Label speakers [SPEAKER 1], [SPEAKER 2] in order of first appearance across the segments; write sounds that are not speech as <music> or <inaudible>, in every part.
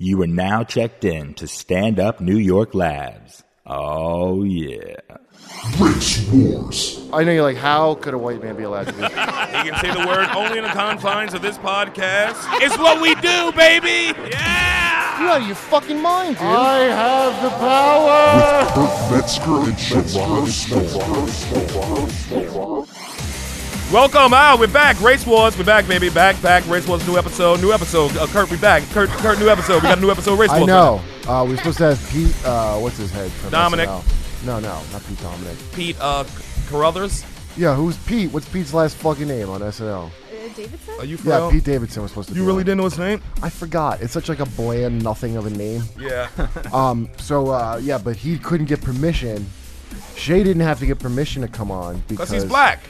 [SPEAKER 1] You are now checked in to Stand Up New York Labs. Oh, yeah.
[SPEAKER 2] Race Wars.
[SPEAKER 3] I know you're like, how could a white man be allowed to <laughs> do that?
[SPEAKER 4] He can say the word only in the confines of this podcast. It's what we do, baby. Yeah.
[SPEAKER 3] You're out of your fucking mind, dude. I have the power.
[SPEAKER 2] Kurt Metzger and Shabazz Storm.
[SPEAKER 4] Welcome out. We're back. Race Wars. We're back, baby. Back, back. Race Wars. New episode. New episode. Uh, Kurt, we back. Kurt, Kurt. New episode. We got a new episode. of Race Wars.
[SPEAKER 3] I know. Uh, we we're supposed to have Pete. Uh, what's his head? From
[SPEAKER 4] Dominic.
[SPEAKER 3] SNL. No, no, not Pete Dominic.
[SPEAKER 4] Pete uh, Carruthers.
[SPEAKER 3] Yeah, who's Pete? What's Pete's last fucking name on SNL?
[SPEAKER 5] Davidson?
[SPEAKER 4] Are you for
[SPEAKER 3] Yeah,
[SPEAKER 4] real?
[SPEAKER 3] Pete Davidson was supposed to.
[SPEAKER 4] You
[SPEAKER 3] be
[SPEAKER 4] really
[SPEAKER 3] on.
[SPEAKER 4] didn't know his name?
[SPEAKER 3] I forgot. It's such like a bland nothing of a name.
[SPEAKER 4] <laughs> Yeah.
[SPEAKER 3] Um. So uh, yeah, but he couldn't get permission. Shay didn't have to get permission to come on because
[SPEAKER 4] Because he's black.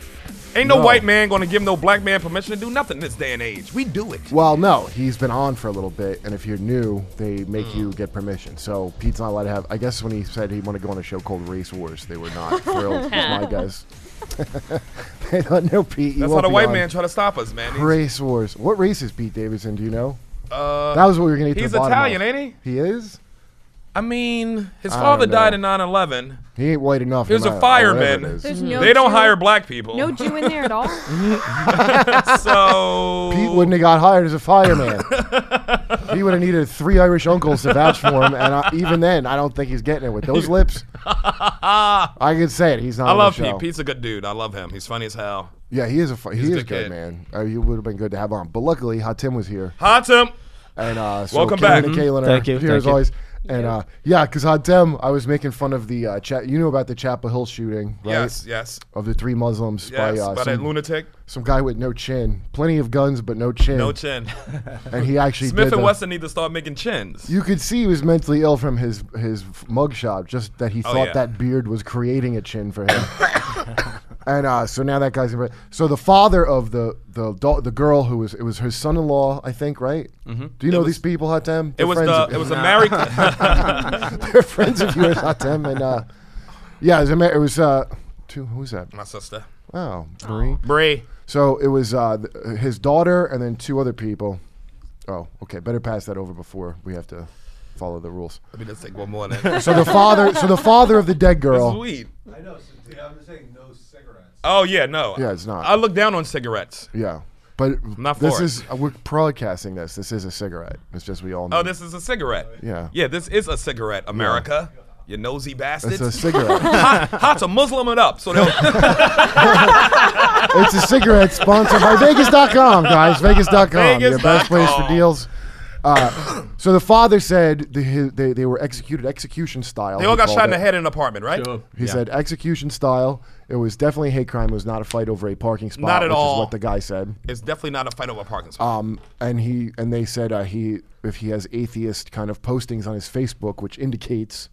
[SPEAKER 4] Ain't no,
[SPEAKER 3] No.
[SPEAKER 4] white man going to give no black man permission to do nothing this day and age. We do it.
[SPEAKER 3] Well, no, he's been on for a little bit, and if you're new, they make you get permission. So Pete's not allowed to have. I guess when he said he wanted to go on a show called Race Wars, they were not thrilled. with my guys. <laughs> they don't know Pete. you
[SPEAKER 4] That's how
[SPEAKER 3] won't
[SPEAKER 4] the
[SPEAKER 3] be
[SPEAKER 4] white
[SPEAKER 3] on
[SPEAKER 4] man try to stop us, man. He's-
[SPEAKER 3] Race Wars. What race is Pete Davidson? Do you know?
[SPEAKER 4] Uh,
[SPEAKER 3] That was what we were gonna. Get to
[SPEAKER 4] he's
[SPEAKER 3] the bottom of.
[SPEAKER 4] Italian, ain't he?
[SPEAKER 3] He is.
[SPEAKER 4] I mean, his
[SPEAKER 3] I
[SPEAKER 4] father
[SPEAKER 3] don't know.
[SPEAKER 4] died in 9 11.
[SPEAKER 3] He ain't white enough.
[SPEAKER 4] He was
[SPEAKER 3] no
[SPEAKER 4] a
[SPEAKER 3] matter- whatever
[SPEAKER 4] fireman.
[SPEAKER 3] it is.
[SPEAKER 5] There's no
[SPEAKER 4] Hmm. They don't
[SPEAKER 5] Jew-
[SPEAKER 4] hire black people.
[SPEAKER 5] No Jew in there at
[SPEAKER 4] <laughs>
[SPEAKER 5] all.
[SPEAKER 4] so.
[SPEAKER 3] Pete wouldn't have got hired as a fireman. he would have needed three Irish uncles to vouch for him, and I, even then, I don't think he's getting it with those
[SPEAKER 4] <laughs>
[SPEAKER 3] lips. I can say it. He's not.
[SPEAKER 4] I
[SPEAKER 3] on the
[SPEAKER 4] love
[SPEAKER 3] show.
[SPEAKER 4] Pete. Pete's a good dude. I love him. He's funny as hell.
[SPEAKER 3] Yeah, he is a fu- he
[SPEAKER 4] a
[SPEAKER 3] is
[SPEAKER 4] good
[SPEAKER 3] good
[SPEAKER 4] kid.
[SPEAKER 3] man. Uh, he would have been good to have on, but luckily, Hot Tim was here,
[SPEAKER 4] Hi, Tim.
[SPEAKER 3] and uh, so
[SPEAKER 4] Welcome
[SPEAKER 3] Kaylin
[SPEAKER 4] back.
[SPEAKER 3] and
[SPEAKER 4] Mhm.
[SPEAKER 3] Kaylin are
[SPEAKER 6] Thank you,
[SPEAKER 3] here
[SPEAKER 6] thank
[SPEAKER 3] as
[SPEAKER 6] you.
[SPEAKER 3] always. And uh, yeah, because Hot Tim, I was making fun of the uh, chat. You knew about the Chapel Hill shooting, right?
[SPEAKER 4] Yes, yes,
[SPEAKER 3] Of the three Muslims
[SPEAKER 4] yes.
[SPEAKER 3] by, uh,
[SPEAKER 4] by that
[SPEAKER 3] some,
[SPEAKER 4] lunatic.
[SPEAKER 3] some guy with no chin, plenty of guns but no chin,
[SPEAKER 4] No <laughs> chin.
[SPEAKER 3] and <laughs> he actually
[SPEAKER 4] Smith
[SPEAKER 3] did
[SPEAKER 4] and
[SPEAKER 3] the-
[SPEAKER 4] Wesson need to start making chins.
[SPEAKER 3] You could see he was mentally ill from his his mugshot, just that he
[SPEAKER 4] Oh,
[SPEAKER 3] thought
[SPEAKER 4] yeah.
[SPEAKER 3] that beard was creating a chin for him. <coughs> and uh, so now that guy's in. prison. So the father of the the da- the girl who was it was her son-in-law, I think, right? Mm-hmm. Do you know these people, Hatem?
[SPEAKER 4] it
[SPEAKER 3] They're
[SPEAKER 4] was
[SPEAKER 3] friends
[SPEAKER 4] the
[SPEAKER 3] of-
[SPEAKER 4] it was a married
[SPEAKER 3] <laughs> they're friends of yours, Hatem, and uh, yeah, it was, a ma- it was uh, two, who was that?
[SPEAKER 4] <laughs> my sister
[SPEAKER 3] Oh, Marie.
[SPEAKER 4] Brie.
[SPEAKER 3] So it was uh, th- his daughter and then two other people. Oh, okay. Better pass that over before we have to follow the rules.
[SPEAKER 4] Let me just take one more. Then.
[SPEAKER 3] <laughs>
[SPEAKER 4] <laughs> This
[SPEAKER 3] So the father, so the father of the dead
[SPEAKER 4] is
[SPEAKER 3] girl.
[SPEAKER 4] weed.
[SPEAKER 7] I know. So, yeah, I'm just saying no cigarettes.
[SPEAKER 4] Oh yeah, no.
[SPEAKER 3] Yeah, it's not.
[SPEAKER 4] I look down on cigarettes.
[SPEAKER 3] Yeah, but
[SPEAKER 4] not
[SPEAKER 3] this
[SPEAKER 4] for it.
[SPEAKER 3] is uh, we're broadcasting this. This is a cigarette. It's just we all. Know.
[SPEAKER 4] Oh, this is a cigarette.
[SPEAKER 3] Yeah.
[SPEAKER 4] Yeah, this is a cigarette, America. You nosy
[SPEAKER 3] It's a
[SPEAKER 4] <laughs>
[SPEAKER 3] <laughs>
[SPEAKER 4] bastards.
[SPEAKER 3] cigarette.
[SPEAKER 4] Hot, hot to Muslim it up. So
[SPEAKER 3] <laughs>
[SPEAKER 4] they'll-
[SPEAKER 3] it's a cigarette sponsored by Vegas.com, guys. Vegas.com, your best place for
[SPEAKER 4] Vegas.com.
[SPEAKER 3] deals. Uh, so the father said the, his, they, they were executed execution style.
[SPEAKER 4] they all
[SPEAKER 3] he
[SPEAKER 4] got
[SPEAKER 3] called
[SPEAKER 4] shot in the
[SPEAKER 3] it.
[SPEAKER 4] head in an apartment, right?
[SPEAKER 3] He said execution style. It was definitely a hate crime. It was not a fight over a parking spot,
[SPEAKER 4] Not at
[SPEAKER 3] which
[SPEAKER 4] all.
[SPEAKER 3] is what the guy said.
[SPEAKER 4] It's definitely not a fight over a parking spot.
[SPEAKER 3] Um, and he and they said uh, he if he has atheist kind of postings on his Facebook, which indicates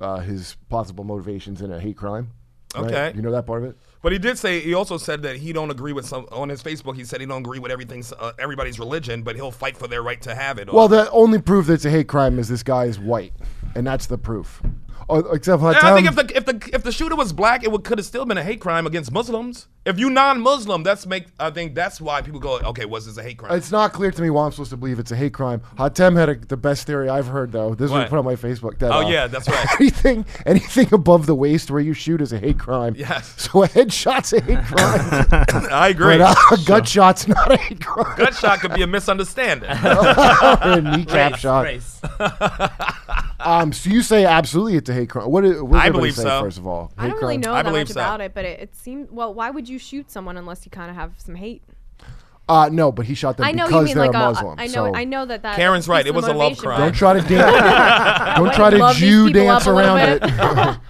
[SPEAKER 3] uh, his possible motivations in a hate crime. right?
[SPEAKER 4] Okay.
[SPEAKER 3] you know that part of it.
[SPEAKER 4] But he did say he also said that he don't agree with some on his Facebook. He said he don't agree with everything, uh, everybody's religion, but he'll fight for their right to have it. or-
[SPEAKER 3] Well, the only proof that it's a hate crime is this guy is white, and that's the proof. Oh, except for
[SPEAKER 4] And I
[SPEAKER 3] Tom-
[SPEAKER 4] think if the if the if the shooter was black, it would could have still been a hate crime against Muslims. If you non-Muslim, that's make I think that's why people go, okay, was this a hate crime?
[SPEAKER 3] It's not clear to me why I'm supposed to believe it's a hate crime. Hatem had a, the best theory I've heard, though. This was
[SPEAKER 4] What?
[SPEAKER 3] put on my Facebook. That,
[SPEAKER 4] Oh,
[SPEAKER 3] uh,
[SPEAKER 4] yeah, that's right.
[SPEAKER 3] <laughs> Anything, anything above the waist where you shoot is a hate crime.
[SPEAKER 4] Yes.
[SPEAKER 3] So a headshot's a hate
[SPEAKER 4] <laughs>
[SPEAKER 3] crime,
[SPEAKER 4] <laughs> I agree.
[SPEAKER 3] but uh,
[SPEAKER 4] <laughs>
[SPEAKER 6] <laughs>
[SPEAKER 3] <laughs> a gut shot's not a <laughs> hate crime.
[SPEAKER 4] Gut shot could be
[SPEAKER 3] <laughs>
[SPEAKER 4] a misunderstanding.
[SPEAKER 3] a kneecap shot. <laughs> Um, so you say absolutely it's a hate crime. What, is, what does
[SPEAKER 4] I
[SPEAKER 3] everybody
[SPEAKER 4] believe
[SPEAKER 3] say,
[SPEAKER 4] so.
[SPEAKER 3] first of all?
[SPEAKER 5] I
[SPEAKER 3] Hate
[SPEAKER 5] don't really
[SPEAKER 3] crime?
[SPEAKER 5] know
[SPEAKER 4] I
[SPEAKER 5] that
[SPEAKER 4] believe
[SPEAKER 5] much
[SPEAKER 4] so.
[SPEAKER 5] about it, but it, it seemed well. Why would you shoot someone unless you kind of have some hate?
[SPEAKER 3] Uh, no, but he shot them
[SPEAKER 5] I know
[SPEAKER 3] because
[SPEAKER 5] you mean
[SPEAKER 3] they're
[SPEAKER 5] like
[SPEAKER 3] a
[SPEAKER 5] a-
[SPEAKER 3] Muslim.
[SPEAKER 5] I know.
[SPEAKER 3] so.
[SPEAKER 5] I know that that.
[SPEAKER 4] Karen's right,
[SPEAKER 5] is
[SPEAKER 4] it
[SPEAKER 5] the
[SPEAKER 4] was a love
[SPEAKER 5] motivation
[SPEAKER 4] crime.
[SPEAKER 3] Don't
[SPEAKER 5] behind
[SPEAKER 3] try to
[SPEAKER 5] <laughs>
[SPEAKER 3] dance. don't try to
[SPEAKER 5] Love these
[SPEAKER 3] Jew
[SPEAKER 5] people
[SPEAKER 3] dance
[SPEAKER 5] up a little
[SPEAKER 3] around
[SPEAKER 5] bit.
[SPEAKER 3] it.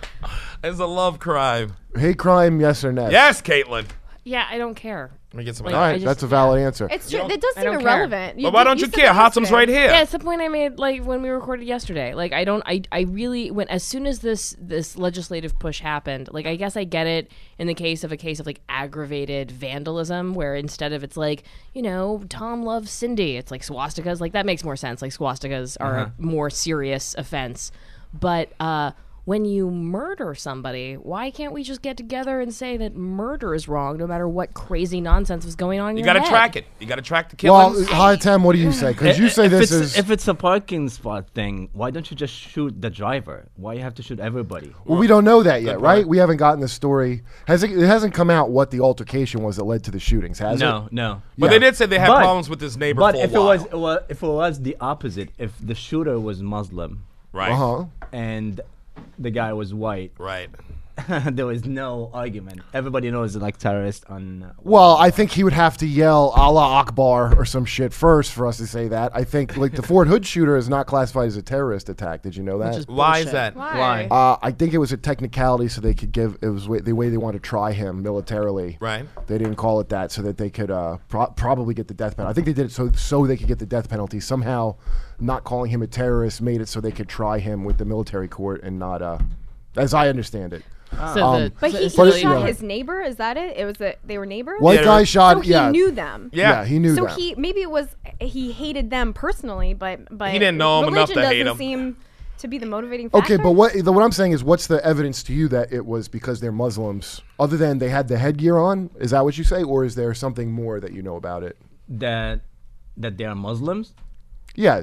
[SPEAKER 3] <laughs>
[SPEAKER 4] it's a love crime.
[SPEAKER 3] hate crime, yes or no?
[SPEAKER 4] Yes, Caitlin.
[SPEAKER 8] Yeah, I don't care.
[SPEAKER 4] Let me get some.
[SPEAKER 8] All
[SPEAKER 4] of
[SPEAKER 3] All
[SPEAKER 4] that.
[SPEAKER 3] right,
[SPEAKER 8] I just-
[SPEAKER 3] that's a valid answer.
[SPEAKER 5] It's true.
[SPEAKER 4] don't-
[SPEAKER 5] It does
[SPEAKER 8] I
[SPEAKER 5] seem
[SPEAKER 8] don't care.
[SPEAKER 5] irrelevant.
[SPEAKER 4] But why don't you
[SPEAKER 5] said
[SPEAKER 4] care?
[SPEAKER 5] that was
[SPEAKER 4] Hotsum's
[SPEAKER 5] good.
[SPEAKER 4] right here.
[SPEAKER 8] Yeah, it's the point I made like when we recorded yesterday. Like I don't I, I really when as soon as this this legislative push happened, like I guess I get it in the case of a case of like aggravated vandalism where instead of it's like, you know, Tom loves Cindy, it's like
[SPEAKER 4] Uh-huh.
[SPEAKER 8] swastikas. Like that makes more sense. Like swastikas are a more serious offense. But uh when you murder somebody, why can't we just get together and say that murder is wrong, no matter what crazy nonsense was going on? In
[SPEAKER 4] You
[SPEAKER 8] got
[SPEAKER 4] gotta
[SPEAKER 8] to
[SPEAKER 4] track it. You gotta track the
[SPEAKER 3] Well,
[SPEAKER 4] killings.
[SPEAKER 3] high time. What do you say? Because you say
[SPEAKER 6] if
[SPEAKER 3] this
[SPEAKER 6] it's,
[SPEAKER 3] is.
[SPEAKER 6] if it's a parking spot thing, why don't you just shoot the driver? Why you have to shoot everybody?
[SPEAKER 3] well, we don't know that yet, right? We haven't gotten the story. Has it, it hasn't come out what the altercation was that led to the shootings, has it?
[SPEAKER 6] No, no.
[SPEAKER 4] but they
[SPEAKER 3] yeah.
[SPEAKER 4] did say they had
[SPEAKER 6] But-
[SPEAKER 4] problems with this neighbor
[SPEAKER 6] But
[SPEAKER 4] for a
[SPEAKER 6] if it
[SPEAKER 4] while.
[SPEAKER 6] was, well, if it was the opposite, if the shooter was Muslim
[SPEAKER 4] right,
[SPEAKER 3] Uh huh.
[SPEAKER 6] and the guy was white, <laughs>
[SPEAKER 4] right.
[SPEAKER 6] there was no argument. Everybody knows like terrorists on. uh,
[SPEAKER 3] Well, I think he would have to yell Allah Akbar or some shit first for us to say that. I think like
[SPEAKER 5] <laughs>
[SPEAKER 3] the Fort Hood shooter is not classified as a terrorist attack. Did you know that?
[SPEAKER 4] Why is that?
[SPEAKER 5] Why?
[SPEAKER 3] Uh, I think it was a technicality, so they could give it was wa- the way they wanted to try him militarily.
[SPEAKER 4] Right.
[SPEAKER 3] They didn't call it that so that they could uh, pro- probably get the death penalty. I think they did it so so they could get the death penalty. Somehow, not calling him a terrorist made it so they could try him with the military court and not, uh, as I understand it,
[SPEAKER 8] So the,
[SPEAKER 5] But
[SPEAKER 8] the
[SPEAKER 5] he,
[SPEAKER 3] But
[SPEAKER 5] he
[SPEAKER 3] it's-
[SPEAKER 5] shot
[SPEAKER 3] yeah.
[SPEAKER 5] his neighbor. Is that it? It was that they were neighbors.
[SPEAKER 3] white
[SPEAKER 4] Yeah.
[SPEAKER 3] guy shot.
[SPEAKER 5] so he
[SPEAKER 3] yeah,
[SPEAKER 5] knew them.
[SPEAKER 4] Yeah.
[SPEAKER 3] he knew
[SPEAKER 5] So
[SPEAKER 3] that.
[SPEAKER 5] he maybe it was he hated them personally, but but
[SPEAKER 4] He didn't know 'em enough
[SPEAKER 5] religion
[SPEAKER 4] to
[SPEAKER 5] doesn't
[SPEAKER 4] hate 'em.
[SPEAKER 5] seem to be the motivating factor.
[SPEAKER 3] Okay, but what the, what I'm saying is, what's the evidence to you that it was because they're Muslims? Other than they had the headgear on, is that what you say, or is there something more that you know about it?
[SPEAKER 6] that that they are Muslims.
[SPEAKER 3] Yeah,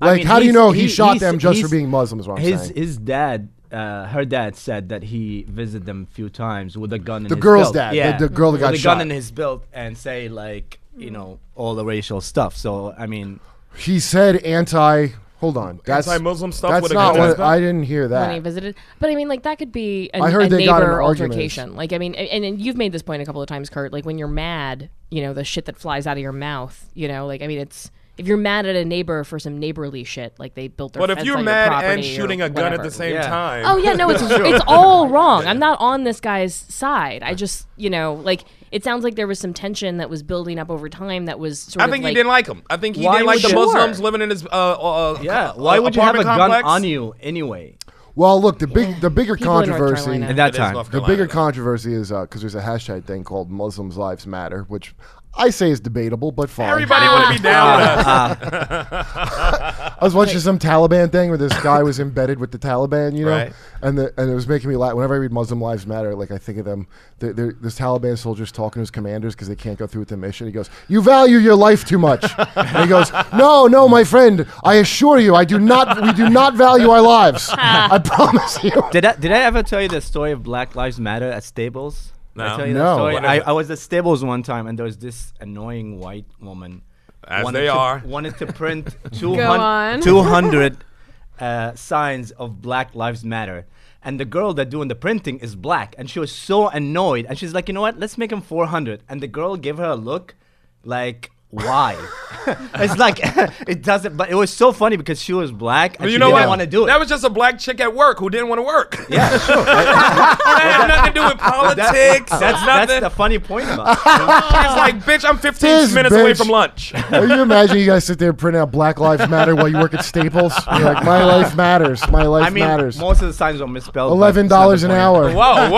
[SPEAKER 6] I
[SPEAKER 3] like
[SPEAKER 6] mean,
[SPEAKER 3] how do you
[SPEAKER 6] he's-
[SPEAKER 3] know he, shot
[SPEAKER 6] he's-
[SPEAKER 3] them just for
[SPEAKER 6] he's-
[SPEAKER 3] being Muslims? Is what I'm
[SPEAKER 6] his
[SPEAKER 3] saying.
[SPEAKER 6] his dad, uh, her dad said that he visited them a few times with a gun. in
[SPEAKER 3] The
[SPEAKER 6] his
[SPEAKER 3] girl's
[SPEAKER 6] belt.
[SPEAKER 3] dad, the-
[SPEAKER 6] yeah,
[SPEAKER 3] the girl that
[SPEAKER 6] with
[SPEAKER 3] got
[SPEAKER 6] a
[SPEAKER 3] shot.
[SPEAKER 6] gun in his belt, and say like you know all the racial stuff. So I mean,
[SPEAKER 3] he said anti. Hold on, that's
[SPEAKER 4] Anti-Muslim stuff
[SPEAKER 3] That's
[SPEAKER 4] with a
[SPEAKER 3] not
[SPEAKER 4] gun in his
[SPEAKER 3] what
[SPEAKER 4] belt?
[SPEAKER 3] I didn't hear
[SPEAKER 8] when he
[SPEAKER 3] that.
[SPEAKER 8] visited. But I mean, like that could be a,
[SPEAKER 3] I heard
[SPEAKER 8] a
[SPEAKER 3] they got in
[SPEAKER 8] neighbor
[SPEAKER 3] arguments.
[SPEAKER 8] altercation. Like I mean, a- and, and you've made this point a couple of times, Kurt. Like when you're mad, you know the shit that flies out of your mouth. You know, like I mean, it's if you're mad at a neighbor for some neighborly shit, like they built their.
[SPEAKER 4] But if
[SPEAKER 8] fence
[SPEAKER 4] you're
[SPEAKER 8] on your
[SPEAKER 4] mad
[SPEAKER 8] property
[SPEAKER 4] and
[SPEAKER 8] or
[SPEAKER 4] shooting a gun at
[SPEAKER 8] whatever.
[SPEAKER 4] the same
[SPEAKER 6] Yeah.
[SPEAKER 4] time,
[SPEAKER 8] Oh yeah, no,
[SPEAKER 4] <laughs>
[SPEAKER 8] it's it's all wrong. I'm not on this guy's side. I just, you know, like it sounds like there was some tension that was building up over time that was sort
[SPEAKER 4] I
[SPEAKER 8] of
[SPEAKER 4] think
[SPEAKER 8] like,
[SPEAKER 4] he didn't like him. I think he
[SPEAKER 6] Why
[SPEAKER 4] didn't like
[SPEAKER 6] would
[SPEAKER 4] the
[SPEAKER 6] you-
[SPEAKER 4] Muslims
[SPEAKER 6] Sure.
[SPEAKER 4] living in his uh, uh
[SPEAKER 6] yeah,
[SPEAKER 4] uh,
[SPEAKER 6] why would you have a
[SPEAKER 4] apartment
[SPEAKER 6] gun
[SPEAKER 4] complex?
[SPEAKER 6] on you anyway?
[SPEAKER 3] Well, look, the big the bigger
[SPEAKER 8] People in North
[SPEAKER 3] controversy.
[SPEAKER 8] Carolina.
[SPEAKER 6] At that
[SPEAKER 4] It is
[SPEAKER 6] time,
[SPEAKER 4] North
[SPEAKER 3] The
[SPEAKER 4] Carolina,
[SPEAKER 3] bigger
[SPEAKER 4] though.
[SPEAKER 3] controversy is because there's a hashtag thing called Muslims Lives Matter, which I say is debatable, but fine.
[SPEAKER 4] Everybody want to be down with us.
[SPEAKER 3] I was watching some Taliban thing where this
[SPEAKER 6] <laughs>
[SPEAKER 3] guy was embedded with the Taliban, you know,
[SPEAKER 4] Right.
[SPEAKER 3] and the, and it was making me laugh. Whenever I read Muslim Lives Matter, like I think of them, they're, they're, this Taliban soldier's talking to his commanders because they can't go through with the mission. He goes, "You value your life too much."
[SPEAKER 6] <laughs>
[SPEAKER 3] and he goes, "No, no, my friend, I assure you, I do not. We do not value our lives.
[SPEAKER 6] <laughs>
[SPEAKER 3] I promise you."
[SPEAKER 6] Did I did I ever tell you the story of Black Lives Matter at Stables? Did I
[SPEAKER 4] No.
[SPEAKER 6] tell you
[SPEAKER 3] No.
[SPEAKER 6] That story?
[SPEAKER 4] What is
[SPEAKER 6] I,
[SPEAKER 4] it?
[SPEAKER 6] I was at Stables one time, and there was this annoying white woman.
[SPEAKER 4] As
[SPEAKER 6] wanted
[SPEAKER 4] they
[SPEAKER 6] to,
[SPEAKER 4] are.
[SPEAKER 6] Wanted
[SPEAKER 4] <laughs>
[SPEAKER 6] to print
[SPEAKER 5] on.
[SPEAKER 6] 200, 200 uh, signs of Black Lives Matter. And the girl that doing the printing is black, and she was so annoyed. And she's like, you know what? Let's make them 400. And the girl gave her a look like, why? <laughs> it's like, <laughs> it doesn't, but it was so funny because she was black and
[SPEAKER 4] But
[SPEAKER 6] she
[SPEAKER 4] you know
[SPEAKER 6] didn't
[SPEAKER 4] what?
[SPEAKER 6] want to do it.
[SPEAKER 4] That was just a black chick at work who didn't want to work. Yeah, <laughs> that had nothing to do with politics.
[SPEAKER 6] <laughs> That's,
[SPEAKER 4] that's
[SPEAKER 6] that's
[SPEAKER 4] nothing.
[SPEAKER 6] the funny point
[SPEAKER 3] <laughs>
[SPEAKER 6] about it.
[SPEAKER 4] it's like, bitch, I'm 15
[SPEAKER 3] This
[SPEAKER 4] minutes away
[SPEAKER 3] bitch.
[SPEAKER 4] from lunch. <laughs>
[SPEAKER 3] Can you imagine you guys sit there printing out Black Lives Matter while you work at Staples? You're like, my life matters. My life
[SPEAKER 6] I mean,
[SPEAKER 3] matters.
[SPEAKER 6] most of the signs are misspelled. but
[SPEAKER 3] Eleven
[SPEAKER 6] it's not
[SPEAKER 3] dollars
[SPEAKER 6] the
[SPEAKER 3] an
[SPEAKER 6] point.
[SPEAKER 3] hour. <laughs>
[SPEAKER 4] Whoa,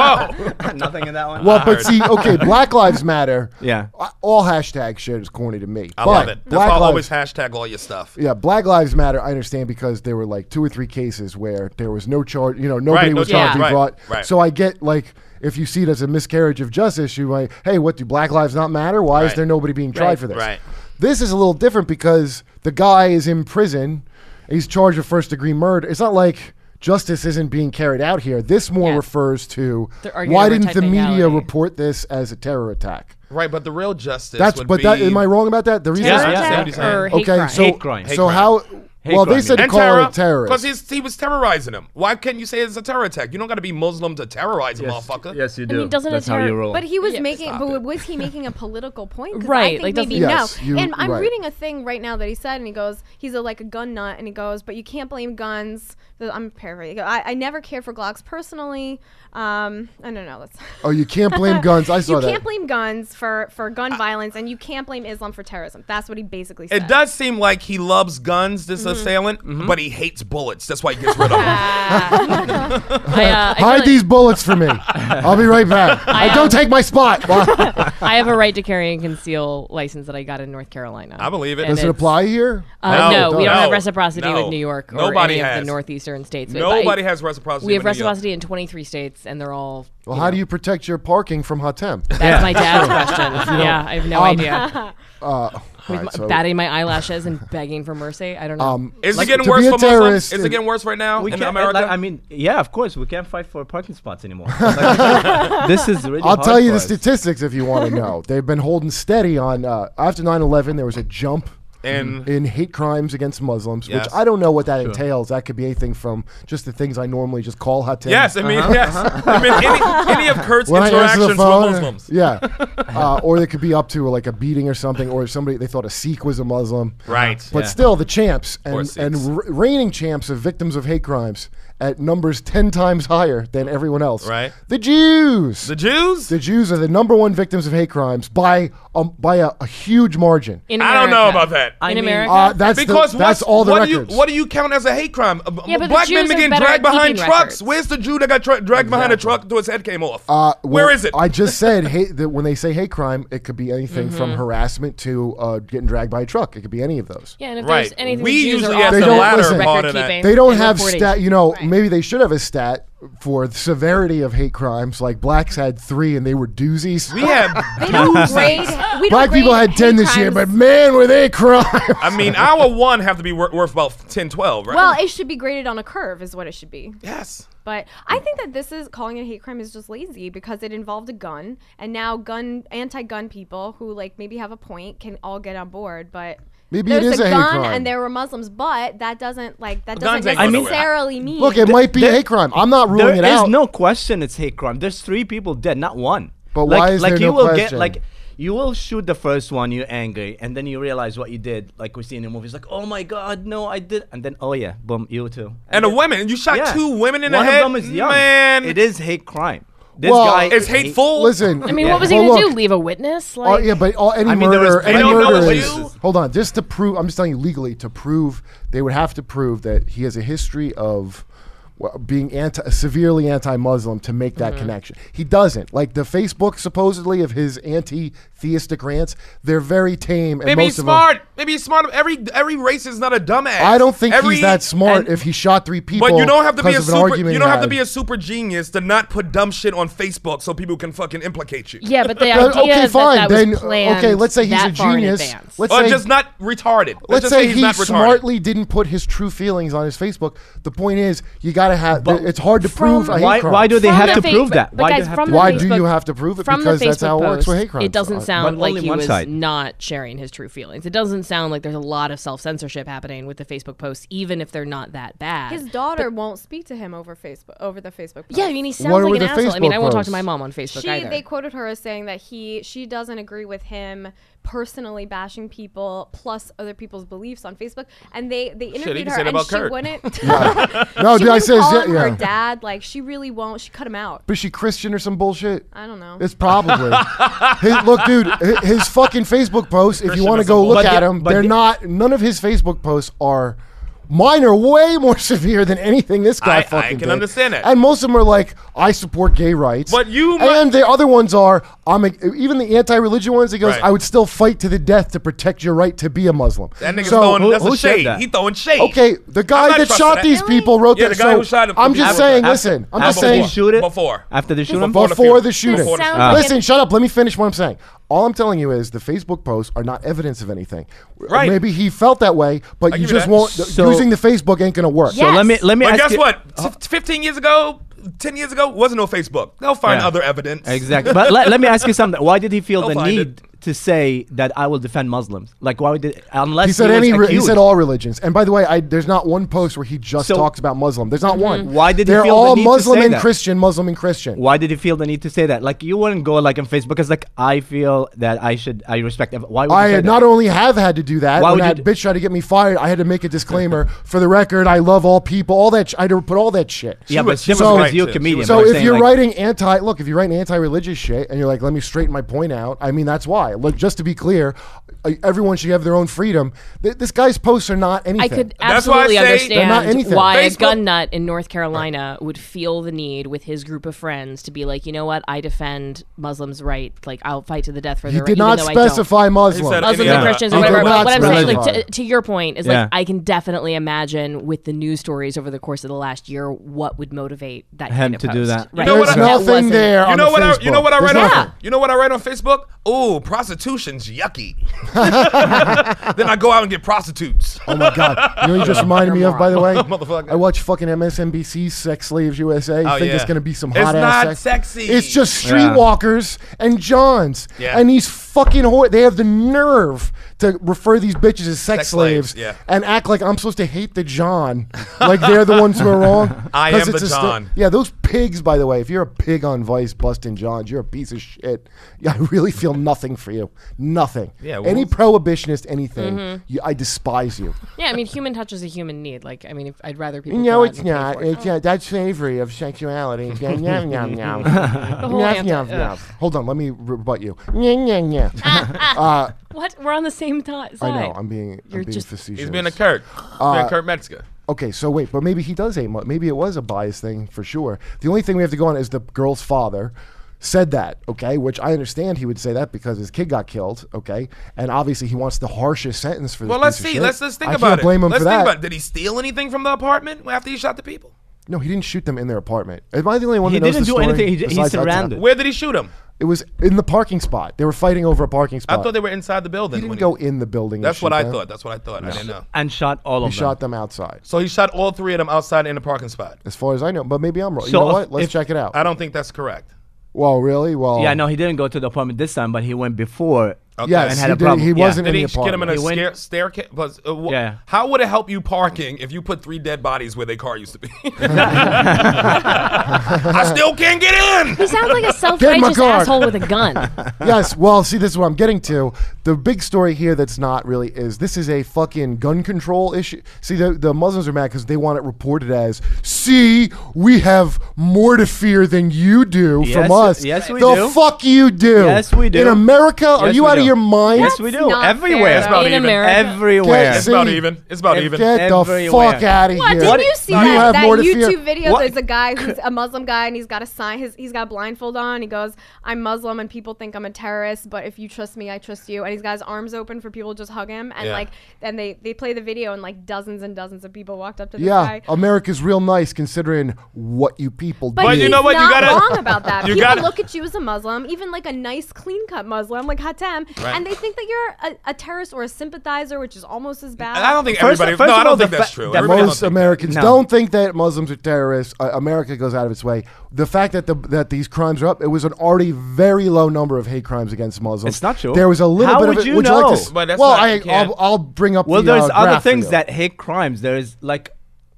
[SPEAKER 4] whoa.
[SPEAKER 6] <laughs> Nothing in that one. Ah,
[SPEAKER 3] Well, but see, okay, Black Lives
[SPEAKER 4] <laughs>
[SPEAKER 3] Matter.
[SPEAKER 6] Yeah.
[SPEAKER 3] Uh, All hashtag shit is corny to me.
[SPEAKER 4] I
[SPEAKER 3] but
[SPEAKER 4] love it. That's
[SPEAKER 3] Black
[SPEAKER 4] why I
[SPEAKER 3] Lives,
[SPEAKER 4] always hashtag all your stuff.
[SPEAKER 3] yeah, Black Lives Matter. I understand because there were like two or three cases where there was no charge. You know, nobody
[SPEAKER 4] Right, no
[SPEAKER 3] was
[SPEAKER 4] charge,
[SPEAKER 3] charged and
[SPEAKER 4] right,
[SPEAKER 3] brought.
[SPEAKER 4] right.
[SPEAKER 3] So I get like. If you see it as a miscarriage of justice, you might, hey, what do Black Lives not matter? Why is
[SPEAKER 4] Right.
[SPEAKER 3] there nobody being tried
[SPEAKER 8] Right.
[SPEAKER 3] for this?
[SPEAKER 4] Right.
[SPEAKER 3] This is a little different because the guy is in prison. He's charged with first degree murder. It's not like justice isn't being carried out here. This more
[SPEAKER 8] Yeah.
[SPEAKER 3] refers to
[SPEAKER 8] They're arguing
[SPEAKER 3] why
[SPEAKER 8] over
[SPEAKER 3] didn't the media
[SPEAKER 8] technicality.
[SPEAKER 3] report this as a terror attack?
[SPEAKER 4] Right, but the real justice
[SPEAKER 3] That's
[SPEAKER 4] would
[SPEAKER 3] but
[SPEAKER 4] be
[SPEAKER 3] that am I wrong about that? The reason
[SPEAKER 8] Terror
[SPEAKER 6] Yeah, yeah,
[SPEAKER 8] attack
[SPEAKER 4] yeah.
[SPEAKER 8] or hate
[SPEAKER 3] okay,
[SPEAKER 8] crime.
[SPEAKER 3] so
[SPEAKER 6] Hate crime. Hate
[SPEAKER 3] so
[SPEAKER 4] crime.
[SPEAKER 3] how
[SPEAKER 6] Hate
[SPEAKER 3] well they
[SPEAKER 6] crime.
[SPEAKER 3] said to
[SPEAKER 4] and
[SPEAKER 3] call
[SPEAKER 4] terror
[SPEAKER 3] it a terrorist.
[SPEAKER 4] because he was terrorizing him. Why couldn't you say it's a terror attack? You don't got to be Muslim to terrorize a motherfucker.
[SPEAKER 6] Yes, you do.
[SPEAKER 8] mean, doesn't it
[SPEAKER 6] That's how
[SPEAKER 8] hurt-
[SPEAKER 6] you roll.
[SPEAKER 5] But he was
[SPEAKER 8] Yeah.
[SPEAKER 5] making,
[SPEAKER 4] Stop
[SPEAKER 5] but
[SPEAKER 4] it.
[SPEAKER 5] was
[SPEAKER 3] <laughs>
[SPEAKER 5] he making a political point? 'Cause
[SPEAKER 8] Right,
[SPEAKER 5] I think
[SPEAKER 8] like, doesn't-
[SPEAKER 5] maybe
[SPEAKER 3] Yes,
[SPEAKER 5] no.
[SPEAKER 3] you-
[SPEAKER 5] and I'm
[SPEAKER 3] right.
[SPEAKER 5] reading a thing right now that he said, and he goes, he's a, like a gun nut, and he goes, but you can't blame guns. The- I'm paraphrasing. I, I never cared for Glocks personally. Um, I don't know. That's
[SPEAKER 3] oh, you can't
[SPEAKER 8] <laughs>
[SPEAKER 3] blame guns. I saw
[SPEAKER 5] <laughs> you
[SPEAKER 3] that.
[SPEAKER 5] can't blame guns for for gun violence, and you can't blame Islam for terrorism. That's what he basically said.
[SPEAKER 4] It does seem like he loves guns. This
[SPEAKER 8] Mm-hmm.
[SPEAKER 4] assailant,
[SPEAKER 6] Mm-hmm.
[SPEAKER 4] but he hates bullets. That's why he gets rid of them.
[SPEAKER 8] <laughs> I, uh, I,
[SPEAKER 3] <laughs> Hide
[SPEAKER 8] feel like
[SPEAKER 3] these bullets for
[SPEAKER 8] <laughs>
[SPEAKER 3] me. I'll be right back. I don't take my spot. <laughs> Does
[SPEAKER 8] I have a right to carry and conceal license that I got in North Carolina.
[SPEAKER 4] I believe it.
[SPEAKER 8] And
[SPEAKER 4] Does
[SPEAKER 3] it
[SPEAKER 8] it's-
[SPEAKER 3] apply here?
[SPEAKER 8] Uh,
[SPEAKER 4] No,
[SPEAKER 8] no, we don't
[SPEAKER 4] no,
[SPEAKER 8] have reciprocity
[SPEAKER 4] no.
[SPEAKER 8] with New York or
[SPEAKER 4] Nobody
[SPEAKER 8] any
[SPEAKER 4] has.
[SPEAKER 8] of the northeastern states. But
[SPEAKER 4] Nobody
[SPEAKER 8] I-
[SPEAKER 4] has reciprocity.
[SPEAKER 8] We have
[SPEAKER 4] with New York.
[SPEAKER 8] reciprocity in 23 states, and they're all.
[SPEAKER 3] Well, how do you protect your parking from
[SPEAKER 8] <laughs>
[SPEAKER 3] Hatem?
[SPEAKER 8] That's my dad's question. Yeah, I have
[SPEAKER 3] Um, <laughs>
[SPEAKER 8] no idea.
[SPEAKER 3] All right, so-
[SPEAKER 8] Batting my eyelashes and begging for mercy. I don't know.
[SPEAKER 3] um,
[SPEAKER 4] Is
[SPEAKER 3] like,
[SPEAKER 4] it getting
[SPEAKER 3] to
[SPEAKER 4] worse
[SPEAKER 3] be a
[SPEAKER 4] for Muslims?
[SPEAKER 3] terrorist
[SPEAKER 4] Is it
[SPEAKER 3] is-
[SPEAKER 4] getting worse right now
[SPEAKER 6] We
[SPEAKER 4] in
[SPEAKER 6] can't,
[SPEAKER 4] America?
[SPEAKER 6] like, I mean, yeah, of course, we can't fight for parking
[SPEAKER 3] <laughs>
[SPEAKER 6] spots anymore. Like, <laughs> this is really.
[SPEAKER 3] I'll
[SPEAKER 6] hard
[SPEAKER 3] tell you
[SPEAKER 6] for
[SPEAKER 3] the
[SPEAKER 6] us.
[SPEAKER 3] statistics if you want to
[SPEAKER 8] <laughs>
[SPEAKER 3] know. They've been holding steady on uh, after 9/11. There was a jump
[SPEAKER 4] In-
[SPEAKER 3] <laughs> in hate crimes against Muslims,
[SPEAKER 4] Yes.
[SPEAKER 3] which I don't know what that entails. That could be anything from just the things I normally just call Hatem.
[SPEAKER 4] yes, I mean, yes. I mean, any, any of Kurt's
[SPEAKER 3] Uh-huh. When I answer
[SPEAKER 4] interactions
[SPEAKER 3] the
[SPEAKER 4] with
[SPEAKER 3] phone,
[SPEAKER 4] Muslims.
[SPEAKER 3] yeah,
[SPEAKER 4] <laughs>
[SPEAKER 3] uh, or they could be up to like a beating or something, or somebody they thought a Sikh was a Muslim,
[SPEAKER 4] Right.
[SPEAKER 3] But
[SPEAKER 4] Yeah.
[SPEAKER 3] still, the champs and
[SPEAKER 4] Sikhs.
[SPEAKER 3] and re- reigning champs of victims of hate crimes at numbers ten times higher than everyone else.
[SPEAKER 4] Right.
[SPEAKER 3] the Jews.
[SPEAKER 4] The Jews?
[SPEAKER 3] the Jews are the number one victims of hate crimes by um, by a, a huge margin.
[SPEAKER 8] in
[SPEAKER 4] I don't know
[SPEAKER 8] America.
[SPEAKER 4] about that.
[SPEAKER 6] I
[SPEAKER 8] in
[SPEAKER 6] mean-
[SPEAKER 8] America?
[SPEAKER 3] Uh, that's
[SPEAKER 4] because
[SPEAKER 3] the, that's
[SPEAKER 4] what's-
[SPEAKER 3] all the
[SPEAKER 4] what
[SPEAKER 3] records.
[SPEAKER 4] do you what do you count as a hate crime? Uh,
[SPEAKER 8] Yeah, but the
[SPEAKER 4] Black men
[SPEAKER 8] Jews
[SPEAKER 4] been
[SPEAKER 8] are
[SPEAKER 4] getting
[SPEAKER 8] better
[SPEAKER 4] dragged
[SPEAKER 8] at keeping
[SPEAKER 4] behind trucks.
[SPEAKER 8] records.
[SPEAKER 4] Where's the Jew that got tra- dragged behind a truck until his head came off?
[SPEAKER 3] Uh, well,
[SPEAKER 4] Where is it?
[SPEAKER 3] I just said hate that when they say hate crime, it could be anything from harassment to uh, getting dragged by a truck. It could be any of those.
[SPEAKER 8] Mm-hmm. Yeah, and if
[SPEAKER 4] Right.
[SPEAKER 8] there's anything
[SPEAKER 4] We
[SPEAKER 8] the Jews
[SPEAKER 4] usually
[SPEAKER 8] are
[SPEAKER 4] have
[SPEAKER 3] the
[SPEAKER 8] also
[SPEAKER 3] They don't-
[SPEAKER 8] bad at
[SPEAKER 3] listen,
[SPEAKER 8] record
[SPEAKER 4] part of that.
[SPEAKER 8] keeping
[SPEAKER 3] They don't
[SPEAKER 8] and
[SPEAKER 3] have
[SPEAKER 8] reporting.
[SPEAKER 3] stat. You know, maybe they should have a stat for the severity of hate crimes. Like blacks had three, and they were doozies.
[SPEAKER 4] we have.
[SPEAKER 5] They don't grade. We don't
[SPEAKER 3] Black people
[SPEAKER 5] grade
[SPEAKER 3] had ten
[SPEAKER 5] hate
[SPEAKER 3] this year, but
[SPEAKER 5] crimes.
[SPEAKER 3] man, were they crimes!
[SPEAKER 4] I mean, our one have to be wor- worth about 10, 12, right?
[SPEAKER 5] well, it should be graded on a curve, is what it should be.
[SPEAKER 4] yes.
[SPEAKER 5] But I think that this is calling it a hate crime is just lazy because it involved a gun, and now gun anti-gun people who like maybe have a point can all get on board. But
[SPEAKER 3] Maybe it
[SPEAKER 5] there's
[SPEAKER 3] is a hate
[SPEAKER 5] gun
[SPEAKER 3] crime.
[SPEAKER 5] and there were Muslims, but that doesn't like that
[SPEAKER 4] Guns
[SPEAKER 5] doesn't
[SPEAKER 4] ain't going
[SPEAKER 5] necessarily
[SPEAKER 3] <laughs>
[SPEAKER 5] mean
[SPEAKER 3] Look, it might be a
[SPEAKER 6] there-
[SPEAKER 3] hate crime. I'm not ruling
[SPEAKER 6] There
[SPEAKER 3] it
[SPEAKER 6] is
[SPEAKER 3] out.
[SPEAKER 6] no question it's hate crime. There's three people dead, not one.
[SPEAKER 3] But
[SPEAKER 6] like,
[SPEAKER 3] why is
[SPEAKER 6] like
[SPEAKER 3] there
[SPEAKER 6] you
[SPEAKER 3] no
[SPEAKER 6] will
[SPEAKER 3] question?
[SPEAKER 6] get like you will shoot the first one, you're angry, and then you realize what you did, like we see in the movies, like, oh my god, no, I did and then oh yeah, boom, you too.
[SPEAKER 4] And a
[SPEAKER 6] then-
[SPEAKER 4] woman, you shot
[SPEAKER 6] yeah.
[SPEAKER 4] two women in
[SPEAKER 6] one
[SPEAKER 4] the head.
[SPEAKER 6] of them is young.
[SPEAKER 4] Man,
[SPEAKER 6] It is hate crime. This
[SPEAKER 3] Well,
[SPEAKER 6] guy
[SPEAKER 4] It's
[SPEAKER 6] is hate-
[SPEAKER 4] hateful.
[SPEAKER 3] Listen,
[SPEAKER 8] I mean,
[SPEAKER 6] Yeah.
[SPEAKER 8] what was he
[SPEAKER 3] Well,
[SPEAKER 8] going to
[SPEAKER 3] look.
[SPEAKER 8] do? Leave a witness? Like,
[SPEAKER 3] Oh yeah, but all, any
[SPEAKER 6] I mean, there
[SPEAKER 3] murder,
[SPEAKER 6] was-
[SPEAKER 3] any
[SPEAKER 4] They don't know
[SPEAKER 3] murder
[SPEAKER 4] what
[SPEAKER 3] is.
[SPEAKER 4] you-
[SPEAKER 3] Hold on, just to prove, I'm just telling you legally to prove they would have to prove that he has a history of well, being anti, severely anti-Muslim to make
[SPEAKER 8] Mm-hmm.
[SPEAKER 3] that connection. He doesn't. Like the Facebook supposedly of his anti-theistic rants, they're very tame. And
[SPEAKER 4] Maybe
[SPEAKER 3] most
[SPEAKER 4] he's
[SPEAKER 3] of them-
[SPEAKER 4] smart. Maybe he's smart. Every every race is not a dumbass.
[SPEAKER 3] I don't think
[SPEAKER 4] Every-
[SPEAKER 3] he's that smart.
[SPEAKER 4] and-
[SPEAKER 3] if he shot three people,
[SPEAKER 4] But you don't have to be
[SPEAKER 3] 'cause
[SPEAKER 4] a
[SPEAKER 3] of an
[SPEAKER 4] super.
[SPEAKER 3] argument
[SPEAKER 4] You
[SPEAKER 3] he
[SPEAKER 4] don't have to
[SPEAKER 3] had.
[SPEAKER 4] be a super genius to not put dumb shit on Facebook so people can fucking implicate you.
[SPEAKER 8] yeah, but the
[SPEAKER 3] Uh,
[SPEAKER 8] idea
[SPEAKER 3] okay,
[SPEAKER 8] that
[SPEAKER 3] fine.
[SPEAKER 8] that was
[SPEAKER 3] then
[SPEAKER 8] planned
[SPEAKER 3] okay, let's say he's
[SPEAKER 8] that
[SPEAKER 3] a
[SPEAKER 8] far in
[SPEAKER 3] genius.
[SPEAKER 8] advance.
[SPEAKER 3] Let's
[SPEAKER 4] Or
[SPEAKER 3] say
[SPEAKER 4] just not retarded. Let's,
[SPEAKER 3] Let's
[SPEAKER 4] just
[SPEAKER 3] say,
[SPEAKER 4] he's
[SPEAKER 3] he
[SPEAKER 4] not retarded.
[SPEAKER 3] smartly didn't put his true feelings on his Facebook. The point is, you got to have. it's hard to
[SPEAKER 8] from-
[SPEAKER 3] prove a hate
[SPEAKER 6] Why
[SPEAKER 3] crime.
[SPEAKER 6] why do they
[SPEAKER 8] From
[SPEAKER 6] have
[SPEAKER 8] the
[SPEAKER 6] to
[SPEAKER 8] fa-
[SPEAKER 6] prove
[SPEAKER 8] but-
[SPEAKER 6] that?
[SPEAKER 8] but
[SPEAKER 6] why
[SPEAKER 8] guys,
[SPEAKER 6] do they have
[SPEAKER 8] from
[SPEAKER 6] to
[SPEAKER 8] the
[SPEAKER 3] Why
[SPEAKER 6] prove
[SPEAKER 3] do
[SPEAKER 8] Facebook
[SPEAKER 3] you have to prove it?
[SPEAKER 8] From
[SPEAKER 3] Because
[SPEAKER 8] the
[SPEAKER 3] that's
[SPEAKER 8] Facebook
[SPEAKER 3] how it works with
[SPEAKER 8] post,
[SPEAKER 3] hate crimes.
[SPEAKER 8] It doesn't
[SPEAKER 3] Uh,
[SPEAKER 8] sound
[SPEAKER 6] but
[SPEAKER 8] like
[SPEAKER 6] only
[SPEAKER 8] he
[SPEAKER 6] one
[SPEAKER 8] was
[SPEAKER 6] side.
[SPEAKER 8] not sharing his true feelings. It doesn't sound like there's a lot of self censorship happening with the Facebook posts, even if they're not that bad.
[SPEAKER 5] his daughter won't speak to him over Facebook over the Facebook.
[SPEAKER 8] yeah, I
[SPEAKER 5] post.
[SPEAKER 8] mean, he sounds
[SPEAKER 3] What were
[SPEAKER 8] like an
[SPEAKER 3] the
[SPEAKER 8] asshole. I mean,
[SPEAKER 3] Facebook
[SPEAKER 8] I won't talk
[SPEAKER 3] posts?
[SPEAKER 8] to my mom on Facebook
[SPEAKER 5] she
[SPEAKER 8] either.
[SPEAKER 5] they quoted her as saying that he she doesn't agree with him personally bashing people plus other people's beliefs on Facebook and they they
[SPEAKER 4] he
[SPEAKER 5] interviewed
[SPEAKER 4] can say
[SPEAKER 5] her
[SPEAKER 4] that
[SPEAKER 5] and
[SPEAKER 4] about
[SPEAKER 5] she
[SPEAKER 3] <laughs>
[SPEAKER 4] Kurt.
[SPEAKER 5] wouldn't <laughs>
[SPEAKER 3] No,
[SPEAKER 5] she
[SPEAKER 3] dude, Oh, I
[SPEAKER 5] wouldn't
[SPEAKER 3] says
[SPEAKER 5] call
[SPEAKER 3] yeah.
[SPEAKER 5] him
[SPEAKER 3] yeah.
[SPEAKER 5] her dad like she really won't she cut him out
[SPEAKER 3] But is she Christian or some bullshit?
[SPEAKER 5] I don't know
[SPEAKER 3] It's
[SPEAKER 5] <laughs>
[SPEAKER 3] probably. his, look, dude, hi- his fucking Facebook posts. If you
[SPEAKER 4] Christian
[SPEAKER 3] want
[SPEAKER 4] or
[SPEAKER 3] to go
[SPEAKER 4] some
[SPEAKER 3] look
[SPEAKER 6] bullshit.
[SPEAKER 3] at
[SPEAKER 6] But
[SPEAKER 3] them,
[SPEAKER 6] the- but
[SPEAKER 3] they're
[SPEAKER 6] the-
[SPEAKER 3] not. None of his Facebook posts are. Mine are way more <laughs> severe than anything this guy
[SPEAKER 4] I- I
[SPEAKER 3] fucking
[SPEAKER 4] can
[SPEAKER 3] did.
[SPEAKER 4] understand that.
[SPEAKER 3] And most of them are like, I support gay rights.
[SPEAKER 4] But you mu-
[SPEAKER 3] and the other ones are, I'm a, even the anti-religion ones. He goes,
[SPEAKER 4] Right.
[SPEAKER 3] I would still fight to the death to protect your right to be a Muslim.
[SPEAKER 4] That nigga's
[SPEAKER 3] So-
[SPEAKER 4] throwing.
[SPEAKER 6] who-
[SPEAKER 4] that's
[SPEAKER 6] who
[SPEAKER 4] a
[SPEAKER 6] said
[SPEAKER 4] shade.
[SPEAKER 6] that?
[SPEAKER 4] He throwing shade.
[SPEAKER 3] Okay, the guy
[SPEAKER 4] not
[SPEAKER 3] that
[SPEAKER 4] trusting
[SPEAKER 3] shot
[SPEAKER 4] that.
[SPEAKER 3] these people wrote
[SPEAKER 4] Yeah,
[SPEAKER 3] that.
[SPEAKER 4] the guy
[SPEAKER 3] so
[SPEAKER 4] who shot him.
[SPEAKER 3] I'm just
[SPEAKER 4] After-
[SPEAKER 3] saying.
[SPEAKER 6] after-
[SPEAKER 3] listen, I'm
[SPEAKER 6] after
[SPEAKER 3] just
[SPEAKER 4] Before,
[SPEAKER 3] saying.
[SPEAKER 6] the shoot him?
[SPEAKER 4] before
[SPEAKER 6] after the shooting?
[SPEAKER 3] Before
[SPEAKER 4] funeral.
[SPEAKER 3] the shooting.
[SPEAKER 4] Before the
[SPEAKER 5] Sounds
[SPEAKER 4] funeral.
[SPEAKER 5] like-
[SPEAKER 3] Listen, shut up. Let me finish what I'm saying. All I'm telling you is the Facebook posts are not evidence of anything.
[SPEAKER 4] Right.
[SPEAKER 3] Maybe he felt that way, but you
[SPEAKER 4] give you
[SPEAKER 3] just
[SPEAKER 4] that.
[SPEAKER 3] won't.
[SPEAKER 6] So-
[SPEAKER 3] using the Facebook ain't gonna work.
[SPEAKER 6] So let me
[SPEAKER 5] Yes.
[SPEAKER 6] let me
[SPEAKER 4] But
[SPEAKER 6] ask
[SPEAKER 4] guess
[SPEAKER 6] you-
[SPEAKER 4] what?
[SPEAKER 3] Uh,
[SPEAKER 4] Fif- Fifteen years ago, ten years ago, wasn't no Facebook. They'll find
[SPEAKER 6] Yeah.
[SPEAKER 4] other evidence. <laughs>
[SPEAKER 6] Exactly. But let, let me ask you something. Why did he feel
[SPEAKER 4] I'll
[SPEAKER 6] the
[SPEAKER 4] find
[SPEAKER 6] need to say that I will defend Muslims? Like why did unless
[SPEAKER 3] He said
[SPEAKER 6] was
[SPEAKER 3] any. Re- he
[SPEAKER 6] accused?
[SPEAKER 3] said all religions. And by the way, I, there's not one post where he just
[SPEAKER 6] So-
[SPEAKER 3] talks about Muslim. There's not
[SPEAKER 5] Mm-hmm.
[SPEAKER 3] one.
[SPEAKER 6] Why did he
[SPEAKER 3] They're
[SPEAKER 6] feel the
[SPEAKER 3] all
[SPEAKER 6] need to
[SPEAKER 3] Muslim
[SPEAKER 6] say
[SPEAKER 3] and
[SPEAKER 6] that?
[SPEAKER 3] Christian, Muslim and Christian.
[SPEAKER 6] Why did he feel the need to say that? Like you wouldn't go like on Facebook because like I feel that I should I respect. ev- Why would you
[SPEAKER 3] I
[SPEAKER 6] say
[SPEAKER 3] not
[SPEAKER 6] that?
[SPEAKER 3] only have had to do that.
[SPEAKER 6] Why
[SPEAKER 3] when
[SPEAKER 6] would
[SPEAKER 3] that
[SPEAKER 6] you d-
[SPEAKER 3] bitch tried to get me fired, I had to make a
[SPEAKER 6] <laughs>
[SPEAKER 3] disclaimer. For the record, I love all people. All that. Sh- I had to put all that shit.
[SPEAKER 6] yeah, but
[SPEAKER 4] was- she
[SPEAKER 6] she was
[SPEAKER 3] was
[SPEAKER 6] because
[SPEAKER 4] right,
[SPEAKER 6] you're
[SPEAKER 4] too.
[SPEAKER 6] a
[SPEAKER 4] She
[SPEAKER 6] comedian.
[SPEAKER 4] was
[SPEAKER 6] but
[SPEAKER 3] So
[SPEAKER 6] I'm
[SPEAKER 3] if
[SPEAKER 6] saying,
[SPEAKER 3] you're
[SPEAKER 6] like,
[SPEAKER 3] writing anti, look, if you're writing anti-religious shit, and you're like, let me straighten my point out. I mean, that's why guy. Look, just to be clear, uh, everyone should have their own freedom. Th- this guy's posts are not
[SPEAKER 8] I
[SPEAKER 3] anything.
[SPEAKER 8] could
[SPEAKER 4] That's why I
[SPEAKER 8] absolutely
[SPEAKER 4] say
[SPEAKER 3] they're not
[SPEAKER 8] understand
[SPEAKER 3] anything.
[SPEAKER 8] why a
[SPEAKER 4] Facebook-
[SPEAKER 8] gun nut in North Carolina would feel the need with his group of friends to be like, you know what, I defend Muslims' right. Like, I'll fight to the death for
[SPEAKER 3] He
[SPEAKER 8] their
[SPEAKER 3] did
[SPEAKER 8] even
[SPEAKER 3] not
[SPEAKER 8] though I don't."
[SPEAKER 3] specify Muslim.
[SPEAKER 4] said-
[SPEAKER 8] Muslims
[SPEAKER 4] Yeah.
[SPEAKER 8] and Christians or
[SPEAKER 3] He did
[SPEAKER 8] whatever.
[SPEAKER 3] not
[SPEAKER 8] But what I'm saying, like
[SPEAKER 3] specify.
[SPEAKER 8] to, to your point, is
[SPEAKER 6] Yeah.
[SPEAKER 8] like I can definitely imagine with the news stories over the course of the last year what would motivate that
[SPEAKER 6] Him
[SPEAKER 8] kind of
[SPEAKER 6] to do
[SPEAKER 8] post.
[SPEAKER 6] that. You
[SPEAKER 8] Right.
[SPEAKER 4] know what
[SPEAKER 3] There's
[SPEAKER 4] I-
[SPEAKER 8] That
[SPEAKER 3] nothing
[SPEAKER 8] wasn't-
[SPEAKER 3] there.
[SPEAKER 4] You
[SPEAKER 3] on
[SPEAKER 4] know
[SPEAKER 3] the
[SPEAKER 4] what I?
[SPEAKER 3] Facebook.
[SPEAKER 4] You know what I
[SPEAKER 3] There's
[SPEAKER 4] write
[SPEAKER 3] nothing.
[SPEAKER 4] on? You know what I write on Facebook? Ooh,
[SPEAKER 3] <laughs>
[SPEAKER 4] prostitution's yucky. then I go out and get prostitutes.
[SPEAKER 3] Oh my god! You know what you just reminded me of, by the way.
[SPEAKER 4] Motherfucker.
[SPEAKER 3] I watch fucking MSNBC, Sex Slaves USA.
[SPEAKER 4] Oh,
[SPEAKER 3] think
[SPEAKER 4] yeah.
[SPEAKER 3] it's gonna be some
[SPEAKER 4] It's
[SPEAKER 3] hot ass.
[SPEAKER 4] not
[SPEAKER 3] sex.
[SPEAKER 4] sexy.
[SPEAKER 3] It's just
[SPEAKER 6] Yeah.
[SPEAKER 3] streetwalkers and Johns.
[SPEAKER 4] Yeah.
[SPEAKER 3] And these fucking whore. They have the nerve to refer these bitches as sex,
[SPEAKER 4] Sex slaves, yeah.
[SPEAKER 3] and act like I'm supposed to hate the John, like they're the ones who are wrong.
[SPEAKER 4] <laughs> I
[SPEAKER 3] 'Cause
[SPEAKER 4] am
[SPEAKER 3] it's
[SPEAKER 4] the
[SPEAKER 3] a sti-
[SPEAKER 4] John.
[SPEAKER 3] yeah, those pigs. By the way, if you're a pig on Vice busting Johns, you're a piece of shit. <laughs> Yeah, I really feel nothing for you. Nothing.
[SPEAKER 4] Yeah, well- Mm-hmm.
[SPEAKER 3] Any prohibitionist, anything, you, I despise
[SPEAKER 4] <laughs>
[SPEAKER 3] you.
[SPEAKER 8] Yeah, I mean, human touch is a human need. Like, I mean, if, I'd rather people.
[SPEAKER 3] No,
[SPEAKER 8] go out
[SPEAKER 3] it's
[SPEAKER 8] and pay
[SPEAKER 3] not.
[SPEAKER 8] for it.
[SPEAKER 3] It's not. That's slavery of
[SPEAKER 4] <laughs>
[SPEAKER 3] sexuality. Yum, yum, yum, yum. Yum,
[SPEAKER 8] answer,
[SPEAKER 3] yum, yum. Hold on, let me rebut you. Yum, yum, yum.
[SPEAKER 8] What? We're on the same ti- side.
[SPEAKER 3] <laughs> I know, I'm being, I'm
[SPEAKER 8] You're
[SPEAKER 3] being
[SPEAKER 8] just-
[SPEAKER 3] facetious.
[SPEAKER 4] He's being a Kurt. He's
[SPEAKER 3] Uh,
[SPEAKER 4] being a Kurt Metzger.
[SPEAKER 3] Okay, so wait, but maybe he does hate. Mu- maybe it was a biased thing for sure. The only thing we have to go on is the girl's father said that. Okay, which I understand he would say that because his kid got killed. Okay, and obviously he wants the harshest sentence for.
[SPEAKER 4] Well,
[SPEAKER 3] this
[SPEAKER 4] let's
[SPEAKER 3] piece of
[SPEAKER 4] see.
[SPEAKER 3] shit.
[SPEAKER 4] Let's let's think
[SPEAKER 3] I
[SPEAKER 4] about
[SPEAKER 3] can't
[SPEAKER 4] it.
[SPEAKER 3] blame him
[SPEAKER 4] let's
[SPEAKER 3] for
[SPEAKER 4] think
[SPEAKER 3] that.
[SPEAKER 4] about it. Did he steal anything from the apartment after he shot the people?
[SPEAKER 3] No, he didn't shoot them in their apartment. Am I the only one
[SPEAKER 6] He
[SPEAKER 3] that knows
[SPEAKER 6] didn't
[SPEAKER 3] the
[SPEAKER 6] do
[SPEAKER 3] story
[SPEAKER 6] anything. He j- he
[SPEAKER 3] besides that?
[SPEAKER 6] surrounded.
[SPEAKER 4] Where did he shoot him?
[SPEAKER 3] It was in the parking spot. They were fighting over a parking
[SPEAKER 4] I
[SPEAKER 3] spot.
[SPEAKER 4] thought they were inside the building.
[SPEAKER 3] he didn't
[SPEAKER 4] when
[SPEAKER 3] go in the building. and
[SPEAKER 4] That's what
[SPEAKER 3] shoot
[SPEAKER 4] I
[SPEAKER 3] them.
[SPEAKER 4] thought. That's what I thought. I didn't know.
[SPEAKER 6] and shot all
[SPEAKER 3] He
[SPEAKER 6] of them.
[SPEAKER 3] shot them outside,
[SPEAKER 4] So he shot all three of them outside in the parking spot.
[SPEAKER 3] as far as I know. But maybe I'm wrong. you
[SPEAKER 6] So
[SPEAKER 3] know
[SPEAKER 6] if-
[SPEAKER 3] what? Let's
[SPEAKER 6] if-
[SPEAKER 3] check it out.
[SPEAKER 4] I don't think that's correct.
[SPEAKER 3] Well, really? Well,
[SPEAKER 6] Yeah, no, he didn't go to the apartment this time, but he went before.
[SPEAKER 4] Okay.
[SPEAKER 3] Oh. Yes,
[SPEAKER 6] And had
[SPEAKER 3] he,
[SPEAKER 6] a
[SPEAKER 3] did,
[SPEAKER 6] problem.
[SPEAKER 3] he
[SPEAKER 6] Yeah.
[SPEAKER 3] wasn't
[SPEAKER 4] Did
[SPEAKER 3] in
[SPEAKER 4] he
[SPEAKER 3] the
[SPEAKER 4] get him in
[SPEAKER 3] apartment.
[SPEAKER 4] a
[SPEAKER 6] He went-
[SPEAKER 4] stair, staircase? Was- uh, wh-
[SPEAKER 6] Yeah.
[SPEAKER 4] How would it help you parking if you put three dead bodies where their car used
[SPEAKER 6] <laughs>
[SPEAKER 4] to be? I still can't get
[SPEAKER 8] He
[SPEAKER 4] in.
[SPEAKER 8] sounds like
[SPEAKER 3] <laughs>
[SPEAKER 8] a
[SPEAKER 3] Get my
[SPEAKER 8] self-righteous
[SPEAKER 3] card.
[SPEAKER 8] asshole with
[SPEAKER 3] <laughs>
[SPEAKER 8] a gun.
[SPEAKER 3] yes. Well, see, this is what I'm getting to. The big story here that's not really is this is a fucking gun control issue. See, the, the Muslims are mad because they want it reported as, see, we have more to fear than you do
[SPEAKER 6] Yes,
[SPEAKER 3] from us.
[SPEAKER 6] yes, we
[SPEAKER 3] the
[SPEAKER 6] do.
[SPEAKER 3] fuck you do.
[SPEAKER 6] Yes, we do.
[SPEAKER 3] In America, Oh, are
[SPEAKER 6] Yes,
[SPEAKER 3] you
[SPEAKER 6] we
[SPEAKER 3] out
[SPEAKER 6] do.
[SPEAKER 3] of your mind?
[SPEAKER 6] Yes, we do.
[SPEAKER 5] not
[SPEAKER 6] Everywhere.
[SPEAKER 5] fair,
[SPEAKER 4] It's about
[SPEAKER 8] in
[SPEAKER 4] even.
[SPEAKER 8] America.
[SPEAKER 6] Everywhere.
[SPEAKER 3] Can't
[SPEAKER 4] It's about
[SPEAKER 3] see-
[SPEAKER 4] even. It's about even.
[SPEAKER 3] Get the
[SPEAKER 6] Everywhere.
[SPEAKER 3] fuck out of
[SPEAKER 5] What
[SPEAKER 3] here.
[SPEAKER 5] did you see
[SPEAKER 3] You
[SPEAKER 5] that,
[SPEAKER 3] have
[SPEAKER 5] that
[SPEAKER 3] more to fear.
[SPEAKER 5] YouTube video?
[SPEAKER 6] What-
[SPEAKER 5] There's
[SPEAKER 4] <laughs>
[SPEAKER 5] a guy who's a Muslim guy and he's got a sign. His he's got a blindfold on. He goes, "I'm Muslim and people think I'm a terrorist, but if you trust me, I trust you." And he's got his arms open for people to just hug him and
[SPEAKER 4] Yeah.
[SPEAKER 5] like and they they play the video and like dozens and dozens of people walked up to this
[SPEAKER 3] Yeah,
[SPEAKER 5] guy.
[SPEAKER 3] America's real nice considering what you people
[SPEAKER 5] But
[SPEAKER 3] do.
[SPEAKER 4] you
[SPEAKER 5] he's
[SPEAKER 4] know what? You
[SPEAKER 5] Not
[SPEAKER 4] gotta-
[SPEAKER 5] wrong about
[SPEAKER 4] <laughs>
[SPEAKER 5] that.
[SPEAKER 4] You
[SPEAKER 5] People
[SPEAKER 4] gotta-
[SPEAKER 5] look at you as a Muslim, even like a nice, clean-cut Muslim, like Hatem,
[SPEAKER 4] Right.
[SPEAKER 5] and they think that you're a, a terrorist or a sympathizer, which is almost as bad.
[SPEAKER 4] And I don't think
[SPEAKER 6] First-
[SPEAKER 4] everybody.
[SPEAKER 6] first
[SPEAKER 4] no,
[SPEAKER 6] of
[SPEAKER 4] I don't
[SPEAKER 6] all, the
[SPEAKER 4] think that's
[SPEAKER 6] fa-
[SPEAKER 4] true.
[SPEAKER 6] the
[SPEAKER 4] Everybody
[SPEAKER 3] Most
[SPEAKER 4] don't think that.
[SPEAKER 3] Americans
[SPEAKER 6] No.
[SPEAKER 3] don't think that Muslims are terrorists. Uh, America goes out of its way. The fact that the that these crimes are up, it was an already very low number of hate crimes against Muslims.
[SPEAKER 6] It's not true.
[SPEAKER 3] There was a little
[SPEAKER 6] How
[SPEAKER 3] bit of
[SPEAKER 6] would
[SPEAKER 3] it.
[SPEAKER 6] you
[SPEAKER 3] would you like
[SPEAKER 6] know?
[SPEAKER 3] to? s-
[SPEAKER 4] But that's
[SPEAKER 3] well,
[SPEAKER 4] not- you
[SPEAKER 3] I,
[SPEAKER 4] can't.
[SPEAKER 3] I'll, I'll bring up.
[SPEAKER 6] Well,
[SPEAKER 3] the,
[SPEAKER 6] there's
[SPEAKER 3] uh,
[SPEAKER 6] other
[SPEAKER 3] graph for
[SPEAKER 6] things
[SPEAKER 3] you.
[SPEAKER 6] that hate crimes. There is like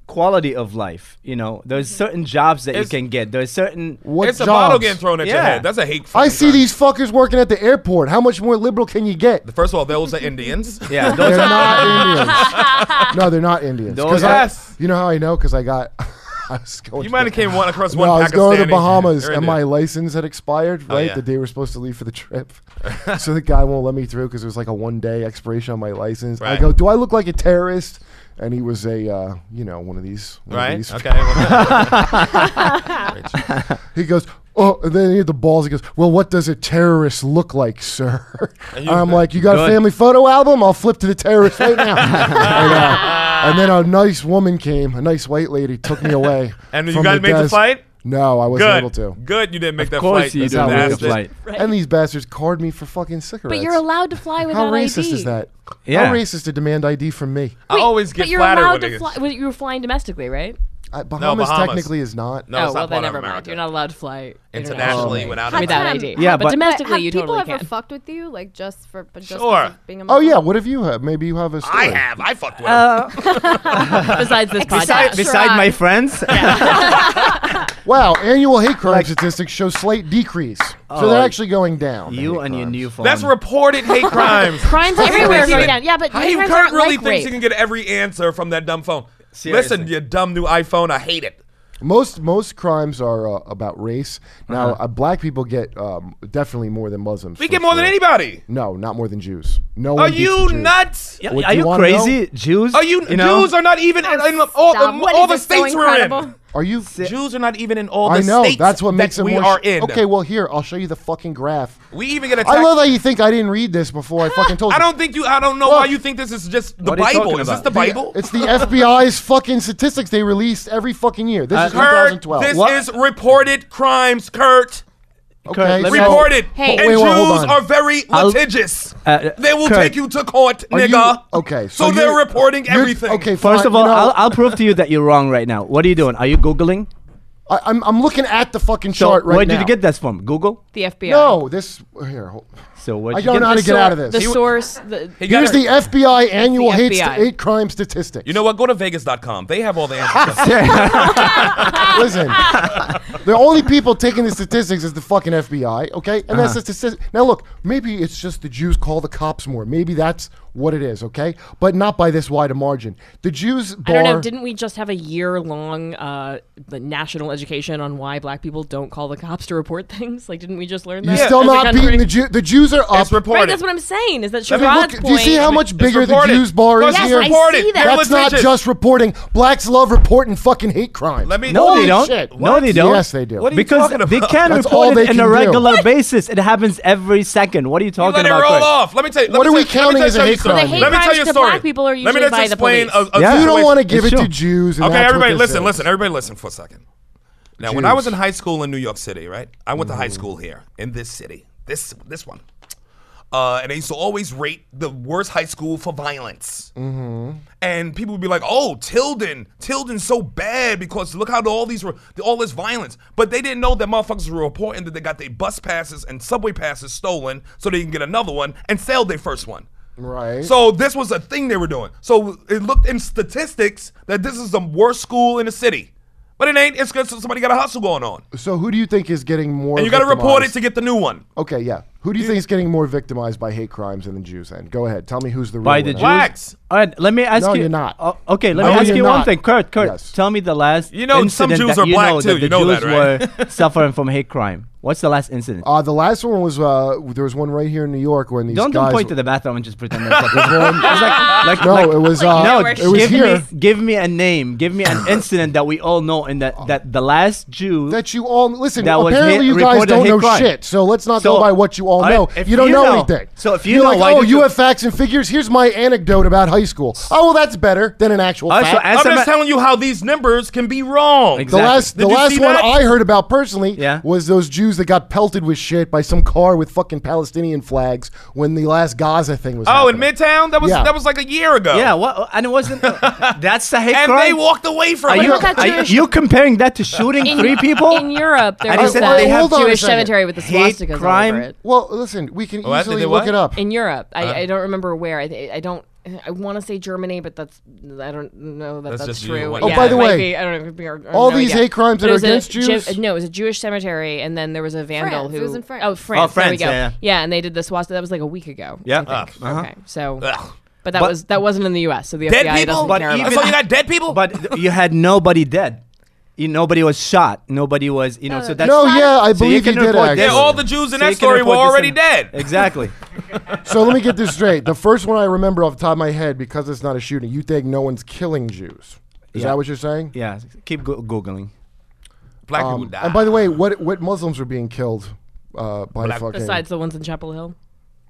[SPEAKER 6] quality of life. You know, there's
[SPEAKER 5] Mm-hmm.
[SPEAKER 6] certain jobs that
[SPEAKER 4] It's-
[SPEAKER 6] you can get. There's certain.
[SPEAKER 3] What
[SPEAKER 4] It's a bottle
[SPEAKER 3] jobs?
[SPEAKER 4] getting thrown at your
[SPEAKER 6] Yeah.
[SPEAKER 4] head. That's a hate.
[SPEAKER 3] I
[SPEAKER 4] fucking
[SPEAKER 3] see
[SPEAKER 4] crime.
[SPEAKER 3] these fuckers working at the airport. How much more liberal can you get?
[SPEAKER 4] First of all, those are Indians.
[SPEAKER 6] <laughs> Yeah,
[SPEAKER 3] They're
[SPEAKER 6] those
[SPEAKER 4] <laughs>
[SPEAKER 6] are,
[SPEAKER 3] not Indians. No, they're not Indians. 'Cause
[SPEAKER 6] Those-
[SPEAKER 3] I-
[SPEAKER 4] Yes.
[SPEAKER 3] you know how I know? Because I got. <laughs> I was going
[SPEAKER 4] You
[SPEAKER 3] to-
[SPEAKER 4] might have came one across
[SPEAKER 3] No,
[SPEAKER 4] one.
[SPEAKER 3] I was going to the
[SPEAKER 4] Pakistani.
[SPEAKER 3] Bahamas
[SPEAKER 4] They're
[SPEAKER 3] and
[SPEAKER 4] Indian. Oh,
[SPEAKER 3] my license had expired, right?
[SPEAKER 4] yeah.
[SPEAKER 3] The day we are supposed to leave for the
[SPEAKER 4] <laughs>
[SPEAKER 3] trip. so the guy won't let me through because it was like a one day expiration on my license. I
[SPEAKER 4] Right.
[SPEAKER 3] go, Do I look like a terrorist? And he was a, uh, you know, one of these. one of
[SPEAKER 4] <laughs> Right.
[SPEAKER 3] these.
[SPEAKER 4] Okay.
[SPEAKER 6] <laughs>
[SPEAKER 4] well-
[SPEAKER 3] He goes, Oh, and then he had the balls. He goes, Well, what does a terrorist look like, sir? <laughs> And
[SPEAKER 4] you-
[SPEAKER 3] I'm like, You got a
[SPEAKER 6] Good.
[SPEAKER 3] family photo album? I'll flip to the terrorist right
[SPEAKER 4] <laughs>
[SPEAKER 3] now. and, uh, and then a nice woman came, a nice white lady, took me away.
[SPEAKER 4] <laughs> And you
[SPEAKER 3] from
[SPEAKER 4] guys made the
[SPEAKER 3] desk.
[SPEAKER 4] fight?
[SPEAKER 3] No, I wasn't able
[SPEAKER 4] Good.
[SPEAKER 3] to.
[SPEAKER 4] Good. You didn't make that
[SPEAKER 6] of course
[SPEAKER 4] flight.
[SPEAKER 6] you
[SPEAKER 4] That's
[SPEAKER 6] don't
[SPEAKER 3] how
[SPEAKER 6] make a
[SPEAKER 3] it is.
[SPEAKER 4] bastard.
[SPEAKER 6] flight.
[SPEAKER 3] And these bastards carded me for fucking cigarettes.
[SPEAKER 8] But you're allowed to fly without
[SPEAKER 3] How racist
[SPEAKER 8] ID.
[SPEAKER 3] is that?
[SPEAKER 6] Yeah.
[SPEAKER 3] How racist to demand ID from me?
[SPEAKER 4] I always get
[SPEAKER 8] but you're
[SPEAKER 4] flattered
[SPEAKER 8] allowed
[SPEAKER 4] when
[SPEAKER 8] to
[SPEAKER 4] they-
[SPEAKER 8] fly. Oh, well, You were flying domestically, right?
[SPEAKER 3] I, Bahamas,
[SPEAKER 4] Bahamas.
[SPEAKER 3] technically is not.
[SPEAKER 4] No,
[SPEAKER 8] oh
[SPEAKER 4] it's
[SPEAKER 8] well,
[SPEAKER 4] not
[SPEAKER 8] then
[SPEAKER 4] part
[SPEAKER 8] never
[SPEAKER 4] of
[SPEAKER 8] mind.
[SPEAKER 4] America.
[SPEAKER 8] You're not allowed to fly
[SPEAKER 3] Oh.
[SPEAKER 4] Internationally without a
[SPEAKER 8] without
[SPEAKER 5] Hatem.
[SPEAKER 8] ID.
[SPEAKER 6] Yeah,
[SPEAKER 8] but,
[SPEAKER 6] but-
[SPEAKER 5] But
[SPEAKER 8] domestically
[SPEAKER 5] have
[SPEAKER 8] you
[SPEAKER 5] people
[SPEAKER 8] totally
[SPEAKER 5] ever
[SPEAKER 8] can.
[SPEAKER 5] fucked with you, like just for but just
[SPEAKER 4] Sure.
[SPEAKER 5] because of being a
[SPEAKER 3] Oh
[SPEAKER 5] Muslim?
[SPEAKER 3] yeah, what have you had? Maybe you have a story.
[SPEAKER 4] I have. I fucked with him.
[SPEAKER 8] Uh, Besides this
[SPEAKER 6] Beside,
[SPEAKER 8] podcast,
[SPEAKER 6] beside
[SPEAKER 5] <laughs>
[SPEAKER 6] my friends.
[SPEAKER 3] Wow, annual hate crime statistics show slight decrease,
[SPEAKER 4] Oh,
[SPEAKER 3] so they're actually going down. the
[SPEAKER 6] <laughs> you
[SPEAKER 3] hate
[SPEAKER 6] and your
[SPEAKER 3] crimes.
[SPEAKER 6] new phone.
[SPEAKER 4] That's reported
[SPEAKER 8] <laughs>
[SPEAKER 4] hate crimes.
[SPEAKER 8] crimes everywhere
[SPEAKER 4] Listen,
[SPEAKER 8] going down. Yeah, but hate
[SPEAKER 4] Haim
[SPEAKER 8] crimes
[SPEAKER 4] Kurt
[SPEAKER 8] aren't
[SPEAKER 4] really
[SPEAKER 8] like
[SPEAKER 4] thinks
[SPEAKER 8] rape.
[SPEAKER 4] he can get every answer from that dumb phone.
[SPEAKER 6] Seriously.
[SPEAKER 4] Listen, you dumb new iPhone, I hate it.
[SPEAKER 3] Most most crimes are uh, about race. Now, uh, black people get um, definitely more than Muslims.
[SPEAKER 4] Uh-huh. We
[SPEAKER 3] for
[SPEAKER 4] get more than
[SPEAKER 3] sure.
[SPEAKER 4] anybody.
[SPEAKER 3] No, not more than Jews. No
[SPEAKER 4] Are
[SPEAKER 3] one beats the
[SPEAKER 4] you
[SPEAKER 3] Jews.
[SPEAKER 4] nuts?
[SPEAKER 6] Yeah,
[SPEAKER 3] What
[SPEAKER 6] are
[SPEAKER 3] do you
[SPEAKER 6] you
[SPEAKER 3] wanna know?
[SPEAKER 6] crazy? Jews?
[SPEAKER 4] Are you,
[SPEAKER 6] you know?
[SPEAKER 4] Jews are not even in, in all,
[SPEAKER 5] Stop.
[SPEAKER 4] the,
[SPEAKER 5] What
[SPEAKER 4] all
[SPEAKER 5] is
[SPEAKER 4] the
[SPEAKER 5] this so
[SPEAKER 4] states we're in.
[SPEAKER 5] incredible?
[SPEAKER 3] Are you?
[SPEAKER 4] Jews are not even in all the
[SPEAKER 3] I know.
[SPEAKER 4] states
[SPEAKER 3] That's what
[SPEAKER 4] that
[SPEAKER 3] makes it
[SPEAKER 4] we
[SPEAKER 3] more
[SPEAKER 4] are
[SPEAKER 3] sh-
[SPEAKER 4] in.
[SPEAKER 3] Okay, well here I'll show you the fucking graph.
[SPEAKER 4] we even get attacked.
[SPEAKER 3] I love how you think I didn't read this before I fucking told you.
[SPEAKER 4] <laughs> I don't think you. I don't know why you think this is just the
[SPEAKER 6] What are you
[SPEAKER 4] Bible.
[SPEAKER 6] talking
[SPEAKER 4] Is this
[SPEAKER 6] about?
[SPEAKER 4] the Bible?
[SPEAKER 3] It's the FBI's fucking statistics they release every fucking year. This is
[SPEAKER 6] Uh, Kurt,
[SPEAKER 4] Kurt,
[SPEAKER 3] 2012.
[SPEAKER 4] this
[SPEAKER 6] What?
[SPEAKER 4] is reported crimes, Kurt.
[SPEAKER 3] okay,
[SPEAKER 6] let me-
[SPEAKER 3] so-
[SPEAKER 4] Reported.
[SPEAKER 8] Hey.
[SPEAKER 4] and
[SPEAKER 3] Wait, wait, hold
[SPEAKER 4] Jews
[SPEAKER 3] on.
[SPEAKER 4] are very
[SPEAKER 6] I'll-
[SPEAKER 4] litigious.
[SPEAKER 6] Uh,
[SPEAKER 4] they will
[SPEAKER 6] Kurt.
[SPEAKER 4] take you to court,
[SPEAKER 3] Are you-
[SPEAKER 4] nigga.
[SPEAKER 3] okay,
[SPEAKER 4] So,
[SPEAKER 3] so,
[SPEAKER 4] they're
[SPEAKER 3] you're-
[SPEAKER 4] reporting
[SPEAKER 3] you're-
[SPEAKER 4] everything.
[SPEAKER 3] Okay,
[SPEAKER 6] First
[SPEAKER 3] fine,
[SPEAKER 6] of all,
[SPEAKER 3] you know,
[SPEAKER 6] I'll, I'll prove to you that you're wrong right now. What are you doing? Are you Googling?
[SPEAKER 3] I, I'm I'm looking at the fucking
[SPEAKER 6] So
[SPEAKER 3] chart right
[SPEAKER 6] where
[SPEAKER 3] now.
[SPEAKER 6] did you get this from? Google?
[SPEAKER 8] The FBI.
[SPEAKER 3] No, this here. Hold,
[SPEAKER 6] So where
[SPEAKER 3] I
[SPEAKER 6] did you
[SPEAKER 3] don't know
[SPEAKER 6] get
[SPEAKER 3] how to
[SPEAKER 6] this?
[SPEAKER 3] get out of this.
[SPEAKER 8] The source. The,
[SPEAKER 4] He got
[SPEAKER 3] Here's
[SPEAKER 4] her-
[SPEAKER 3] the FBI annual hate, st-
[SPEAKER 8] FBI.
[SPEAKER 3] hate crime statistics.
[SPEAKER 4] You know what? Go to Vegas.com. They have all the
[SPEAKER 3] <laughs>
[SPEAKER 4] answers. <laughs>
[SPEAKER 3] Listen, the only people taking the statistics is the fucking FBI, okay? And
[SPEAKER 6] Uh-huh.
[SPEAKER 3] that's the statistic. Now, look, maybe it's just the Jews call the cops more. Maybe that's what it is, okay? But not by this wide a margin. The Jews
[SPEAKER 8] I
[SPEAKER 3] bar.
[SPEAKER 8] don't know. Didn't we just have a year-long uh, the national education on why black people don't call the cops to report <laughs> things? Like, didn't we just learn that?
[SPEAKER 3] You're still
[SPEAKER 8] as a
[SPEAKER 3] not
[SPEAKER 8] country?
[SPEAKER 3] beating the Jew. The Jews are up.
[SPEAKER 4] it's reported.
[SPEAKER 8] Right, that's what I'm saying. Is that
[SPEAKER 3] I mean,
[SPEAKER 8] Sherrod's
[SPEAKER 3] look,
[SPEAKER 8] point?
[SPEAKER 3] do you see how much bigger the
[SPEAKER 4] reported.
[SPEAKER 3] Jews bar is
[SPEAKER 4] Yes,
[SPEAKER 3] here?
[SPEAKER 4] I reported.
[SPEAKER 8] see that.
[SPEAKER 4] They're
[SPEAKER 3] That's not
[SPEAKER 4] litigious.
[SPEAKER 3] just reporting. Blacks love reporting fucking hate crime.
[SPEAKER 4] Let me.
[SPEAKER 6] No,
[SPEAKER 4] Holy
[SPEAKER 6] they don't.
[SPEAKER 4] shit.
[SPEAKER 6] No, they don't.
[SPEAKER 3] Yes, they do. What are you
[SPEAKER 6] because
[SPEAKER 4] talking
[SPEAKER 6] they
[SPEAKER 4] about?
[SPEAKER 6] can
[SPEAKER 3] That's all
[SPEAKER 6] report
[SPEAKER 3] they
[SPEAKER 6] it in
[SPEAKER 3] can
[SPEAKER 6] a
[SPEAKER 3] do.
[SPEAKER 6] regular basis. It happens every second. What are you
[SPEAKER 4] You
[SPEAKER 6] talking
[SPEAKER 4] let it
[SPEAKER 6] about?
[SPEAKER 4] roll
[SPEAKER 6] Kurt?
[SPEAKER 4] off. Let me tell you.
[SPEAKER 3] What
[SPEAKER 4] let
[SPEAKER 3] are
[SPEAKER 4] me
[SPEAKER 3] we
[SPEAKER 4] tell you-
[SPEAKER 3] counting
[SPEAKER 4] let me tell
[SPEAKER 3] as a
[SPEAKER 4] you
[SPEAKER 3] hate
[SPEAKER 4] something.
[SPEAKER 3] crime? The hate
[SPEAKER 4] Let me tell
[SPEAKER 8] crimes
[SPEAKER 4] you a
[SPEAKER 8] to
[SPEAKER 4] story.
[SPEAKER 8] black people
[SPEAKER 4] Let
[SPEAKER 8] are
[SPEAKER 4] me
[SPEAKER 8] usually
[SPEAKER 4] just
[SPEAKER 8] by the
[SPEAKER 4] explain
[SPEAKER 8] police.
[SPEAKER 4] a, a
[SPEAKER 6] Yeah.
[SPEAKER 3] you don't
[SPEAKER 4] situation.
[SPEAKER 3] want to give it
[SPEAKER 6] It's
[SPEAKER 3] to
[SPEAKER 6] true.
[SPEAKER 3] Jews. And
[SPEAKER 4] Okay,
[SPEAKER 3] that's what
[SPEAKER 4] everybody,
[SPEAKER 3] this
[SPEAKER 4] listen,
[SPEAKER 3] is.
[SPEAKER 4] listen, everybody, listen for a second. Now, when I
[SPEAKER 3] Jews.
[SPEAKER 4] was in high school in New York City, right? I went to
[SPEAKER 3] Mm-hmm.
[SPEAKER 4] high school here in this city, this this one, uh, and they used to always rate the worst high school for violence.
[SPEAKER 3] Mm-hmm.
[SPEAKER 4] And people would be like, "Oh, Tilden, Tilden's so bad because look how all these were all this violence." But they didn't know that motherfuckers were reporting that they got their bus passes and subway passes stolen so they can get another one and sell their first one.
[SPEAKER 3] Right.
[SPEAKER 4] So this was a thing they were doing. So it looked in statistics that this is the worst school in the city. But it ain't. It's because somebody got a hustle going on.
[SPEAKER 3] So who do you think is getting more?
[SPEAKER 4] And you got to report it
[SPEAKER 3] victimized?
[SPEAKER 4] to get the new one.
[SPEAKER 3] Okay, yeah. Who do you think is getting more victimized by hate crimes than the Jews? Then go ahead, tell me who's the real
[SPEAKER 6] By the
[SPEAKER 3] winner.
[SPEAKER 6] Jews.
[SPEAKER 4] Blacks.
[SPEAKER 6] All right, let me ask
[SPEAKER 3] No,
[SPEAKER 6] you.
[SPEAKER 3] you're not.
[SPEAKER 6] Oh, okay, let
[SPEAKER 3] No,
[SPEAKER 6] me ask
[SPEAKER 3] you're
[SPEAKER 6] you
[SPEAKER 3] not.
[SPEAKER 6] one thing, Kurt. Kurt,
[SPEAKER 3] Yes.
[SPEAKER 6] tell me the last.
[SPEAKER 4] You know, some
[SPEAKER 6] incident
[SPEAKER 4] Jews
[SPEAKER 6] that
[SPEAKER 4] are
[SPEAKER 6] you
[SPEAKER 4] black
[SPEAKER 6] know
[SPEAKER 4] too.
[SPEAKER 6] That the
[SPEAKER 4] You know
[SPEAKER 6] Jews
[SPEAKER 4] that, right?
[SPEAKER 6] were <laughs> suffering from hate crime. What's the last incident?
[SPEAKER 3] Uh, the last one was uh, there was one right here in New York when these
[SPEAKER 6] don't
[SPEAKER 3] guys.
[SPEAKER 6] don't point to the bathroom and just
[SPEAKER 3] <laughs>
[SPEAKER 6] pretend that's not It's like, like,
[SPEAKER 3] no,
[SPEAKER 6] like-
[SPEAKER 3] it was
[SPEAKER 5] Like,
[SPEAKER 3] uh,
[SPEAKER 5] no,
[SPEAKER 6] no,
[SPEAKER 5] we're
[SPEAKER 3] it was
[SPEAKER 6] give
[SPEAKER 3] here
[SPEAKER 6] Me, give me a name. Give
[SPEAKER 3] <coughs>
[SPEAKER 6] me an incident that we all know, and that, that the last Jew.
[SPEAKER 3] that you all listen.
[SPEAKER 6] That was
[SPEAKER 3] apparently,
[SPEAKER 6] hit-
[SPEAKER 3] you guys
[SPEAKER 6] reported
[SPEAKER 3] don't
[SPEAKER 6] hate
[SPEAKER 3] know
[SPEAKER 6] crime.
[SPEAKER 3] shit. So let's not
[SPEAKER 6] So,
[SPEAKER 3] go by what you all
[SPEAKER 6] all right,
[SPEAKER 3] know.
[SPEAKER 6] if
[SPEAKER 3] you don't
[SPEAKER 6] you
[SPEAKER 3] know,
[SPEAKER 6] know-
[SPEAKER 3] anything.
[SPEAKER 6] so if you
[SPEAKER 3] You're
[SPEAKER 6] know,
[SPEAKER 3] like,
[SPEAKER 6] why
[SPEAKER 3] oh,
[SPEAKER 6] did
[SPEAKER 3] you
[SPEAKER 6] you-
[SPEAKER 3] have facts and figures. Here's my anecdote about high school. Oh well, that's better than an actual
[SPEAKER 6] Uh, so
[SPEAKER 3] fact.
[SPEAKER 6] as-
[SPEAKER 4] I'm
[SPEAKER 6] Somebody-
[SPEAKER 4] just telling you how these numbers can be wrong.
[SPEAKER 3] the
[SPEAKER 6] Exactly.
[SPEAKER 3] last, the
[SPEAKER 4] Did you
[SPEAKER 3] last
[SPEAKER 4] see
[SPEAKER 3] one
[SPEAKER 4] that?
[SPEAKER 3] I heard about personally
[SPEAKER 6] Yeah.
[SPEAKER 3] was those Jews that got pelted with shit by some car with fucking Palestinian flags when the last Gaza thing was.
[SPEAKER 4] Oh, in
[SPEAKER 3] happening.
[SPEAKER 4] Midtown, that was
[SPEAKER 3] Yeah.
[SPEAKER 4] that was like a year ago.
[SPEAKER 6] yeah, what? And
[SPEAKER 4] <laughs>
[SPEAKER 6] it wasn't. that's the hate
[SPEAKER 4] And
[SPEAKER 6] crime.
[SPEAKER 4] they walked away from
[SPEAKER 6] Are
[SPEAKER 4] it.
[SPEAKER 6] you,
[SPEAKER 8] about that
[SPEAKER 6] are
[SPEAKER 8] Jewish-
[SPEAKER 6] you comparing that to shooting three people?
[SPEAKER 8] In Europe, there
[SPEAKER 6] And he
[SPEAKER 8] was
[SPEAKER 6] said
[SPEAKER 8] that
[SPEAKER 6] they have-
[SPEAKER 3] Hold on a
[SPEAKER 8] Jewish
[SPEAKER 3] second.
[SPEAKER 8] cemetery with the
[SPEAKER 6] Hate
[SPEAKER 8] swastikas
[SPEAKER 6] crime?
[SPEAKER 8] all over it.
[SPEAKER 3] Well, listen, we can
[SPEAKER 4] Oh, I think
[SPEAKER 3] easily
[SPEAKER 4] they
[SPEAKER 3] look
[SPEAKER 4] what?
[SPEAKER 3] it up.
[SPEAKER 8] In Europe, I, I don't remember where. I, th- I don't. I want to say Germany, but that's I don't know that
[SPEAKER 4] That's
[SPEAKER 8] that's,
[SPEAKER 4] just you.
[SPEAKER 8] true.
[SPEAKER 4] Oh,
[SPEAKER 8] Yeah,
[SPEAKER 3] by the
[SPEAKER 8] it might
[SPEAKER 3] way,
[SPEAKER 8] be. I don't know. it could be- I have
[SPEAKER 3] all
[SPEAKER 8] no
[SPEAKER 3] these
[SPEAKER 8] idea.
[SPEAKER 3] hate crimes that are
[SPEAKER 8] But it was a
[SPEAKER 3] against
[SPEAKER 8] Ju-
[SPEAKER 3] Jews?
[SPEAKER 8] no, it was a Jewish cemetery, and then there was a vandal
[SPEAKER 5] France.
[SPEAKER 8] who
[SPEAKER 5] It was in France.
[SPEAKER 8] Oh, France.
[SPEAKER 6] France,
[SPEAKER 8] there we go.
[SPEAKER 6] yeah, yeah.
[SPEAKER 8] and they did the swastika. That was like a week ago. I
[SPEAKER 6] Yeah.
[SPEAKER 8] think.
[SPEAKER 6] Ah, uh-huh.
[SPEAKER 8] Okay. So,
[SPEAKER 4] Ugh.
[SPEAKER 8] but that
[SPEAKER 6] But-
[SPEAKER 8] was that wasn't in the U.S. So the
[SPEAKER 4] Dead
[SPEAKER 8] FBI
[SPEAKER 4] people.
[SPEAKER 8] doesn't
[SPEAKER 6] But
[SPEAKER 8] care about
[SPEAKER 6] even-
[SPEAKER 4] so you got dead people.
[SPEAKER 6] But th- you had nobody dead. You, nobody was shot. Nobody was, you know. So that's
[SPEAKER 3] No, yeah, I
[SPEAKER 6] So you
[SPEAKER 3] believe
[SPEAKER 6] can
[SPEAKER 3] you did
[SPEAKER 6] report
[SPEAKER 3] actually.
[SPEAKER 4] yeah,
[SPEAKER 6] this.
[SPEAKER 4] all the Jews in
[SPEAKER 6] so
[SPEAKER 4] that
[SPEAKER 6] you can
[SPEAKER 4] story were
[SPEAKER 6] report this
[SPEAKER 4] already
[SPEAKER 6] in-
[SPEAKER 4] dead.
[SPEAKER 6] Exactly.
[SPEAKER 3] so let me get this straight. The first one I remember off the top of my head, because it's not a shooting, you think no one's killing Jews. Is
[SPEAKER 6] Yeah.
[SPEAKER 3] that what you're saying?
[SPEAKER 6] Yeah. Keep go- googling.
[SPEAKER 4] Black people
[SPEAKER 3] Um,
[SPEAKER 4] died.
[SPEAKER 3] and by the way, what what Muslims were being killed uh, by
[SPEAKER 4] Black-
[SPEAKER 3] fucking?
[SPEAKER 8] besides the ones in Chapel Hill.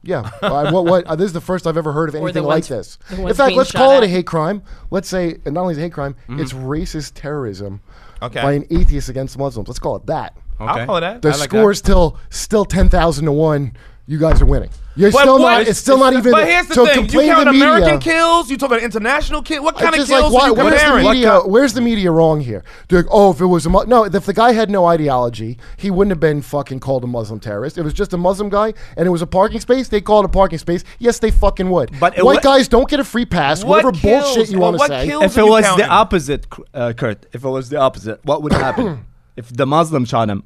[SPEAKER 3] Yeah, uh, what what? Uh, this is the first I've ever heard of anything like
[SPEAKER 8] ones-
[SPEAKER 3] this.
[SPEAKER 8] the
[SPEAKER 3] In
[SPEAKER 8] ones
[SPEAKER 3] fact,
[SPEAKER 8] being
[SPEAKER 3] let's
[SPEAKER 8] shot
[SPEAKER 3] call it a
[SPEAKER 8] at.
[SPEAKER 3] hate crime. Let's say and not only is it a hate crime,
[SPEAKER 6] Mm-hmm.
[SPEAKER 3] it's racist terrorism
[SPEAKER 4] Okay.
[SPEAKER 3] by an atheist against Muslims. Let's call it that.
[SPEAKER 6] Okay.
[SPEAKER 4] I'll call it that.
[SPEAKER 3] The
[SPEAKER 4] I like that.
[SPEAKER 3] score's still still ten thousand to one. You guys are winning. You're
[SPEAKER 4] But
[SPEAKER 3] still
[SPEAKER 4] what-
[SPEAKER 3] not. It's still not even.
[SPEAKER 4] But here's the
[SPEAKER 3] so
[SPEAKER 4] thing: you
[SPEAKER 3] complain to
[SPEAKER 4] count
[SPEAKER 3] the media.
[SPEAKER 4] American kills, you talk about international kills. What kind of
[SPEAKER 3] It's
[SPEAKER 4] kills
[SPEAKER 3] just like, why-
[SPEAKER 4] are you
[SPEAKER 3] where's
[SPEAKER 4] comparing? uh,
[SPEAKER 3] the media? Where's the media wrong here? They're like, oh, if it was a mu- no, if the guy had no ideology, he wouldn't have been fucking called a Muslim terrorist. If it was just a Muslim guy and it was a parking space, they call it a parking space. Yes, they fucking would.
[SPEAKER 6] But it
[SPEAKER 3] white
[SPEAKER 6] wa-
[SPEAKER 3] guys don't get a free pass.
[SPEAKER 4] What
[SPEAKER 3] whatever
[SPEAKER 4] kills?
[SPEAKER 3] bullshit you
[SPEAKER 4] Well,
[SPEAKER 3] want to
[SPEAKER 4] what
[SPEAKER 3] say.
[SPEAKER 4] kills-
[SPEAKER 6] If
[SPEAKER 4] are
[SPEAKER 6] it
[SPEAKER 4] you
[SPEAKER 6] was
[SPEAKER 3] <clears throat>
[SPEAKER 4] counting?
[SPEAKER 6] the opposite, Cr- uh, Kurt. If it was the opposite, what would happen? if the Muslim shot him,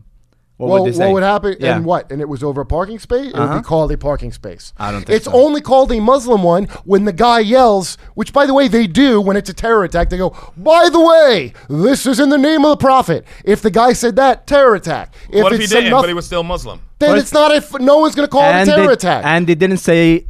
[SPEAKER 6] What
[SPEAKER 3] well,
[SPEAKER 6] would they say?
[SPEAKER 3] what would happen?
[SPEAKER 6] Yeah. Uh-huh.
[SPEAKER 3] And what? And it was over a parking space. It would be called a parking space.
[SPEAKER 6] I don't think
[SPEAKER 3] it's
[SPEAKER 6] so.
[SPEAKER 3] only called a Muslim one when the guy yells. Which, by the way, they do when it's a terror attack. They go, "By the way, this is in the name of the Prophet." If the guy said that, terror attack. If
[SPEAKER 4] what if he
[SPEAKER 3] it's
[SPEAKER 4] didn't?
[SPEAKER 3] enough-
[SPEAKER 4] But he was still Muslim.
[SPEAKER 3] then
[SPEAKER 6] But-
[SPEAKER 3] it's not. If no one's going to call it
[SPEAKER 6] and
[SPEAKER 3] a terror
[SPEAKER 6] they,
[SPEAKER 3] attack.
[SPEAKER 6] And they didn't say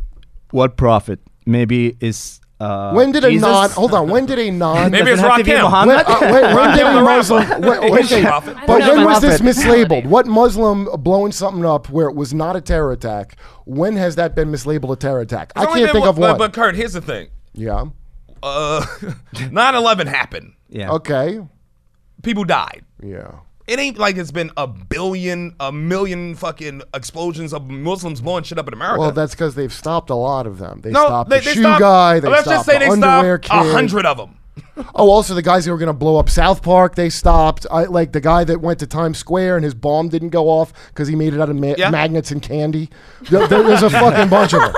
[SPEAKER 6] what prophet. Maybe it's. Uh,
[SPEAKER 3] when did
[SPEAKER 6] Jesus?
[SPEAKER 3] a non? Hold on. When did a non?
[SPEAKER 4] <laughs> Maybe it's
[SPEAKER 6] Doesn't have to be
[SPEAKER 4] Rakim.
[SPEAKER 3] When,
[SPEAKER 6] Muhammad.
[SPEAKER 3] uh, wait, when did
[SPEAKER 4] Rakim
[SPEAKER 3] a
[SPEAKER 4] the
[SPEAKER 3] Muslim?
[SPEAKER 4] Rapper.
[SPEAKER 3] wait, wait,
[SPEAKER 4] He's a
[SPEAKER 3] wait.
[SPEAKER 4] prophet.
[SPEAKER 3] but
[SPEAKER 8] I don't
[SPEAKER 3] when
[SPEAKER 8] know
[SPEAKER 3] was this
[SPEAKER 6] about
[SPEAKER 8] prophet.
[SPEAKER 3] mislabeled? What Muslim blowing something up where it was not a terror attack? When has that been mislabeled a terror attack? I
[SPEAKER 4] It's only
[SPEAKER 3] can't
[SPEAKER 4] been
[SPEAKER 3] think of
[SPEAKER 4] but-
[SPEAKER 3] one.
[SPEAKER 4] But Kurt, here's the thing.
[SPEAKER 3] yeah.
[SPEAKER 4] Uh, <laughs> 9/11 happened.
[SPEAKER 6] Yeah.
[SPEAKER 3] Okay.
[SPEAKER 4] People died.
[SPEAKER 3] Yeah.
[SPEAKER 4] It ain't like it's been a billion, a million fucking explosions of Muslims blowing shit up in America.
[SPEAKER 3] Well, that's because they've stopped a lot of them. They
[SPEAKER 4] no,
[SPEAKER 3] stopped
[SPEAKER 4] they,
[SPEAKER 3] the
[SPEAKER 4] they
[SPEAKER 3] shoe
[SPEAKER 4] stopped,
[SPEAKER 3] guy. They
[SPEAKER 4] let's
[SPEAKER 3] stopped
[SPEAKER 4] just say
[SPEAKER 3] the
[SPEAKER 4] they
[SPEAKER 3] underwear
[SPEAKER 4] stopped a
[SPEAKER 3] kid.
[SPEAKER 4] hundred of them.
[SPEAKER 3] Oh, also the guys who were going to blow up South Park, they stopped. I, like the guy that went to Times Square and his bomb didn't go off because he made it out of ma-
[SPEAKER 4] Yeah.
[SPEAKER 3] magnets and candy. There, there- there's a fucking bunch of them.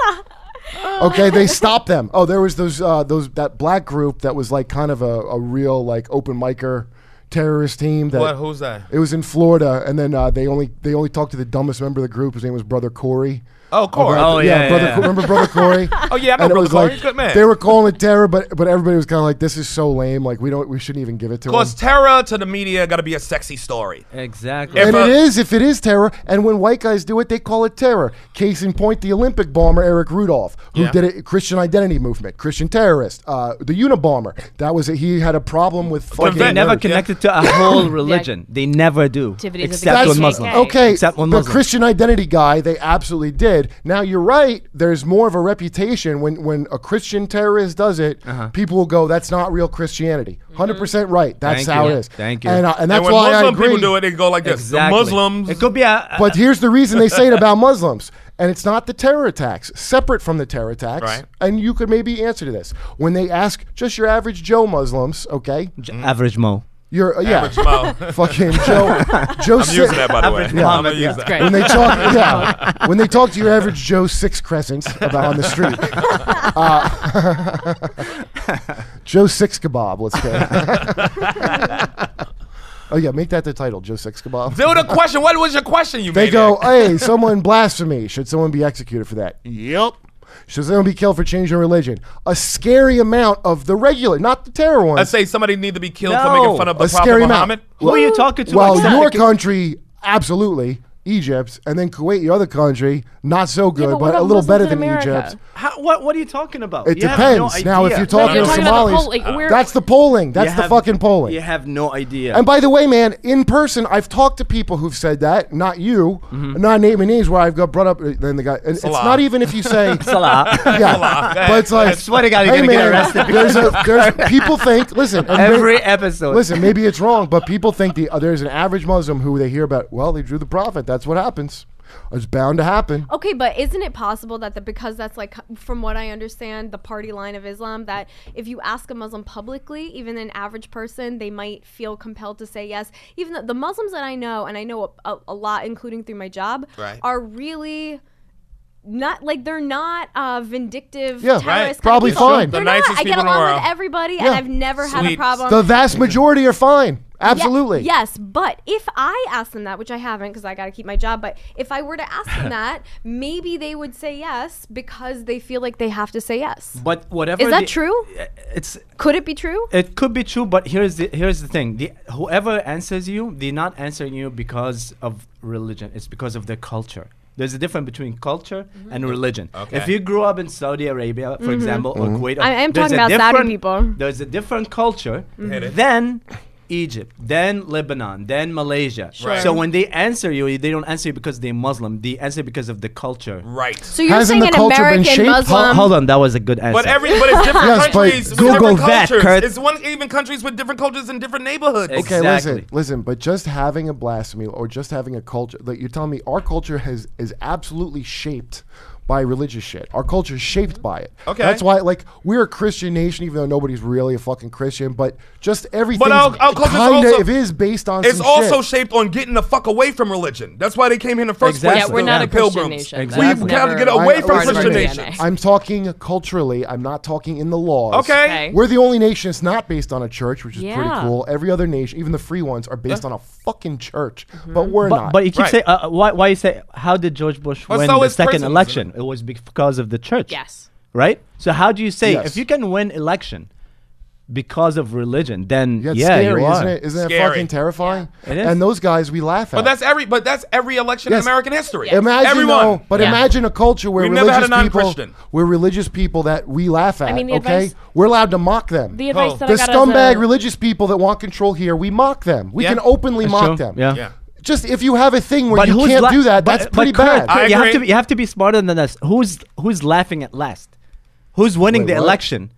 [SPEAKER 3] Okay, they stopped them. Oh, there was those uh, those that black group that was like kind of a, a real like open micer terrorist team. That
[SPEAKER 4] What? Who's that?
[SPEAKER 3] It was in Florida, and then uh, they only they only talked to the dumbest member of the group. His name was Brother Corey.
[SPEAKER 4] Oh, Corey.
[SPEAKER 6] Oh, yeah, yeah,
[SPEAKER 3] brother.
[SPEAKER 6] yeah.
[SPEAKER 3] Co- remember Brother Corey?
[SPEAKER 4] <laughs> Oh, yeah, I know
[SPEAKER 3] And it
[SPEAKER 4] Brother
[SPEAKER 3] was
[SPEAKER 4] Corey.
[SPEAKER 3] like-
[SPEAKER 4] He's a good man.
[SPEAKER 3] They were calling it terror, but but everybody was kind of like, "This is so lame. Like we don't, we shouldn't even give it to
[SPEAKER 4] Cause
[SPEAKER 3] him."
[SPEAKER 4] terror to the media got to be a sexy story.
[SPEAKER 6] Exactly.
[SPEAKER 4] If
[SPEAKER 3] And
[SPEAKER 4] a-
[SPEAKER 3] it is, if it is terror, and when white guys do it, they call it terror. Case in point, the Olympic bomber Eric Rudolph, who
[SPEAKER 4] Yeah.
[SPEAKER 3] did a Christian identity movement, Christian terrorist, uh, the Unabomber. That was it. He had a problem with fucking.
[SPEAKER 6] they never
[SPEAKER 4] Yeah.
[SPEAKER 6] connected to a
[SPEAKER 3] <laughs>
[SPEAKER 6] whole religion. They never do.
[SPEAKER 8] Activities of the
[SPEAKER 6] except on
[SPEAKER 8] KKK.
[SPEAKER 6] Muslim.
[SPEAKER 3] Okay,
[SPEAKER 6] Except on
[SPEAKER 3] the
[SPEAKER 6] Muslim.
[SPEAKER 3] Christian identity guy, they absolutely did. Now you're right. There's more of a reputation when when a Christian terrorist does it.
[SPEAKER 4] Uh-huh.
[SPEAKER 3] People will go, "That's not real Christianity." 100 percent right. That's
[SPEAKER 6] Thank
[SPEAKER 3] how
[SPEAKER 6] you.
[SPEAKER 3] it is.
[SPEAKER 6] Thank you.
[SPEAKER 3] And, I- and that's
[SPEAKER 4] and when
[SPEAKER 3] why
[SPEAKER 4] Muslim
[SPEAKER 3] I agree.
[SPEAKER 4] people do it, they go like this.
[SPEAKER 6] Exactly.
[SPEAKER 4] The Muslims.
[SPEAKER 6] It could
[SPEAKER 4] <laughs>
[SPEAKER 6] be a. a-
[SPEAKER 3] But here's the reason they say it about Muslims. And it's not the terror attacks, separate from the terror attacks.
[SPEAKER 4] Right.
[SPEAKER 3] And you could maybe answer to this. When they ask just your average Joe Muslims, okay?
[SPEAKER 6] j- average Mo.
[SPEAKER 3] You're, uh, yeah.
[SPEAKER 4] Mo.
[SPEAKER 3] Fucking
[SPEAKER 4] <laughs>
[SPEAKER 3] Joe. Joe
[SPEAKER 4] I'm using that by the way.
[SPEAKER 6] Average
[SPEAKER 4] I'm gonna
[SPEAKER 6] Muhammad,
[SPEAKER 4] use
[SPEAKER 6] yeah.
[SPEAKER 4] that.
[SPEAKER 6] It's
[SPEAKER 8] great.
[SPEAKER 3] when they
[SPEAKER 5] <laughs>
[SPEAKER 3] talk, yeah, when they talk to your average Joe Six Crescents about on the street, Uh, <laughs> Joe Six Kebab, let's go.
[SPEAKER 5] <laughs>
[SPEAKER 3] oh yeah, make that the title, Joe Six Kebab.
[SPEAKER 4] Dude, a question. What was your question? You
[SPEAKER 3] They
[SPEAKER 4] made
[SPEAKER 3] go, hey, someone blasphemy. Should someone be executed for that? Yep. Should someone be killed for changing religion? A scary amount of the regular, not the terror
[SPEAKER 4] I
[SPEAKER 3] ones.
[SPEAKER 4] say somebody need to be killed for
[SPEAKER 6] No.
[SPEAKER 4] making fun of the
[SPEAKER 3] a
[SPEAKER 4] Prophet
[SPEAKER 3] scary amount.
[SPEAKER 4] Muhammad.
[SPEAKER 6] Who are you talking to?
[SPEAKER 3] Well,
[SPEAKER 6] Except
[SPEAKER 3] your
[SPEAKER 6] the-
[SPEAKER 3] country, absolutely. Egypt, and then Kuwait, your other country, not so good,
[SPEAKER 5] but
[SPEAKER 3] but,
[SPEAKER 5] what
[SPEAKER 3] a
[SPEAKER 5] about
[SPEAKER 3] little
[SPEAKER 5] Muslims
[SPEAKER 3] better
[SPEAKER 5] in
[SPEAKER 3] than
[SPEAKER 5] America?
[SPEAKER 3] Egypt.
[SPEAKER 6] How, what, what are you talking about?
[SPEAKER 3] It
[SPEAKER 6] You have no
[SPEAKER 3] depends. now, if
[SPEAKER 6] idea.
[SPEAKER 3] you're
[SPEAKER 8] Like,
[SPEAKER 3] talking
[SPEAKER 8] you're
[SPEAKER 3] to
[SPEAKER 8] talking about the
[SPEAKER 3] Somalis,
[SPEAKER 8] poll, like, we're-
[SPEAKER 3] that's the polling. That's
[SPEAKER 6] You
[SPEAKER 3] the
[SPEAKER 6] have-
[SPEAKER 3] fucking polling.
[SPEAKER 6] You have no idea.
[SPEAKER 3] And by the way, man, in person, I've talked to people who've said that. Not you.
[SPEAKER 6] Mm-hmm.
[SPEAKER 3] Not naming names. Where I've got brought up. uh, Then the guy. and It's
[SPEAKER 4] Salah.
[SPEAKER 3] not even if you say.
[SPEAKER 6] <laughs> Salah.
[SPEAKER 3] Yeah, but it's like
[SPEAKER 6] I swear to God, you're
[SPEAKER 3] hey
[SPEAKER 6] gonna get
[SPEAKER 3] man,
[SPEAKER 6] arrested.
[SPEAKER 3] there's a
[SPEAKER 6] <laughs>
[SPEAKER 3] there's people think listen and may-
[SPEAKER 6] Every episode.
[SPEAKER 3] listen maybe it's wrong, but people think the uh, there's an average Muslim who they hear about. Well, they drew the prophet. That's what happens. It's bound to happen.
[SPEAKER 5] Okay, but isn't it possible that the because that's like from what I understand the party line of Islam that if you ask a Muslim publicly, even an average person, they might feel compelled to say yes. Even the, the Muslims that I know, and I know a, a, a lot, including through my job,
[SPEAKER 4] Right.
[SPEAKER 5] are really not like they're not uh, vindictive.
[SPEAKER 3] Yeah.
[SPEAKER 5] terrorist
[SPEAKER 3] Right.
[SPEAKER 5] kind of
[SPEAKER 3] Probably
[SPEAKER 5] people.
[SPEAKER 3] fine.
[SPEAKER 5] They're
[SPEAKER 4] The
[SPEAKER 5] not.
[SPEAKER 4] nicest
[SPEAKER 5] I get
[SPEAKER 4] people in the
[SPEAKER 5] along
[SPEAKER 4] world.
[SPEAKER 5] with everybody,
[SPEAKER 3] Yeah.
[SPEAKER 5] and I've never had a
[SPEAKER 4] Sweet.
[SPEAKER 5] problem.
[SPEAKER 3] The vast majority are fine.
[SPEAKER 5] Oh, Yeah,
[SPEAKER 3] Absolutely.
[SPEAKER 5] yes, but if I asked them that, which I haven't because I got to keep my job, but if I were to ask them that, maybe they would say yes because they feel like they have to say yes.
[SPEAKER 6] But whatever.
[SPEAKER 5] Is that
[SPEAKER 6] the- uh,
[SPEAKER 5] true?
[SPEAKER 6] It's
[SPEAKER 5] Could it be true?
[SPEAKER 6] it could be true, but here's the here's the thing: the, whoever answers you, they're not answering you because of religion. It's because of their culture. There's a difference between culture
[SPEAKER 5] Mm-hmm.
[SPEAKER 6] and religion. If
[SPEAKER 4] Okay. Mm-hmm.
[SPEAKER 6] you grew up in Saudi Arabia, for example, or Kuwait, or-
[SPEAKER 5] I- I'm
[SPEAKER 6] there's
[SPEAKER 5] talking
[SPEAKER 6] a
[SPEAKER 5] about Saudi
[SPEAKER 6] different-
[SPEAKER 5] people. Mm-hmm.
[SPEAKER 6] There's a different culture.
[SPEAKER 4] Hit it.
[SPEAKER 6] Then Egypt, then Lebanon, then Malaysia.
[SPEAKER 4] Sure.
[SPEAKER 6] So when they answer you, they don't answer you because they're Muslim. They answer because of the culture.
[SPEAKER 4] Right.
[SPEAKER 5] So you're
[SPEAKER 3] Hasn't
[SPEAKER 5] saying
[SPEAKER 3] the
[SPEAKER 5] an
[SPEAKER 3] culture been
[SPEAKER 5] American
[SPEAKER 3] shaped? Ho-
[SPEAKER 5] Muslim?
[SPEAKER 6] Hol- hold on, that was a good answer.
[SPEAKER 4] But every but it's different
[SPEAKER 3] Yes, but
[SPEAKER 4] countries. with
[SPEAKER 6] Google
[SPEAKER 4] different
[SPEAKER 6] that,
[SPEAKER 4] cultures.
[SPEAKER 6] Kurt.
[SPEAKER 4] It's one even countries with different cultures and different neighborhoods.
[SPEAKER 6] Ex-
[SPEAKER 3] Okay, listen,
[SPEAKER 6] Exactly.
[SPEAKER 3] listen, but just having a blasphemy or just having a culture, like you're telling me our culture has is absolutely shaped by religious shit. Our culture is shaped by it.
[SPEAKER 4] Okay.
[SPEAKER 3] That's why, like, we're a Christian nation, even though nobody's really a fucking Christian, but just everything
[SPEAKER 4] our- our culture's
[SPEAKER 3] kind
[SPEAKER 4] also-
[SPEAKER 3] of is based on
[SPEAKER 4] It's
[SPEAKER 3] some
[SPEAKER 4] also
[SPEAKER 3] shit.
[SPEAKER 4] shaped on getting the fuck away from religion. That's why they came here in the first
[SPEAKER 6] Exactly.
[SPEAKER 8] yeah,
[SPEAKER 4] place.
[SPEAKER 8] we're
[SPEAKER 4] the
[SPEAKER 8] not a Christian
[SPEAKER 4] pilgrims.
[SPEAKER 8] nation.
[SPEAKER 6] Exactly.
[SPEAKER 8] That's
[SPEAKER 4] We've gotta
[SPEAKER 8] never
[SPEAKER 4] get away
[SPEAKER 8] a
[SPEAKER 4] from
[SPEAKER 8] part of our
[SPEAKER 4] Christian
[SPEAKER 8] DNA.
[SPEAKER 4] nations.
[SPEAKER 3] I'm talking culturally. I'm not talking in the laws.
[SPEAKER 4] Okay.
[SPEAKER 8] Okay.
[SPEAKER 3] We're the only nation that's not based on a church, which is pretty
[SPEAKER 8] Yeah.
[SPEAKER 3] cool. Every other nation, even the free ones, are based on a fucking church,
[SPEAKER 8] Mm-hmm.
[SPEAKER 3] but we're
[SPEAKER 6] But,
[SPEAKER 3] not.
[SPEAKER 6] but you keep
[SPEAKER 4] Right.
[SPEAKER 6] saying uh, uh, why? Why you say how did George Bush
[SPEAKER 4] Well,
[SPEAKER 6] win
[SPEAKER 4] so
[SPEAKER 6] the
[SPEAKER 4] is
[SPEAKER 6] second
[SPEAKER 4] prisons,
[SPEAKER 6] election? It was because of the church.
[SPEAKER 8] Yes.
[SPEAKER 6] Right. So how do you say
[SPEAKER 3] Yes.
[SPEAKER 6] if you can win election because of religion, then
[SPEAKER 3] yeah,
[SPEAKER 6] yeah,
[SPEAKER 3] it's scary,
[SPEAKER 6] you are.
[SPEAKER 3] isn't it? Isn't it
[SPEAKER 4] Scary.
[SPEAKER 3] fucking terrifying?
[SPEAKER 6] It is.
[SPEAKER 3] And those guys, we laugh at.
[SPEAKER 4] But that's every but that's every election
[SPEAKER 3] Yes.
[SPEAKER 4] in American history.
[SPEAKER 3] Imagine
[SPEAKER 4] Everyone.
[SPEAKER 3] though- but
[SPEAKER 8] Yeah.
[SPEAKER 3] imagine a culture where
[SPEAKER 4] We've never had
[SPEAKER 3] religious
[SPEAKER 4] a
[SPEAKER 3] people,
[SPEAKER 4] non-Christian.
[SPEAKER 3] where religious people that we laugh at.
[SPEAKER 8] mean, the
[SPEAKER 3] okay,
[SPEAKER 8] advice-
[SPEAKER 3] we're allowed to mock them.
[SPEAKER 8] The advice
[SPEAKER 4] Oh.
[SPEAKER 8] that
[SPEAKER 3] The
[SPEAKER 8] I got as
[SPEAKER 3] scumbag
[SPEAKER 8] a-
[SPEAKER 3] religious people that want control here, we mock them. We
[SPEAKER 4] Yeah.
[SPEAKER 3] can openly
[SPEAKER 6] That's
[SPEAKER 3] mock
[SPEAKER 6] true.
[SPEAKER 3] them.
[SPEAKER 6] Yeah.
[SPEAKER 4] Yeah.
[SPEAKER 3] Just if you have a thing where you
[SPEAKER 6] who's
[SPEAKER 3] can't
[SPEAKER 6] la-
[SPEAKER 3] do that,
[SPEAKER 6] but-
[SPEAKER 3] that's
[SPEAKER 6] but
[SPEAKER 3] pretty
[SPEAKER 6] Kurt,
[SPEAKER 3] bad.
[SPEAKER 4] I
[SPEAKER 6] you have to
[SPEAKER 4] agree.
[SPEAKER 6] be, you have to be smarter than us. Who's who's laughing at last? Who's winning
[SPEAKER 3] Wait,
[SPEAKER 6] the
[SPEAKER 3] what?
[SPEAKER 6] election?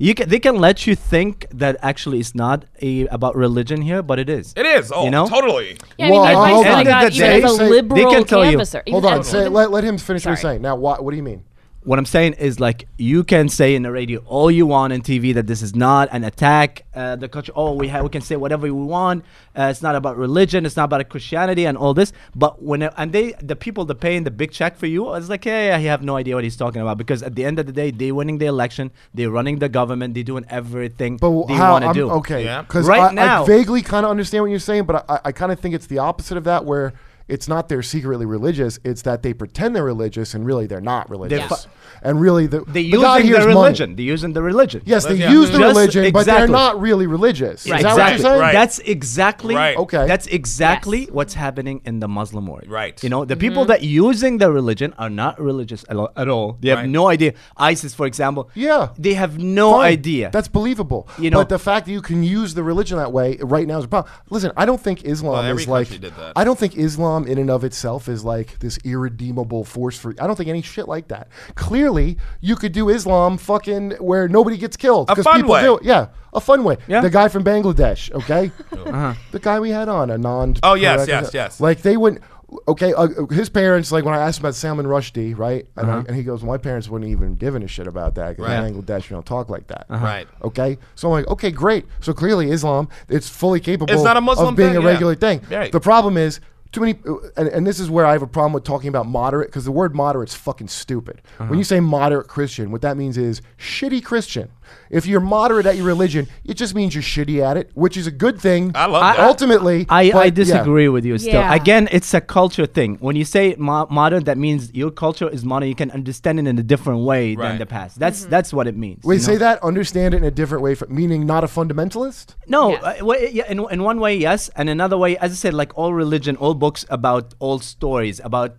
[SPEAKER 6] You can, they can let you think that actually it's not a, about religion here, but it is.
[SPEAKER 4] It is. Oh,
[SPEAKER 6] You know?
[SPEAKER 4] totally.
[SPEAKER 8] Yeah, I mean, the
[SPEAKER 3] Well,
[SPEAKER 8] advice
[SPEAKER 3] hold
[SPEAKER 8] that I
[SPEAKER 3] on.
[SPEAKER 8] got
[SPEAKER 3] They
[SPEAKER 8] even as a
[SPEAKER 3] say-
[SPEAKER 6] they
[SPEAKER 8] liberal
[SPEAKER 6] can tell you.
[SPEAKER 8] canvasser. even
[SPEAKER 3] Hold on,
[SPEAKER 8] as a
[SPEAKER 3] say,
[SPEAKER 8] liberal-
[SPEAKER 3] let, let him finish what he's
[SPEAKER 8] Sorry.
[SPEAKER 3] saying. Now, what, what do you mean?
[SPEAKER 6] What I'm saying is like you can say in the radio all you want in TV that this is not an attack. Uh, the culture. Oh, we ha- we can say whatever we want. Uh, it's not about religion. It's not about Christianity and all this. But when it- and they the people that paying the big check for you, it's like yeah, yeah, you have no idea what he's talking about because at the end of the day, they winning the election, they running the government, they doing everything
[SPEAKER 3] But
[SPEAKER 6] they
[SPEAKER 3] how?
[SPEAKER 6] want to
[SPEAKER 3] I'm,
[SPEAKER 6] do.
[SPEAKER 3] Okay,
[SPEAKER 4] Yeah.
[SPEAKER 3] because
[SPEAKER 6] Right
[SPEAKER 3] I, I
[SPEAKER 6] now-
[SPEAKER 3] vaguely kind of understand what you're saying, but I, I kind of think it's the opposite of that, where it's not they're secretly religious; it's that they pretend they're religious and really they're not religious.
[SPEAKER 6] fu-
[SPEAKER 3] and really, the,
[SPEAKER 6] They
[SPEAKER 3] the God
[SPEAKER 6] using
[SPEAKER 3] here
[SPEAKER 6] the
[SPEAKER 3] is money.
[SPEAKER 6] religion. They using the religion.
[SPEAKER 3] Yes, they
[SPEAKER 4] Yeah.
[SPEAKER 3] use the
[SPEAKER 6] Just-
[SPEAKER 3] religion, but they're
[SPEAKER 6] exactly.
[SPEAKER 3] not really religious. Is that what
[SPEAKER 6] exactly.
[SPEAKER 3] you're saying?
[SPEAKER 4] Right.
[SPEAKER 6] That's exactly
[SPEAKER 4] Right.
[SPEAKER 3] Okay.
[SPEAKER 6] That's exactly
[SPEAKER 8] Yes.
[SPEAKER 6] what's happening in the Muslim world.
[SPEAKER 4] Right.
[SPEAKER 6] You know, the people
[SPEAKER 3] Mm-hmm.
[SPEAKER 6] that using the religion are not religious at all. At all. They have
[SPEAKER 4] Right.
[SPEAKER 6] no idea. ISIS, for example.
[SPEAKER 3] Yeah.
[SPEAKER 6] They have no
[SPEAKER 3] Fine.
[SPEAKER 6] idea.
[SPEAKER 3] That's believable.
[SPEAKER 6] You know-
[SPEAKER 3] but the fact that you can use the religion that way right now is a problem. Listen, I don't think Islam
[SPEAKER 4] Well, every
[SPEAKER 3] is like.
[SPEAKER 4] country did that.
[SPEAKER 3] I don't think Islam in and of itself is like this irredeemable force for. I don't think any shit like that. Clearly, you could do Islam fucking where nobody gets killed
[SPEAKER 4] A
[SPEAKER 3] because
[SPEAKER 4] fun
[SPEAKER 3] people
[SPEAKER 4] way.
[SPEAKER 3] do it. Yeah, a fun way.
[SPEAKER 6] Yeah.
[SPEAKER 3] The guy from Bangladesh,
[SPEAKER 4] <laughs>
[SPEAKER 3] okay, the guy we had on a non.
[SPEAKER 4] Uh-huh. Oh, yes, yes, yes.
[SPEAKER 3] Like they wouldn't. Okay, uh, his parents like when I asked him about Salman Rushdie, right? And, I, and he goes, "My parents wouldn't even giving a shit about that because
[SPEAKER 4] Uh-huh. Right. Uh-huh.
[SPEAKER 3] Bangladesh we don't talk like that."
[SPEAKER 4] Right.
[SPEAKER 3] Okay, so I'm like, okay, great. So clearly, Islam it's fully capable.
[SPEAKER 4] It's not a Muslim
[SPEAKER 3] of being
[SPEAKER 4] thing,
[SPEAKER 3] a
[SPEAKER 4] yeah.
[SPEAKER 3] regular thing.
[SPEAKER 4] Right.
[SPEAKER 3] The problem is too many, and, and this is where I have a problem with talking about moderate because the word moderate's fucking stupid. When
[SPEAKER 4] Uh-huh.
[SPEAKER 3] you say moderate Christian, what that means is shitty Christian. If you're moderate at your religion, it just means you're shitty at it, which is a good thing.
[SPEAKER 4] I love that.
[SPEAKER 3] Ultimately,
[SPEAKER 6] I,
[SPEAKER 3] but
[SPEAKER 6] I
[SPEAKER 3] yeah.
[SPEAKER 6] disagree with you still.
[SPEAKER 8] Yeah.
[SPEAKER 6] Again, it's a culture thing. When you say mo- modern, that means your culture is modern. You can understand it in a different way
[SPEAKER 4] Right.
[SPEAKER 6] than the past. That's that's what it means.
[SPEAKER 3] Wait,
[SPEAKER 6] you
[SPEAKER 3] Mm-hmm. say
[SPEAKER 6] know?
[SPEAKER 3] that. Understand it in a different way, for, meaning not a fundamentalist.
[SPEAKER 6] No,
[SPEAKER 8] Yeah.
[SPEAKER 6] uh, well, yeah, in, in one way, yes, and another way, as I said, like all religion, all books about all stories about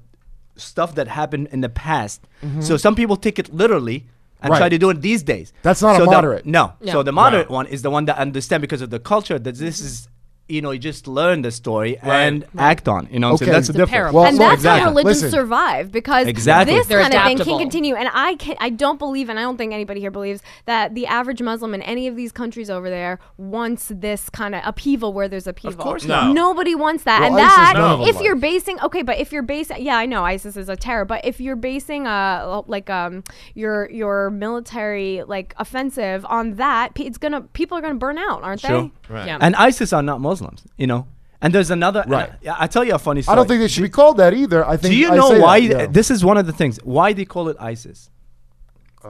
[SPEAKER 6] stuff that happened in the past. So some people take it literally and
[SPEAKER 3] Mm-hmm. Right.
[SPEAKER 6] try to do it these days.
[SPEAKER 3] That's not a
[SPEAKER 6] So the-
[SPEAKER 3] moderate.
[SPEAKER 6] no.
[SPEAKER 8] No.
[SPEAKER 6] So the moderate one is the one that understand because of the culture that this is, you know, you just learn the story and act on. You know, so
[SPEAKER 3] Okay.
[SPEAKER 6] that's the
[SPEAKER 3] It's
[SPEAKER 8] the
[SPEAKER 6] difference.
[SPEAKER 8] parable.
[SPEAKER 5] and
[SPEAKER 3] Well,
[SPEAKER 5] that's
[SPEAKER 6] exactly.
[SPEAKER 5] how religion
[SPEAKER 3] Listen.
[SPEAKER 5] survived because
[SPEAKER 6] Exactly.
[SPEAKER 5] this
[SPEAKER 6] They're
[SPEAKER 5] kind of thing
[SPEAKER 8] adaptable.
[SPEAKER 5] can continue. And I can I don't believe, and I don't think anybody here believes that the average Muslim in any of these countries over there wants this kind of upheaval where there's upheaval. Of
[SPEAKER 6] course
[SPEAKER 4] not. No.
[SPEAKER 5] nobody wants that. and
[SPEAKER 3] Well, ISIS
[SPEAKER 5] that
[SPEAKER 3] none of them
[SPEAKER 5] if
[SPEAKER 3] like.
[SPEAKER 5] you're basing okay, but if you're basing yeah, I know ISIS is a terror, but if you're basing uh like um your your military like offensive on that, pe- it's gonna people are gonna burn out, aren't
[SPEAKER 6] Sure.
[SPEAKER 5] they?
[SPEAKER 8] Yeah.
[SPEAKER 6] And ISIS are not Muslims, you know. And there's another. uh,
[SPEAKER 3] Right.
[SPEAKER 6] I, I tell you a funny
[SPEAKER 3] I
[SPEAKER 6] story.
[SPEAKER 3] don't think they should be called that either. I think.
[SPEAKER 6] Do you
[SPEAKER 3] I
[SPEAKER 6] know
[SPEAKER 3] say that,
[SPEAKER 6] why?
[SPEAKER 3] yeah.
[SPEAKER 6] This is one of the things. Why they call it ISIS?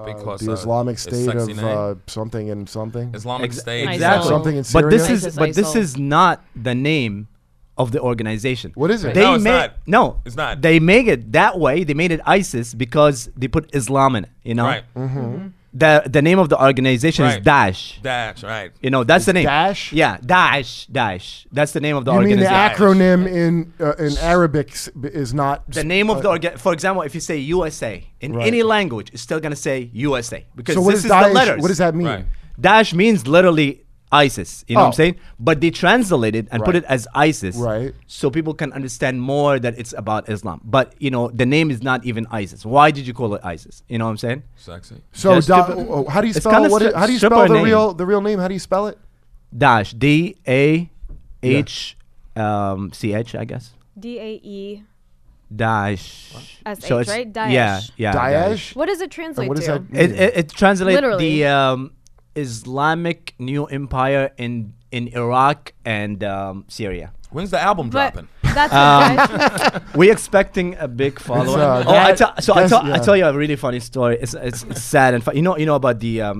[SPEAKER 4] Because
[SPEAKER 3] the
[SPEAKER 4] uh,
[SPEAKER 3] Islamic
[SPEAKER 4] it's
[SPEAKER 3] State
[SPEAKER 4] sexy
[SPEAKER 3] of
[SPEAKER 4] name.
[SPEAKER 3] uh, something and something.
[SPEAKER 4] Islamic
[SPEAKER 6] Ex-
[SPEAKER 4] State.
[SPEAKER 8] Exactly.
[SPEAKER 3] Something in
[SPEAKER 6] But this
[SPEAKER 3] Syria?
[SPEAKER 6] is
[SPEAKER 8] ISIS,
[SPEAKER 6] but this
[SPEAKER 8] ISIL.
[SPEAKER 6] is not the name of the organization.
[SPEAKER 3] What is it?
[SPEAKER 6] They
[SPEAKER 4] No, it's
[SPEAKER 6] ma-
[SPEAKER 4] not.
[SPEAKER 6] No,
[SPEAKER 4] It's not.
[SPEAKER 6] They make it that way. They made it ISIS because they put Islam in it. You know,
[SPEAKER 4] Right.
[SPEAKER 3] Mm-hmm.
[SPEAKER 6] the the name of the organization
[SPEAKER 4] Right.
[SPEAKER 6] is Daesh.
[SPEAKER 4] Dash. Right.
[SPEAKER 6] You know, that's the name.
[SPEAKER 3] Daesh?
[SPEAKER 6] Yeah, Daesh. Daesh. That's the name of the
[SPEAKER 3] You mean the
[SPEAKER 6] organization.
[SPEAKER 3] acronym in uh, in Arabic s- b- is not
[SPEAKER 6] the name of the organ. For example, if you say USA in
[SPEAKER 3] Right.
[SPEAKER 6] any language, it's still gonna say USA because
[SPEAKER 3] So what is
[SPEAKER 6] this is
[SPEAKER 3] Daesh?
[SPEAKER 6] the letters.
[SPEAKER 3] What does that mean?
[SPEAKER 4] Right.
[SPEAKER 6] Daesh means literally ISIS. You know what
[SPEAKER 3] Oh.
[SPEAKER 6] I'm saying? But they translate it and put
[SPEAKER 3] Right.
[SPEAKER 6] it as ISIS,
[SPEAKER 3] Right.
[SPEAKER 6] So people can understand more that it's about Islam. But you know, the name is not even ISIS. Why did you call it ISIS? You know what I'm saying?
[SPEAKER 4] Sexy.
[SPEAKER 3] So
[SPEAKER 6] That's
[SPEAKER 3] da-
[SPEAKER 6] stupid.
[SPEAKER 3] oh, how do you
[SPEAKER 6] It's
[SPEAKER 3] spell
[SPEAKER 6] kinda
[SPEAKER 3] what?
[SPEAKER 6] stri-
[SPEAKER 3] it- how do you
[SPEAKER 6] stripper
[SPEAKER 3] spell the
[SPEAKER 6] name.
[SPEAKER 3] real the real name? How do you spell it?
[SPEAKER 6] Daesh, D A H um, C H, I guess.
[SPEAKER 5] D A E
[SPEAKER 6] Daesh.
[SPEAKER 5] What?
[SPEAKER 6] So
[SPEAKER 5] SH,
[SPEAKER 6] it's-
[SPEAKER 5] right?
[SPEAKER 6] Yeah,
[SPEAKER 5] Daesh.
[SPEAKER 6] yeah.
[SPEAKER 3] Daesh? Hmm.
[SPEAKER 5] What does it translate
[SPEAKER 3] What
[SPEAKER 5] to?
[SPEAKER 3] does that mean?
[SPEAKER 6] It, it, it translates
[SPEAKER 5] Literally.
[SPEAKER 6] the um, Islamic New Empire in in Iraq and um, Syria.
[SPEAKER 4] When's the album
[SPEAKER 5] But
[SPEAKER 4] dropping?
[SPEAKER 3] <laughs>
[SPEAKER 5] that's
[SPEAKER 3] Um,
[SPEAKER 5] what Daesh.
[SPEAKER 6] We're expecting a big follow
[SPEAKER 3] uh,
[SPEAKER 6] up. oh, I
[SPEAKER 3] that-
[SPEAKER 6] tell- so I
[SPEAKER 3] that's-
[SPEAKER 6] tell, I
[SPEAKER 3] yeah.
[SPEAKER 6] tell you a really funny story. It's it's, it's sad and fun. you know you know about the um,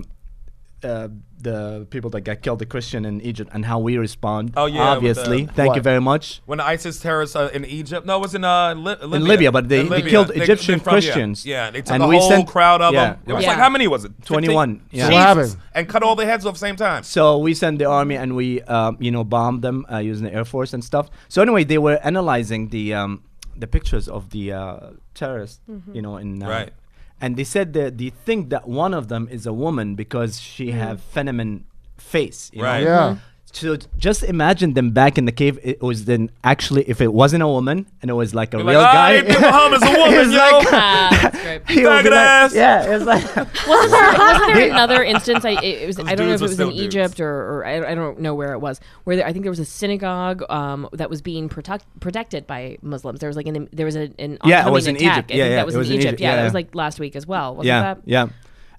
[SPEAKER 6] uh, the people that got killed, the Christian in Egypt, and how we respond.
[SPEAKER 4] Oh, yeah, with the-
[SPEAKER 6] obviously. Thank you
[SPEAKER 3] What?
[SPEAKER 6] very much.
[SPEAKER 4] When the ISIS terrorists uh, in Egypt? No, it was in uh, Li- Libya.
[SPEAKER 6] Libya, but they-
[SPEAKER 4] In
[SPEAKER 6] they killed
[SPEAKER 4] from-
[SPEAKER 6] Egyptian
[SPEAKER 4] yeah.
[SPEAKER 6] Christians.
[SPEAKER 4] Yeah, they took
[SPEAKER 6] And
[SPEAKER 4] a
[SPEAKER 6] we
[SPEAKER 4] whole
[SPEAKER 6] sent-
[SPEAKER 4] crowd of
[SPEAKER 6] yeah,
[SPEAKER 4] them. It was
[SPEAKER 8] right.
[SPEAKER 4] like
[SPEAKER 8] Yeah.
[SPEAKER 4] how many was it?
[SPEAKER 6] 21,
[SPEAKER 4] 15?
[SPEAKER 6] yeah. So
[SPEAKER 3] what
[SPEAKER 4] Jesus.
[SPEAKER 3] happened?
[SPEAKER 4] And cut all their heads off same time.
[SPEAKER 6] So we sent the army and we, um, you know, bombed them uh, using the air force and stuff. So anyway, they were analyzing the um, the pictures of the uh, terrorists, you know, in uh,
[SPEAKER 4] Right.
[SPEAKER 6] And they said that they think that one of them is a woman because she have feminine face. You
[SPEAKER 4] Right.
[SPEAKER 6] Know?
[SPEAKER 3] Yeah.
[SPEAKER 6] So just imagine them back in the cave. It was then actually, if it wasn't a woman and it was like a
[SPEAKER 4] You're
[SPEAKER 6] real
[SPEAKER 4] like, ah,
[SPEAKER 6] <laughs> guy,
[SPEAKER 4] Ibn Muhammad's a
[SPEAKER 6] It
[SPEAKER 4] woman,
[SPEAKER 6] was
[SPEAKER 4] yo.
[SPEAKER 6] like-
[SPEAKER 5] <laughs>
[SPEAKER 8] <laughs> Ah, that's great.
[SPEAKER 4] <laughs>
[SPEAKER 6] he would be
[SPEAKER 4] Faggot ass.
[SPEAKER 6] like, yeah, it's like.
[SPEAKER 8] Wasn't there,
[SPEAKER 6] <laughs>
[SPEAKER 8] wasn't there another instance? I it, it was. I don't know
[SPEAKER 4] dudes are
[SPEAKER 8] if it was in
[SPEAKER 4] still dudes.
[SPEAKER 8] Egypt or, or I, I don't know where it was. Where there, I think there was a synagogue um, that was being protect, protected by Muslims. There was like an there was a, an
[SPEAKER 6] Yeah, it was
[SPEAKER 8] oncoming
[SPEAKER 6] in
[SPEAKER 8] attack.
[SPEAKER 6] Egypt.
[SPEAKER 8] I
[SPEAKER 6] Yeah,
[SPEAKER 8] think
[SPEAKER 6] yeah,
[SPEAKER 8] that was, in Egypt. Yeah, that
[SPEAKER 6] yeah.
[SPEAKER 8] was like last week as well. Wasn't
[SPEAKER 6] yeah,
[SPEAKER 8] that?
[SPEAKER 6] yeah.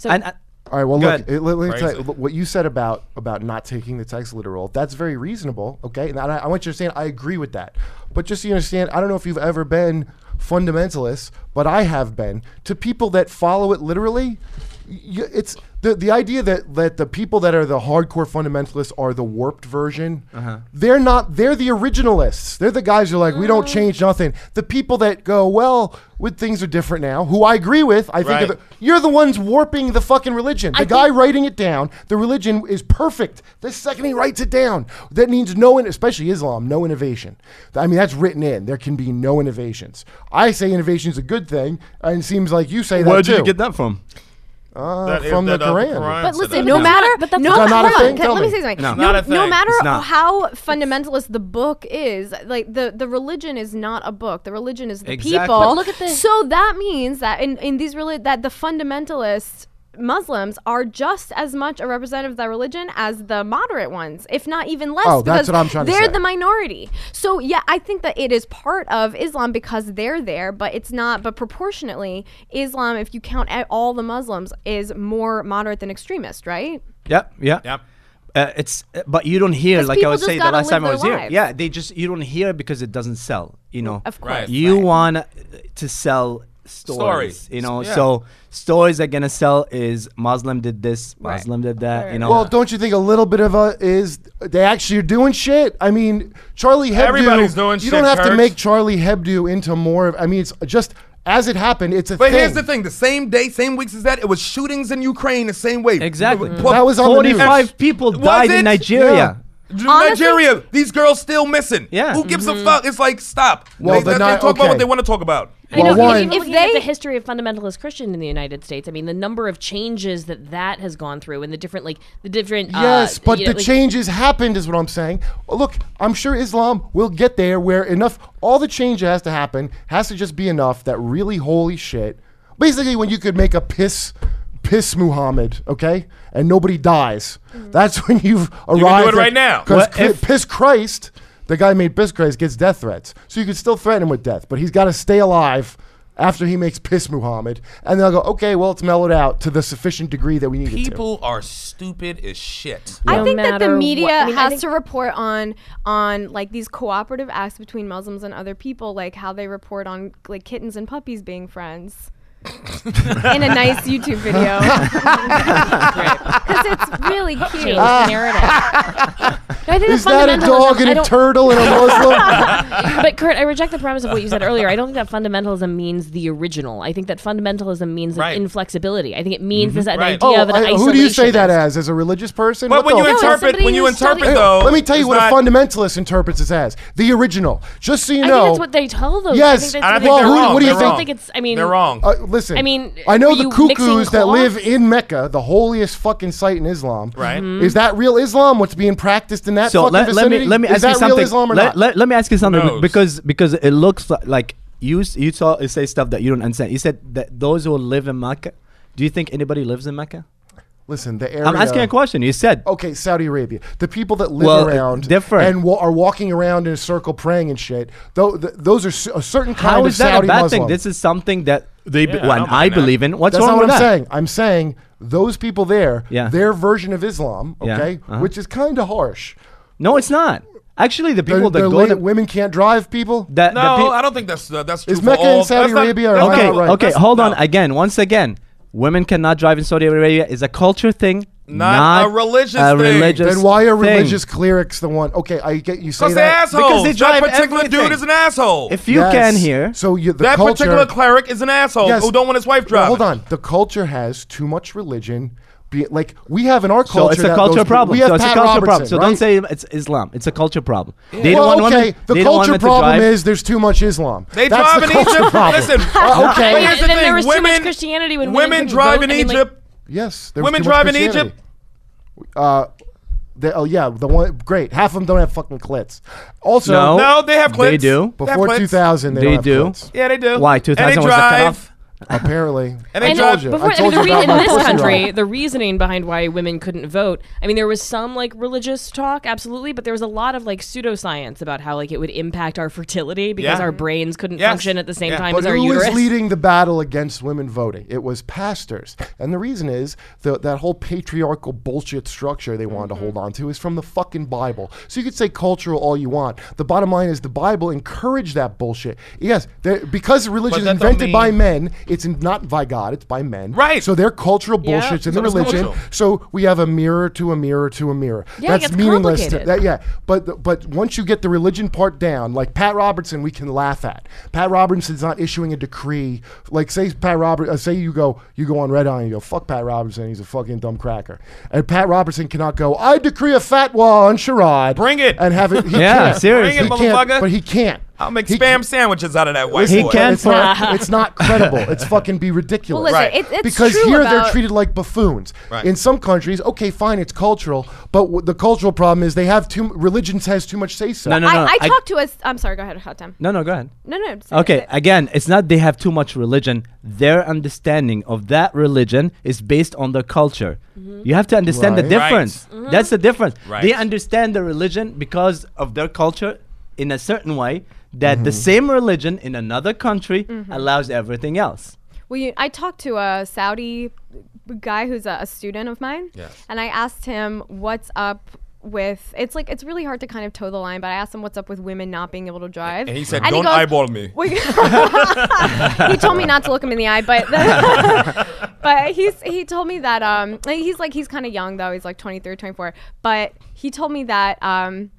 [SPEAKER 8] So-
[SPEAKER 6] and, uh,
[SPEAKER 3] All right. Well,
[SPEAKER 6] Go
[SPEAKER 3] look. It,
[SPEAKER 6] ahead.
[SPEAKER 3] let me tell you,
[SPEAKER 4] Crazy.
[SPEAKER 3] what you said about about not taking the text literal. That's very reasonable. Okay, and I, I want you to understand. I agree with that. But just so you understand, I don't know if you've ever been fundamentalist, but I have been to people that follow it literally. You, it's the the idea that that the people that are the hardcore fundamentalists are the warped version.
[SPEAKER 4] Uh-huh.
[SPEAKER 3] They're not. They're the originalists. They're the guys who are like, we don't change nothing. The people that go, well, with things are different now. Who I agree with. I think
[SPEAKER 4] Right.
[SPEAKER 3] of it- you're the ones warping the fucking religion. The guy writing it down, the religion is perfect. The second he writes it down, that means no, in, especially Islam, no innovation. I mean, that's written in. There can be no innovations. I say innovation is a good thing, and it seems like you say that
[SPEAKER 6] where did
[SPEAKER 3] too.
[SPEAKER 6] you get that from?
[SPEAKER 3] Uh,
[SPEAKER 4] That is-
[SPEAKER 3] from the
[SPEAKER 4] that, uh,
[SPEAKER 3] Quran.
[SPEAKER 5] But
[SPEAKER 4] said
[SPEAKER 5] listen,
[SPEAKER 4] that.
[SPEAKER 5] no
[SPEAKER 4] Yeah.
[SPEAKER 5] matter,
[SPEAKER 8] But that's
[SPEAKER 5] no,
[SPEAKER 8] not-
[SPEAKER 5] hold
[SPEAKER 8] It's
[SPEAKER 3] not a
[SPEAKER 5] on,
[SPEAKER 3] thing.
[SPEAKER 5] can-
[SPEAKER 3] Tell
[SPEAKER 5] Let me
[SPEAKER 3] me.
[SPEAKER 5] say something.
[SPEAKER 6] No.
[SPEAKER 5] No,
[SPEAKER 4] Not a
[SPEAKER 5] no
[SPEAKER 4] thing.
[SPEAKER 5] matter
[SPEAKER 6] It's not.
[SPEAKER 5] how fundamentalist the book is, like the, the religion is not a book. The religion is the
[SPEAKER 6] Exactly.
[SPEAKER 5] people.
[SPEAKER 6] But
[SPEAKER 8] look at the-
[SPEAKER 5] So that means that in in these really that the fundamentalists. Muslims are just as much a representative of that religion as the moderate ones, if not even less.
[SPEAKER 3] Oh, that's
[SPEAKER 5] because
[SPEAKER 3] what I'm trying to
[SPEAKER 5] They're
[SPEAKER 3] say.
[SPEAKER 5] the minority. So yeah, I think that it is part of Islam because they're there, but it's not. But proportionately, Islam, if you count at all the Muslims, is more moderate than extremist, right?
[SPEAKER 6] Yeah, yeah,
[SPEAKER 4] Yep.
[SPEAKER 6] Uh, it's uh, but you don't hear
[SPEAKER 5] 'Cause
[SPEAKER 6] like I
[SPEAKER 5] people
[SPEAKER 6] was
[SPEAKER 5] just
[SPEAKER 6] saying the
[SPEAKER 5] gotta
[SPEAKER 6] last
[SPEAKER 5] live
[SPEAKER 6] time I
[SPEAKER 5] their
[SPEAKER 6] was here.
[SPEAKER 5] lives.
[SPEAKER 6] Yeah, they just you don't hear because it doesn't sell. You know,
[SPEAKER 5] Of course.
[SPEAKER 4] Right.
[SPEAKER 6] you want to sell stories.
[SPEAKER 4] Stories.
[SPEAKER 6] You know,
[SPEAKER 4] Yeah.
[SPEAKER 6] so stories are gonna sell is Muslim did this, Muslim did that. You know,
[SPEAKER 3] Well, don't you think a little bit of a is they actually are doing shit? I mean, Charlie Hebdo.
[SPEAKER 4] Everybody's doing
[SPEAKER 3] You don't
[SPEAKER 4] shit,
[SPEAKER 3] have to
[SPEAKER 4] Kurtz.
[SPEAKER 3] make Charlie Hebdo into more of. I mean, it's just as it happened. It's a
[SPEAKER 4] But
[SPEAKER 3] thing.
[SPEAKER 4] here's the thing: the same day, same weeks as that, it was shootings in Ukraine the same way.
[SPEAKER 6] Exactly.
[SPEAKER 4] P-
[SPEAKER 6] Mm.
[SPEAKER 3] That was on the news.
[SPEAKER 6] forty-five people
[SPEAKER 4] Was
[SPEAKER 6] died
[SPEAKER 4] it?
[SPEAKER 6] in Nigeria.
[SPEAKER 5] Honestly- Mm-hmm.
[SPEAKER 4] Nigeria, these girls still missing.
[SPEAKER 6] Yeah.
[SPEAKER 4] Who gives a fuck? It's like stop.
[SPEAKER 3] Well,
[SPEAKER 4] they,
[SPEAKER 3] but
[SPEAKER 4] they
[SPEAKER 3] not-
[SPEAKER 4] talk about
[SPEAKER 3] okay.
[SPEAKER 4] what they want to talk about.
[SPEAKER 8] I know,
[SPEAKER 3] Well,
[SPEAKER 8] but
[SPEAKER 3] one-
[SPEAKER 8] even
[SPEAKER 5] If
[SPEAKER 8] looking at
[SPEAKER 5] they-
[SPEAKER 8] the history of fundamentalist Christian in the United States, I mean, the number of changes that that has gone through, and the different, like the different.
[SPEAKER 3] Yes,
[SPEAKER 8] uh,
[SPEAKER 3] but
[SPEAKER 8] you
[SPEAKER 3] the
[SPEAKER 8] know, like-
[SPEAKER 3] changes happened, is what I'm saying. Look, I'm sure Islam will get there where enough, all the change that has to happen has to just be enough that really holy shit. Basically, when you could make a piss, piss Muhammad, okay, and nobody dies,
[SPEAKER 8] Mm-hmm.
[SPEAKER 3] that's <laughs> when you've arrived.
[SPEAKER 4] it right now.
[SPEAKER 3] Because
[SPEAKER 6] What if-
[SPEAKER 3] piss Christ, the guy who made piss Christ gets death threats, so you could still threaten him with death, but he's got to stay alive. After he makes piss Muhammad, and they'll go, okay, well, it's mellowed out to the sufficient degree that we need it to.
[SPEAKER 4] People are stupid as shit.
[SPEAKER 5] I
[SPEAKER 8] No
[SPEAKER 5] think that
[SPEAKER 8] matter
[SPEAKER 5] the
[SPEAKER 8] what-
[SPEAKER 5] media
[SPEAKER 8] I mean, I
[SPEAKER 5] has
[SPEAKER 8] think-
[SPEAKER 5] to report on on like these cooperative acts between Muslims and other people, like how they report on like kittens and puppies
[SPEAKER 3] <laughs>
[SPEAKER 5] being friends. in a nice YouTube video, because it's
[SPEAKER 6] <laughs>
[SPEAKER 5] really cute.
[SPEAKER 8] change the
[SPEAKER 6] Ah.
[SPEAKER 8] narrative.
[SPEAKER 5] I think
[SPEAKER 3] Is that a dog and a turtle
[SPEAKER 8] <laughs>
[SPEAKER 3] and a Muslim?
[SPEAKER 8] But Kurt, I reject the premise of what you said earlier. I don't think that fundamentalism means the original. I think that fundamentalism means
[SPEAKER 4] Right.
[SPEAKER 8] inflexibility. I think it means this an
[SPEAKER 4] Right.
[SPEAKER 8] idea of an
[SPEAKER 3] Oh, I- who do you say that
[SPEAKER 8] isolationist.
[SPEAKER 3] as? As a religious person?
[SPEAKER 4] But
[SPEAKER 3] What
[SPEAKER 4] when you
[SPEAKER 3] the-
[SPEAKER 5] it's
[SPEAKER 4] interpret,
[SPEAKER 5] somebody
[SPEAKER 4] when you
[SPEAKER 5] who
[SPEAKER 4] interpret
[SPEAKER 5] studied-
[SPEAKER 4] though,
[SPEAKER 3] Let me tell you
[SPEAKER 4] it's
[SPEAKER 3] what
[SPEAKER 4] not-
[SPEAKER 3] a fundamentalist interprets this as the original. Just so you
[SPEAKER 8] I
[SPEAKER 3] know,
[SPEAKER 8] think that's what they tell those.
[SPEAKER 3] Yes,
[SPEAKER 8] I think that's
[SPEAKER 3] and I
[SPEAKER 8] what
[SPEAKER 3] think
[SPEAKER 8] they
[SPEAKER 3] they're
[SPEAKER 8] tell
[SPEAKER 3] wrong.
[SPEAKER 8] them.
[SPEAKER 3] What do you
[SPEAKER 8] I don't
[SPEAKER 3] think?
[SPEAKER 8] think it's. I mean,
[SPEAKER 4] they're wrong.
[SPEAKER 3] Uh, listen,
[SPEAKER 8] I mean,
[SPEAKER 3] I know
[SPEAKER 8] were
[SPEAKER 3] the
[SPEAKER 8] you mixing
[SPEAKER 3] cuckoos that live
[SPEAKER 8] cloths?
[SPEAKER 3] in Mecca, the holiest fucking site in Islam.
[SPEAKER 4] Right.
[SPEAKER 8] Mm-hmm.
[SPEAKER 4] Mhm.
[SPEAKER 3] Is that real Islam? What's being practiced in that
[SPEAKER 6] so
[SPEAKER 3] fucking
[SPEAKER 6] let, let
[SPEAKER 3] vicinity?
[SPEAKER 6] me let me
[SPEAKER 3] is
[SPEAKER 6] ask
[SPEAKER 3] that
[SPEAKER 6] you something.
[SPEAKER 3] real Islam or
[SPEAKER 6] let,
[SPEAKER 3] not?
[SPEAKER 6] let- let me ask you something
[SPEAKER 4] knows?
[SPEAKER 6] because because it looks li- like you s- you saw you say stuff that you don't understand. You said that those who live in Mecca. Do you think anybody lives in Mecca?
[SPEAKER 3] Listen, the area. Oh,
[SPEAKER 6] I'm asking a question. You said
[SPEAKER 3] Okay, Saudi Arabia. The people that live
[SPEAKER 6] Well,
[SPEAKER 3] around
[SPEAKER 6] different.
[SPEAKER 3] and wa- are walking around in a circle praying and shit. Though th- those are s- a certain kind
[SPEAKER 6] how
[SPEAKER 3] of
[SPEAKER 6] is that
[SPEAKER 3] Saudi
[SPEAKER 6] a bad
[SPEAKER 3] Muslim.
[SPEAKER 6] thing? This is something that they be-
[SPEAKER 4] Yeah, I
[SPEAKER 6] when
[SPEAKER 4] don't
[SPEAKER 6] I,
[SPEAKER 4] mind that.
[SPEAKER 6] believe in. What's
[SPEAKER 3] That's not
[SPEAKER 6] wrong
[SPEAKER 3] what
[SPEAKER 6] with
[SPEAKER 3] I'm
[SPEAKER 6] that?
[SPEAKER 3] saying. I'm saying those people there,
[SPEAKER 6] Yeah.
[SPEAKER 3] their version of Islam,
[SPEAKER 6] Yeah,
[SPEAKER 3] okay,
[SPEAKER 6] uh-huh.
[SPEAKER 3] which is kind of harsh.
[SPEAKER 6] No, it's not. Actually, the
[SPEAKER 3] They're,
[SPEAKER 6] people that
[SPEAKER 3] they're
[SPEAKER 6] go
[SPEAKER 3] late,
[SPEAKER 6] to
[SPEAKER 3] women can't drive. People.
[SPEAKER 6] that the
[SPEAKER 4] No,
[SPEAKER 6] peop-
[SPEAKER 4] I don't think that's uh, that's true.
[SPEAKER 3] Is
[SPEAKER 4] for
[SPEAKER 3] Mecca
[SPEAKER 4] all-
[SPEAKER 3] and Saudi
[SPEAKER 4] that's not-
[SPEAKER 3] Arabia or
[SPEAKER 4] that's
[SPEAKER 3] am I
[SPEAKER 6] okay,
[SPEAKER 4] not-
[SPEAKER 3] right?
[SPEAKER 6] okay.
[SPEAKER 4] that's-
[SPEAKER 6] Hold
[SPEAKER 4] no.
[SPEAKER 6] on. Again, once again, women cannot drive in Saudi Arabia is a culture thing,
[SPEAKER 4] Not a religious
[SPEAKER 6] a
[SPEAKER 4] thing.
[SPEAKER 6] religious
[SPEAKER 3] Then why are
[SPEAKER 6] thing.
[SPEAKER 3] religious clerics the one? Okay, I get you say
[SPEAKER 4] Because they're
[SPEAKER 3] that.
[SPEAKER 4] assholes.
[SPEAKER 6] Because they drive
[SPEAKER 4] that particular dude
[SPEAKER 6] everything.
[SPEAKER 4] is an asshole.
[SPEAKER 6] If you
[SPEAKER 3] Yes.
[SPEAKER 6] can hear,
[SPEAKER 3] So you, the
[SPEAKER 4] that
[SPEAKER 3] culture,
[SPEAKER 4] particular cleric is an asshole
[SPEAKER 3] Yes.
[SPEAKER 4] who Oh, don't want his wife
[SPEAKER 3] Well,
[SPEAKER 4] driving.
[SPEAKER 3] hold on. The culture has too much religion. Be, like we have in our culture.
[SPEAKER 6] so it's a
[SPEAKER 3] that
[SPEAKER 6] culture
[SPEAKER 3] those-
[SPEAKER 6] problem.
[SPEAKER 3] We have
[SPEAKER 6] so it's
[SPEAKER 3] Pat
[SPEAKER 6] a culture
[SPEAKER 3] Robertson,
[SPEAKER 6] problem. So
[SPEAKER 3] right?
[SPEAKER 6] don't say it's Islam. It's a culture problem. They
[SPEAKER 3] well,
[SPEAKER 6] don't want
[SPEAKER 3] okay,
[SPEAKER 6] women.
[SPEAKER 3] the
[SPEAKER 6] they don't want
[SPEAKER 3] culture
[SPEAKER 6] women
[SPEAKER 3] problem
[SPEAKER 6] to drive.
[SPEAKER 3] is there's too much Islam.
[SPEAKER 4] They
[SPEAKER 3] That's
[SPEAKER 4] drive
[SPEAKER 3] the
[SPEAKER 4] in
[SPEAKER 3] culture
[SPEAKER 4] Egypt.
[SPEAKER 3] Problem.
[SPEAKER 4] Listen,
[SPEAKER 3] Uh, <laughs> okay.
[SPEAKER 8] And
[SPEAKER 4] here's the
[SPEAKER 8] then there
[SPEAKER 4] thing,
[SPEAKER 8] was too
[SPEAKER 4] women,
[SPEAKER 8] much Christianity when women
[SPEAKER 4] women
[SPEAKER 8] couldn't
[SPEAKER 4] drive
[SPEAKER 8] vote.
[SPEAKER 4] in
[SPEAKER 8] I mean, like-
[SPEAKER 4] Egypt.
[SPEAKER 3] Yes, there was
[SPEAKER 4] Women
[SPEAKER 3] too much
[SPEAKER 4] drive in
[SPEAKER 3] Christianity.
[SPEAKER 4] Egypt?
[SPEAKER 3] Uh, they, oh yeah, the one great half of them don't have fucking clits. Also,
[SPEAKER 6] No.
[SPEAKER 4] no, they have clips.
[SPEAKER 6] They do.
[SPEAKER 4] They have
[SPEAKER 3] before
[SPEAKER 4] clips.
[SPEAKER 3] 2000, they,
[SPEAKER 6] They
[SPEAKER 3] don't have
[SPEAKER 6] do.
[SPEAKER 3] clits,
[SPEAKER 4] Yeah, they do.
[SPEAKER 6] Why, 2000
[SPEAKER 4] and
[SPEAKER 6] was
[SPEAKER 4] they
[SPEAKER 6] the
[SPEAKER 4] drive.
[SPEAKER 6] cutoff?
[SPEAKER 3] apparently.
[SPEAKER 4] And they
[SPEAKER 8] And
[SPEAKER 4] drive.
[SPEAKER 3] you.
[SPEAKER 8] before,
[SPEAKER 3] I
[SPEAKER 8] I, mean,
[SPEAKER 3] told
[SPEAKER 8] the
[SPEAKER 3] you
[SPEAKER 8] re-
[SPEAKER 3] about
[SPEAKER 8] in
[SPEAKER 3] my
[SPEAKER 8] this
[SPEAKER 3] pussy
[SPEAKER 8] country,
[SPEAKER 3] rock.
[SPEAKER 8] the reasoning behind why women couldn't vote. I mean, there was some like religious talk, absolutely, but there was a lot of like pseudoscience about how like it would impact our fertility because
[SPEAKER 4] Yeah.
[SPEAKER 8] our brains couldn't
[SPEAKER 4] Yes.
[SPEAKER 8] function at the same
[SPEAKER 4] Yeah.
[SPEAKER 8] time
[SPEAKER 3] But
[SPEAKER 8] as our
[SPEAKER 3] who
[SPEAKER 8] uterus.
[SPEAKER 3] was leading the battle against women voting? It was pastors, and the reason is the, that whole patriarchal bullshit structure they wanted
[SPEAKER 4] Mm-hmm.
[SPEAKER 3] to hold on to is from the fucking Bible. So you could say cultural all you want. The bottom line is the Bible encouraged that bullshit. Yes, there- because religion
[SPEAKER 4] But
[SPEAKER 3] is
[SPEAKER 4] that don't
[SPEAKER 3] invented by
[SPEAKER 4] mean-
[SPEAKER 3] men, it's in- not by God, it's by men.
[SPEAKER 4] Right.
[SPEAKER 3] So their cultural
[SPEAKER 8] Yeah,
[SPEAKER 3] bullshit's in
[SPEAKER 4] so
[SPEAKER 3] the
[SPEAKER 4] it's
[SPEAKER 3] religion.
[SPEAKER 4] cultural.
[SPEAKER 3] So we have a mirror to a mirror to a mirror.
[SPEAKER 8] Yeah, it
[SPEAKER 3] That's
[SPEAKER 8] gets
[SPEAKER 3] meaningless. To,
[SPEAKER 8] complicated.
[SPEAKER 3] that, yeah, but but once you get the religion part down, like Pat Robertson, we can laugh at. Pat Robertson's not issuing a decree. Like say Pat Robert, uh, say you go you go on Red Eye and you go fuck Pat Robertson, he's a fucking dumb cracker. And Pat Robertson cannot go, I decree a fatwa on charade.
[SPEAKER 4] Bring it.
[SPEAKER 3] and have
[SPEAKER 4] <laughs>
[SPEAKER 3] it. He
[SPEAKER 6] Yeah,
[SPEAKER 3] can't.
[SPEAKER 6] seriously.
[SPEAKER 4] Bring it,
[SPEAKER 3] He can't,
[SPEAKER 4] motherfucker.
[SPEAKER 3] but he can't.
[SPEAKER 4] I'll make
[SPEAKER 3] He
[SPEAKER 4] spam sandwiches out of that white
[SPEAKER 6] He
[SPEAKER 4] boy.
[SPEAKER 6] can-
[SPEAKER 3] it's not, it's not credible.
[SPEAKER 5] <laughs>
[SPEAKER 3] It's fucking be ridiculous.
[SPEAKER 5] Well, listen,
[SPEAKER 4] Right.
[SPEAKER 5] it's, it's
[SPEAKER 3] because
[SPEAKER 5] true
[SPEAKER 3] here
[SPEAKER 5] about,
[SPEAKER 3] they're treated like buffoons.
[SPEAKER 4] Right.
[SPEAKER 3] In some countries, okay, fine, it's cultural, but w- the cultural problem is they have too religion has too much say so.
[SPEAKER 6] No, no,
[SPEAKER 5] I,
[SPEAKER 6] no.
[SPEAKER 5] I talked to us. I'm sorry. Go ahead. Hot time.
[SPEAKER 6] No, no. Go ahead.
[SPEAKER 5] No, no. say-
[SPEAKER 6] Okay,
[SPEAKER 5] say-
[SPEAKER 6] again, it's not they have too much religion. Their understanding of that religion is based on their culture. You have to understand the
[SPEAKER 3] Mm-hmm. Right. Mm-hmm.
[SPEAKER 4] Right.
[SPEAKER 6] difference. That's the difference.
[SPEAKER 4] Right.
[SPEAKER 6] They understand the religion because of their culture in a certain way that the same religion in another country
[SPEAKER 3] Mm-hmm.
[SPEAKER 6] allows everything else.
[SPEAKER 5] Well, you, I talked to a Saudi guy who's a, a student of mine, and I asked him what's up with. It's like it's really hard to kind of toe the line, but I asked him what's up with women not being able to drive,
[SPEAKER 4] And he said, "Don't
[SPEAKER 5] goes-
[SPEAKER 4] eyeball me."
[SPEAKER 5] <laughs> We- he told me not to look him in the eye, but <laughs> but he's he told me that um he's like he's kind of young though he's like 23 or 24, but he told me that um.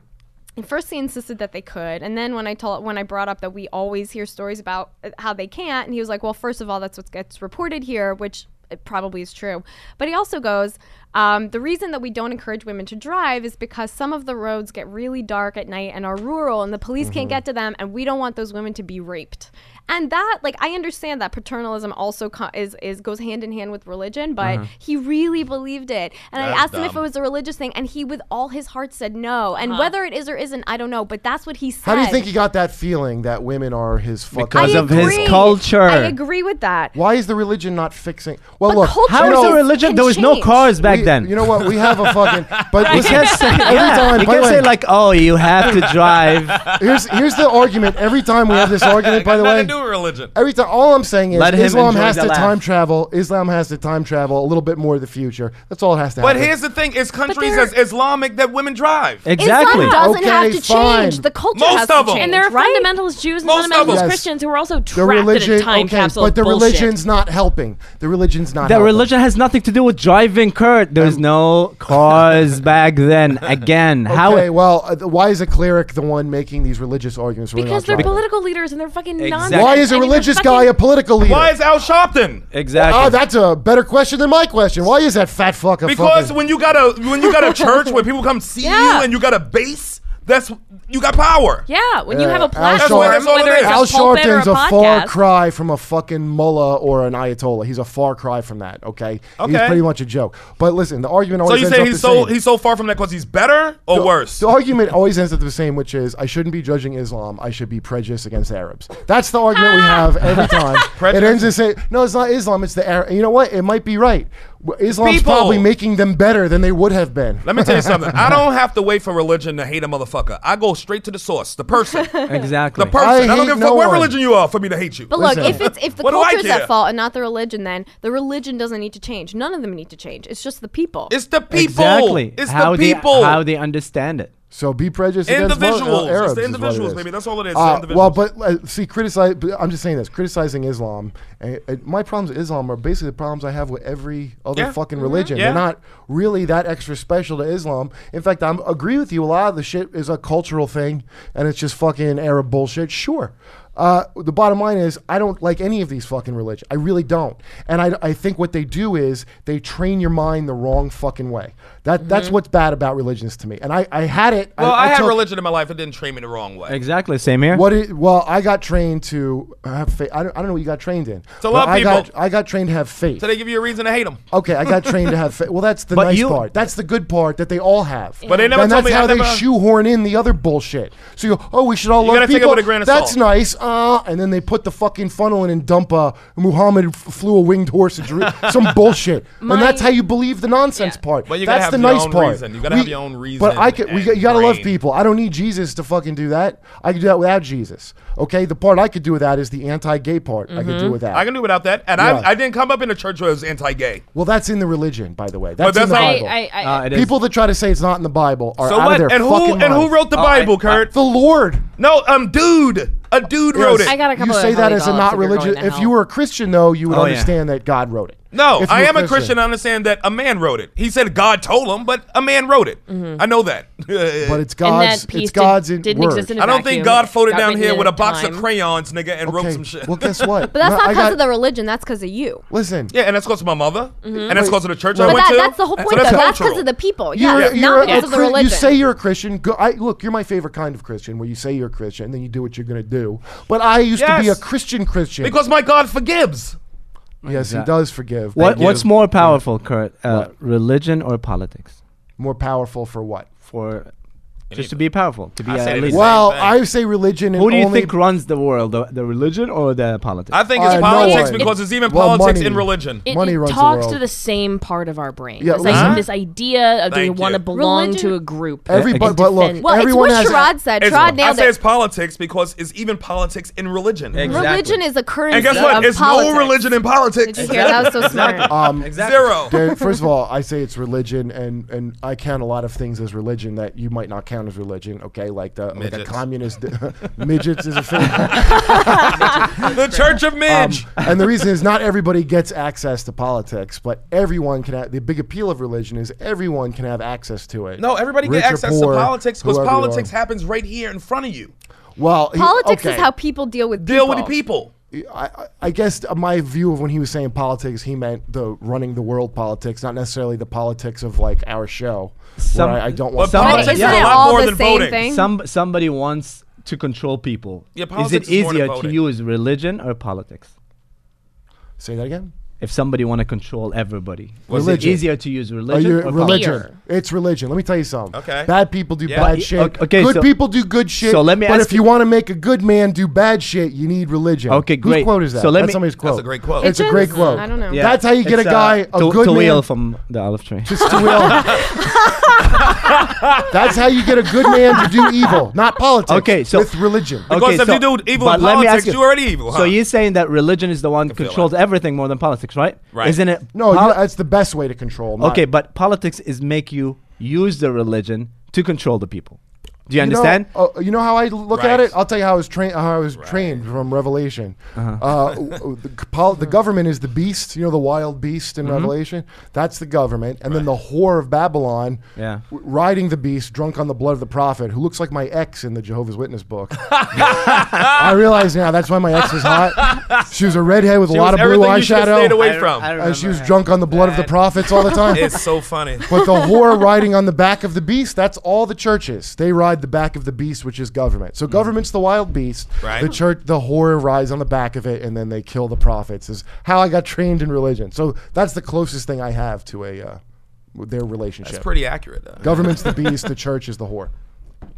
[SPEAKER 5] And first he insisted that they could and then when i told when i brought up that we always hear stories about uh, how they can't and he was like well first of all that's what gets reported here which it probably is true but he also goes um, the reason that we don't encourage women to drive is because some of the roads get really dark at night and are rural and the police
[SPEAKER 4] Mm-hmm.
[SPEAKER 5] can't get to them and we don't want those women to be raped and that like i understand that paternalism also co- is, is goes hand in hand with religion but he really believed it and i
[SPEAKER 4] Mm-hmm. That's
[SPEAKER 5] asked him if it
[SPEAKER 4] dumb.
[SPEAKER 5] was was a religious thing, and he, with all his heart, said no.
[SPEAKER 4] Uh-huh.
[SPEAKER 5] And whether it is or isn't, I don't know. But that's what he said.
[SPEAKER 3] How do you think he got that feeling that women are his fucking?
[SPEAKER 6] Because
[SPEAKER 5] I
[SPEAKER 6] of his
[SPEAKER 5] agree.
[SPEAKER 6] culture.
[SPEAKER 5] I agree with that.
[SPEAKER 3] Why is the religion not fixing? Well,
[SPEAKER 5] But
[SPEAKER 3] look,
[SPEAKER 5] culture
[SPEAKER 6] How
[SPEAKER 3] you
[SPEAKER 6] is
[SPEAKER 3] know,
[SPEAKER 6] the religion?
[SPEAKER 5] can
[SPEAKER 6] There was no
[SPEAKER 5] change.
[SPEAKER 6] cars back
[SPEAKER 3] we-
[SPEAKER 6] then.
[SPEAKER 3] You know what? We have a fucking.
[SPEAKER 6] <laughs>
[SPEAKER 3] But
[SPEAKER 6] you
[SPEAKER 3] listen, <laughs>
[SPEAKER 6] can't say,
[SPEAKER 3] every
[SPEAKER 6] yeah,
[SPEAKER 3] time.
[SPEAKER 6] you
[SPEAKER 3] by
[SPEAKER 6] can't
[SPEAKER 3] the
[SPEAKER 6] say
[SPEAKER 3] way,
[SPEAKER 6] like, oh,
[SPEAKER 3] <laughs>
[SPEAKER 6] you have to drive.
[SPEAKER 3] here's here's the argument. Every time we have this argument, by the
[SPEAKER 4] Nothing
[SPEAKER 3] way,
[SPEAKER 4] to do with religion.
[SPEAKER 3] Every time, all I'm saying is
[SPEAKER 6] Let him
[SPEAKER 3] Islam
[SPEAKER 6] enjoy
[SPEAKER 3] has
[SPEAKER 6] the
[SPEAKER 3] to
[SPEAKER 6] laugh.
[SPEAKER 3] time travel. Islam has to time travel a little bit more of the future. That's all it has to.
[SPEAKER 4] But
[SPEAKER 3] happen.
[SPEAKER 4] here's the thing: it's countries
[SPEAKER 5] they're-
[SPEAKER 4] as Islamic that women drive.
[SPEAKER 6] Exactly.
[SPEAKER 5] Islam doesn't have
[SPEAKER 3] Okay,
[SPEAKER 5] to
[SPEAKER 3] fine.
[SPEAKER 5] change. The culture
[SPEAKER 4] Most
[SPEAKER 5] has to
[SPEAKER 4] of 'em.
[SPEAKER 5] change.
[SPEAKER 8] and there are
[SPEAKER 5] right?
[SPEAKER 8] fundamentalist Jews and
[SPEAKER 4] Most of
[SPEAKER 8] fundamentalist
[SPEAKER 4] them.
[SPEAKER 8] Christians who are also trapped
[SPEAKER 3] the religion,
[SPEAKER 8] in a time
[SPEAKER 3] okay,
[SPEAKER 8] capsule.
[SPEAKER 3] but the
[SPEAKER 8] bullshit.
[SPEAKER 3] religion's not helping. The religion's not.
[SPEAKER 6] That
[SPEAKER 3] helping.
[SPEAKER 6] religion has nothing to do with driving, Kurt. There's no cars
[SPEAKER 3] <laughs>
[SPEAKER 6] back then. Again, how?
[SPEAKER 3] Um, Okay, well, uh, th- why is a cleric the one making these religious arguments? when we're
[SPEAKER 8] because
[SPEAKER 3] not
[SPEAKER 8] they're
[SPEAKER 3] driving?
[SPEAKER 8] political leaders and they're fucking
[SPEAKER 6] Exactly.
[SPEAKER 8] nonsense.
[SPEAKER 3] Why is a
[SPEAKER 8] I mean, they're
[SPEAKER 3] religious
[SPEAKER 8] fucking-
[SPEAKER 3] guy a political leader?
[SPEAKER 4] Why is Al Sharpton?
[SPEAKER 6] Exactly.
[SPEAKER 3] Oh, that's a better question than my question. Why is that fat fuck a
[SPEAKER 4] Because
[SPEAKER 3] fucking-
[SPEAKER 4] when you got a when you got a church where people come see
[SPEAKER 8] Yeah.
[SPEAKER 4] you and you got a base, that's you got power.
[SPEAKER 8] Yeah, when you have
[SPEAKER 3] Yeah,
[SPEAKER 8] a
[SPEAKER 3] Al
[SPEAKER 8] platform,
[SPEAKER 3] Sharpton- That's
[SPEAKER 4] all
[SPEAKER 8] whether
[SPEAKER 4] it
[SPEAKER 8] it's
[SPEAKER 4] is.
[SPEAKER 8] a
[SPEAKER 3] Al
[SPEAKER 8] pulpit or a
[SPEAKER 3] Sharpton's a far
[SPEAKER 8] podcast.
[SPEAKER 3] cry from a fucking mullah or an ayatollah. He's a far cry from that. Okay, he's
[SPEAKER 4] Okay.
[SPEAKER 3] pretty much a joke. But listen, the argument
[SPEAKER 4] So
[SPEAKER 3] always
[SPEAKER 4] you
[SPEAKER 3] ends
[SPEAKER 4] say
[SPEAKER 3] up
[SPEAKER 4] he's
[SPEAKER 3] the
[SPEAKER 4] so
[SPEAKER 3] same.
[SPEAKER 4] he's so far from that because he's better or
[SPEAKER 3] the-
[SPEAKER 4] worse?
[SPEAKER 3] The argument always ends up the same, which is I shouldn't be judging Islam. I should be prejudiced against Arabs. That's the argument we have every time. it
[SPEAKER 4] Ah. <laughs> Prejudice?
[SPEAKER 3] ends in saying, no, it's not Islam. It's the Arab. You know what? It might be right. Well, Islam's
[SPEAKER 4] People.
[SPEAKER 3] probably making them better than they would have been.
[SPEAKER 4] Let me tell you something.
[SPEAKER 3] <laughs>
[SPEAKER 4] I don't have to wait for religion to hate a motherfucker. I go straight to the source,
[SPEAKER 3] <laughs>
[SPEAKER 4] the person.
[SPEAKER 6] Exactly.
[SPEAKER 4] The person.
[SPEAKER 3] I
[SPEAKER 4] I, don't
[SPEAKER 3] hate
[SPEAKER 4] give a
[SPEAKER 3] no
[SPEAKER 4] fuck what
[SPEAKER 3] one.
[SPEAKER 4] religion you are for me to hate you.
[SPEAKER 5] But
[SPEAKER 6] Listen.
[SPEAKER 5] look, if it's if the
[SPEAKER 4] What do I
[SPEAKER 5] culture's
[SPEAKER 4] care?
[SPEAKER 5] at fault and not the religion, then the religion doesn't need to change. None of them need to change. It's just the people.
[SPEAKER 4] it's the people.
[SPEAKER 6] Exactly.
[SPEAKER 4] It's
[SPEAKER 6] how
[SPEAKER 4] the people.
[SPEAKER 6] They, how they understand it.
[SPEAKER 3] So be prejudiced against Mo- uh,
[SPEAKER 4] individuals.
[SPEAKER 3] Arabs
[SPEAKER 4] it's
[SPEAKER 3] is
[SPEAKER 4] the
[SPEAKER 3] what it
[SPEAKER 4] individuals,
[SPEAKER 3] is.
[SPEAKER 4] baby. That's all it is.
[SPEAKER 3] Uh,
[SPEAKER 4] it's the
[SPEAKER 3] well,
[SPEAKER 4] individuals.
[SPEAKER 3] but uh, see, criticize. But I'm just saying this: criticizing Islam. Uh, uh, my problems with Islam are basically the problems I have with every other
[SPEAKER 4] Yeah. Mm-hmm.
[SPEAKER 3] fucking religion.
[SPEAKER 4] Yeah.
[SPEAKER 3] They're not really that extra special to Islam. In fact, I am agree with you. A lot of the shit is a cultural thing, and it's just fucking Arab bullshit. Sure. Uh, the bottom line is, I don't like any of these fucking religions. I really don't, and I, I think what they do is they train your mind the wrong fucking way. That that's what's bad about religions to me. And I, I had it.
[SPEAKER 4] Mm-hmm. well, I, had
[SPEAKER 3] took-
[SPEAKER 4] religion in my life. It didn't train me the wrong way.
[SPEAKER 6] Exactly. Same here.
[SPEAKER 3] what it, well, I got trained to have faith. I don't, I don't know what you got trained in.
[SPEAKER 4] To
[SPEAKER 3] but
[SPEAKER 4] love
[SPEAKER 3] I
[SPEAKER 4] people.
[SPEAKER 3] Got, I got trained to have faith.
[SPEAKER 4] So they give you a reason to hate them.
[SPEAKER 3] okay, I got trained to have faith. Well, that's the
[SPEAKER 6] But
[SPEAKER 3] nice
[SPEAKER 6] you-
[SPEAKER 3] part. That's the good part that they all have.
[SPEAKER 4] But they never
[SPEAKER 3] and
[SPEAKER 4] told
[SPEAKER 3] that's
[SPEAKER 4] me-
[SPEAKER 3] how
[SPEAKER 4] I
[SPEAKER 3] they
[SPEAKER 4] never-
[SPEAKER 3] shoehorn in the other bullshit. So you go, oh, we should all love
[SPEAKER 4] gotta take it
[SPEAKER 3] people.
[SPEAKER 4] with a grain of
[SPEAKER 3] that's
[SPEAKER 4] salt.
[SPEAKER 3] nice. Uh, and then they put the fucking funnel in and dump a Muhammad f- flew a winged horse at
[SPEAKER 4] <laughs>
[SPEAKER 3] Jeru- some bullshit.
[SPEAKER 8] My-
[SPEAKER 3] and that's how you believe the nonsense
[SPEAKER 8] Yeah.
[SPEAKER 3] part.
[SPEAKER 4] But you gotta
[SPEAKER 3] that's
[SPEAKER 4] have
[SPEAKER 3] the
[SPEAKER 4] your
[SPEAKER 3] nice
[SPEAKER 4] own
[SPEAKER 3] part.
[SPEAKER 4] reason. You gotta have your own
[SPEAKER 3] But
[SPEAKER 4] reason
[SPEAKER 3] I could. We,
[SPEAKER 4] and
[SPEAKER 3] you gotta love
[SPEAKER 4] brain.
[SPEAKER 3] people people. I don't need Jesus to fucking do that. I can do that without Jesus. Okay, the part I could do with that is the anti-gay part. I can
[SPEAKER 8] Mm-hmm.
[SPEAKER 3] do with that.
[SPEAKER 4] I can do without that. And
[SPEAKER 3] Yeah.
[SPEAKER 4] I, I didn't come up in a church where it was anti-gay.
[SPEAKER 3] well, that's in the religion, by the way. That's, in
[SPEAKER 4] that's
[SPEAKER 3] the
[SPEAKER 4] not-
[SPEAKER 8] I,
[SPEAKER 3] Bible.
[SPEAKER 8] I, I,
[SPEAKER 6] Uh, it is.
[SPEAKER 3] people that try to say it's not in the Bible are
[SPEAKER 4] So
[SPEAKER 3] out
[SPEAKER 4] what?
[SPEAKER 3] of their
[SPEAKER 4] And who
[SPEAKER 3] fucking
[SPEAKER 4] and who
[SPEAKER 3] minds.
[SPEAKER 4] wrote the
[SPEAKER 6] Oh, I-
[SPEAKER 4] Bible, Kurt?
[SPEAKER 3] the Lord?
[SPEAKER 4] no, um, dude, a dude wrote
[SPEAKER 3] Yes.
[SPEAKER 4] it.
[SPEAKER 8] I got a couple
[SPEAKER 3] You
[SPEAKER 8] of
[SPEAKER 3] say that
[SPEAKER 8] Holly
[SPEAKER 3] as a
[SPEAKER 8] dollops
[SPEAKER 3] not
[SPEAKER 8] if you're going
[SPEAKER 3] religious.
[SPEAKER 8] to
[SPEAKER 3] If
[SPEAKER 8] hell.
[SPEAKER 3] you were a Christian, though, you would
[SPEAKER 6] Oh, yeah.
[SPEAKER 3] understand that God wrote it.
[SPEAKER 4] No,
[SPEAKER 3] If you
[SPEAKER 4] I
[SPEAKER 3] were
[SPEAKER 4] am a Christian. I understand that a man wrote it. He said God told him, but a man wrote it.
[SPEAKER 5] Mm-hmm.
[SPEAKER 4] I know
[SPEAKER 5] <laughs>
[SPEAKER 4] that.
[SPEAKER 3] but it's
[SPEAKER 8] and that
[SPEAKER 3] God's.
[SPEAKER 8] piece
[SPEAKER 3] It's God's
[SPEAKER 8] did,
[SPEAKER 3] in
[SPEAKER 8] didn't
[SPEAKER 3] word.
[SPEAKER 8] exist in a
[SPEAKER 4] I don't
[SPEAKER 8] vacuum.
[SPEAKER 4] think God floated
[SPEAKER 8] Got
[SPEAKER 4] down
[SPEAKER 8] written
[SPEAKER 4] here
[SPEAKER 8] in
[SPEAKER 4] with a box
[SPEAKER 8] time.
[SPEAKER 4] of crayons, nigga, and wrote
[SPEAKER 3] okay.
[SPEAKER 4] some shit.
[SPEAKER 3] Well,
[SPEAKER 8] <laughs>
[SPEAKER 3] guess what?
[SPEAKER 5] but that's
[SPEAKER 3] No,
[SPEAKER 5] not
[SPEAKER 3] I
[SPEAKER 5] because
[SPEAKER 3] got-
[SPEAKER 5] of the religion. That's because of you.
[SPEAKER 3] Listen.
[SPEAKER 4] <laughs> Yeah, and that's because of my mother, and that's because of the church I
[SPEAKER 5] But
[SPEAKER 4] went
[SPEAKER 5] Mm-hmm. that,
[SPEAKER 4] to.
[SPEAKER 5] that's the whole
[SPEAKER 4] So
[SPEAKER 5] point, though. That's
[SPEAKER 4] cultural.
[SPEAKER 5] because of the people.
[SPEAKER 3] You're,
[SPEAKER 5] yeah,
[SPEAKER 3] you're
[SPEAKER 5] not
[SPEAKER 3] a-
[SPEAKER 5] because
[SPEAKER 3] a
[SPEAKER 5] of the
[SPEAKER 3] Chri-
[SPEAKER 5] religion.
[SPEAKER 3] You say you're a Christian. Go, I, look, you're my favorite kind of Christian, where you say you're a Christian and then you do what you're going to do. But I used to be a
[SPEAKER 4] Yes.
[SPEAKER 3] Christian Christian.
[SPEAKER 4] Because my God forgives.
[SPEAKER 3] yes, he does forgive.
[SPEAKER 6] What,
[SPEAKER 3] but
[SPEAKER 6] what's more powerful, Kurt? Uh, religion or politics?
[SPEAKER 3] more powerful for what?
[SPEAKER 6] For just to be powerful, to be
[SPEAKER 4] I
[SPEAKER 6] a
[SPEAKER 4] said it
[SPEAKER 6] leader.
[SPEAKER 4] is. Well,
[SPEAKER 3] Well,
[SPEAKER 4] thing.
[SPEAKER 3] I say religion. And
[SPEAKER 6] Who do you
[SPEAKER 3] only,
[SPEAKER 6] think runs the world, the, the religion or the politics?
[SPEAKER 4] I think it's
[SPEAKER 3] Uh, no
[SPEAKER 4] politics
[SPEAKER 3] one.
[SPEAKER 4] because it's even
[SPEAKER 3] Well,
[SPEAKER 4] politics
[SPEAKER 3] money.
[SPEAKER 4] in religion.
[SPEAKER 8] It,
[SPEAKER 3] Money
[SPEAKER 8] it
[SPEAKER 3] runs the
[SPEAKER 8] talks
[SPEAKER 3] world.
[SPEAKER 8] to the same part of our brain.
[SPEAKER 3] Yeah,
[SPEAKER 8] it's like
[SPEAKER 3] listen.
[SPEAKER 8] this idea of do we
[SPEAKER 4] Thank
[SPEAKER 8] want
[SPEAKER 4] you.
[SPEAKER 8] to belong
[SPEAKER 5] Religion-
[SPEAKER 8] to a group?
[SPEAKER 3] Everybody,
[SPEAKER 6] It's
[SPEAKER 3] but look,
[SPEAKER 8] defend-
[SPEAKER 5] well,
[SPEAKER 3] everyone
[SPEAKER 5] it's what
[SPEAKER 3] has.
[SPEAKER 5] Sherrod said.
[SPEAKER 4] It's-
[SPEAKER 5] Sherrod
[SPEAKER 4] I
[SPEAKER 5] nailed
[SPEAKER 4] say it's
[SPEAKER 5] it.
[SPEAKER 4] politics because it's even politics in religion.
[SPEAKER 6] Exactly.
[SPEAKER 5] Religion is a currency
[SPEAKER 4] And guess what?
[SPEAKER 5] of
[SPEAKER 4] It's
[SPEAKER 5] politics.
[SPEAKER 4] no religion in
[SPEAKER 5] Did
[SPEAKER 4] politics.
[SPEAKER 5] you hear that? That was so smart.
[SPEAKER 3] um,
[SPEAKER 6] Exactly.
[SPEAKER 4] Zero.
[SPEAKER 3] there- first of all, I say it's religion, and, and I count a lot of things as religion that you might not count as religion. Okay, like the like a
[SPEAKER 4] Midgets.
[SPEAKER 3] communist <laughs> midgets is a thing.
[SPEAKER 4] the Church of Midge.
[SPEAKER 3] and the reason is not everybody gets access to politics, but everyone can. Have, the big appeal of religion is everyone can have access to it.
[SPEAKER 4] no, everybody
[SPEAKER 3] Rich
[SPEAKER 4] get
[SPEAKER 3] or
[SPEAKER 4] access
[SPEAKER 3] poor,
[SPEAKER 4] to politics because
[SPEAKER 3] whoever you
[SPEAKER 4] politics
[SPEAKER 3] are.
[SPEAKER 4] happens right here in front of you.
[SPEAKER 3] Well, he-
[SPEAKER 5] Politics
[SPEAKER 3] okay.
[SPEAKER 5] is how people deal with
[SPEAKER 4] Deal
[SPEAKER 5] people.
[SPEAKER 4] with the people.
[SPEAKER 3] I, I- I guess my view of when he was saying politics, he meant the running the world politics, not necessarily the politics of like our show.
[SPEAKER 6] Some-
[SPEAKER 3] where I, I don't
[SPEAKER 4] But
[SPEAKER 3] want.
[SPEAKER 6] Some-
[SPEAKER 4] politics
[SPEAKER 5] But
[SPEAKER 4] is
[SPEAKER 5] isn't
[SPEAKER 6] Yeah.
[SPEAKER 4] a
[SPEAKER 5] it
[SPEAKER 4] lot
[SPEAKER 5] all
[SPEAKER 4] more
[SPEAKER 5] the
[SPEAKER 4] than
[SPEAKER 5] same
[SPEAKER 4] voting.
[SPEAKER 5] thing?
[SPEAKER 6] Some somebody wants to control people.
[SPEAKER 4] Yeah,
[SPEAKER 6] is it
[SPEAKER 4] politics is more than
[SPEAKER 6] easier to
[SPEAKER 4] voting.
[SPEAKER 6] use religion or politics?
[SPEAKER 3] Say that again.
[SPEAKER 6] If somebody want to control everybody, is it
[SPEAKER 3] Religion.
[SPEAKER 6] easier to use
[SPEAKER 3] Are
[SPEAKER 6] religion?
[SPEAKER 3] you
[SPEAKER 6] or politics?
[SPEAKER 3] Oh, religion? It's religion. Let me tell you something.
[SPEAKER 4] Okay.
[SPEAKER 3] Bad people do
[SPEAKER 4] Yeah.
[SPEAKER 3] bad
[SPEAKER 4] But-
[SPEAKER 3] shit.
[SPEAKER 6] okay,
[SPEAKER 3] good
[SPEAKER 6] so-
[SPEAKER 3] people do good shit.
[SPEAKER 6] so let me
[SPEAKER 3] But
[SPEAKER 6] ask
[SPEAKER 3] if you
[SPEAKER 6] you-
[SPEAKER 3] want to make a good man do bad shit, you need religion.
[SPEAKER 6] Okay,
[SPEAKER 3] Whose
[SPEAKER 6] great.
[SPEAKER 3] quote is that?
[SPEAKER 6] So let
[SPEAKER 3] That's
[SPEAKER 6] me-
[SPEAKER 3] somebody's quote.
[SPEAKER 4] That's a great quote.
[SPEAKER 3] It's a great
[SPEAKER 5] is.
[SPEAKER 3] quote.
[SPEAKER 5] I don't know.
[SPEAKER 6] Yeah.
[SPEAKER 3] That's how you get
[SPEAKER 6] It's, uh,
[SPEAKER 3] a guy, a
[SPEAKER 6] to,
[SPEAKER 3] good
[SPEAKER 6] to wheel
[SPEAKER 3] man-
[SPEAKER 6] from the olive tree.
[SPEAKER 3] Just to will. That's how you get a good man to do evil, not politics.
[SPEAKER 6] Okay, so-
[SPEAKER 3] with religion.
[SPEAKER 4] Because if you do evil
[SPEAKER 6] but
[SPEAKER 4] in
[SPEAKER 6] let me
[SPEAKER 4] politics,
[SPEAKER 6] ask you-
[SPEAKER 4] you're already evil,
[SPEAKER 6] So
[SPEAKER 4] huh?
[SPEAKER 6] you're saying that religion is the one
[SPEAKER 4] feel
[SPEAKER 6] controls everything more than politics, right?
[SPEAKER 4] Right.
[SPEAKER 6] Isn't it?
[SPEAKER 3] No,
[SPEAKER 6] poli-
[SPEAKER 3] you- that's the best way to control. not-
[SPEAKER 6] okay, but politics is make you use the religion to control the people. Do you,
[SPEAKER 3] You know-
[SPEAKER 6] understand?
[SPEAKER 3] uh, you know how I look at
[SPEAKER 4] Right.
[SPEAKER 3] it. I'll tell you how I was trained. How I was trained from Revelation.
[SPEAKER 4] Uh-huh.
[SPEAKER 3] Uh, w- w- the, c- pol- the government is the beast. You know the wild beast
[SPEAKER 4] Mm-hmm.
[SPEAKER 3] in Revelation. That's the government, and then the whore of Babylon,
[SPEAKER 6] Yeah.
[SPEAKER 3] w- riding the beast, drunk on the blood of the prophet, who looks like my ex in the Jehovah's Witness
[SPEAKER 4] <laughs>
[SPEAKER 3] book. I realize now that's why my ex was hot. She was a redhead with
[SPEAKER 4] She
[SPEAKER 3] a lot
[SPEAKER 4] was
[SPEAKER 3] of blue
[SPEAKER 4] everything you should have
[SPEAKER 3] eyeshadow,
[SPEAKER 4] stayed away from.
[SPEAKER 3] and she was drunk on the blood of the
[SPEAKER 4] That-
[SPEAKER 3] prophets all the time.
[SPEAKER 4] It's
[SPEAKER 3] <laughs>
[SPEAKER 4] so funny.
[SPEAKER 3] But the whore riding on the back of the beast, that's all the churches. They ride the back of the beast, which is government.
[SPEAKER 6] Mm.
[SPEAKER 3] So government's the wild beast.
[SPEAKER 4] Right.
[SPEAKER 3] The church, the whore rides on the back of it, and then they kill the prophets, is how I got trained in religion. So that's the closest thing I have to a uh, their relationship.
[SPEAKER 4] It's pretty accurate, though.
[SPEAKER 6] <laughs>
[SPEAKER 3] government's the beast, the church is the whore.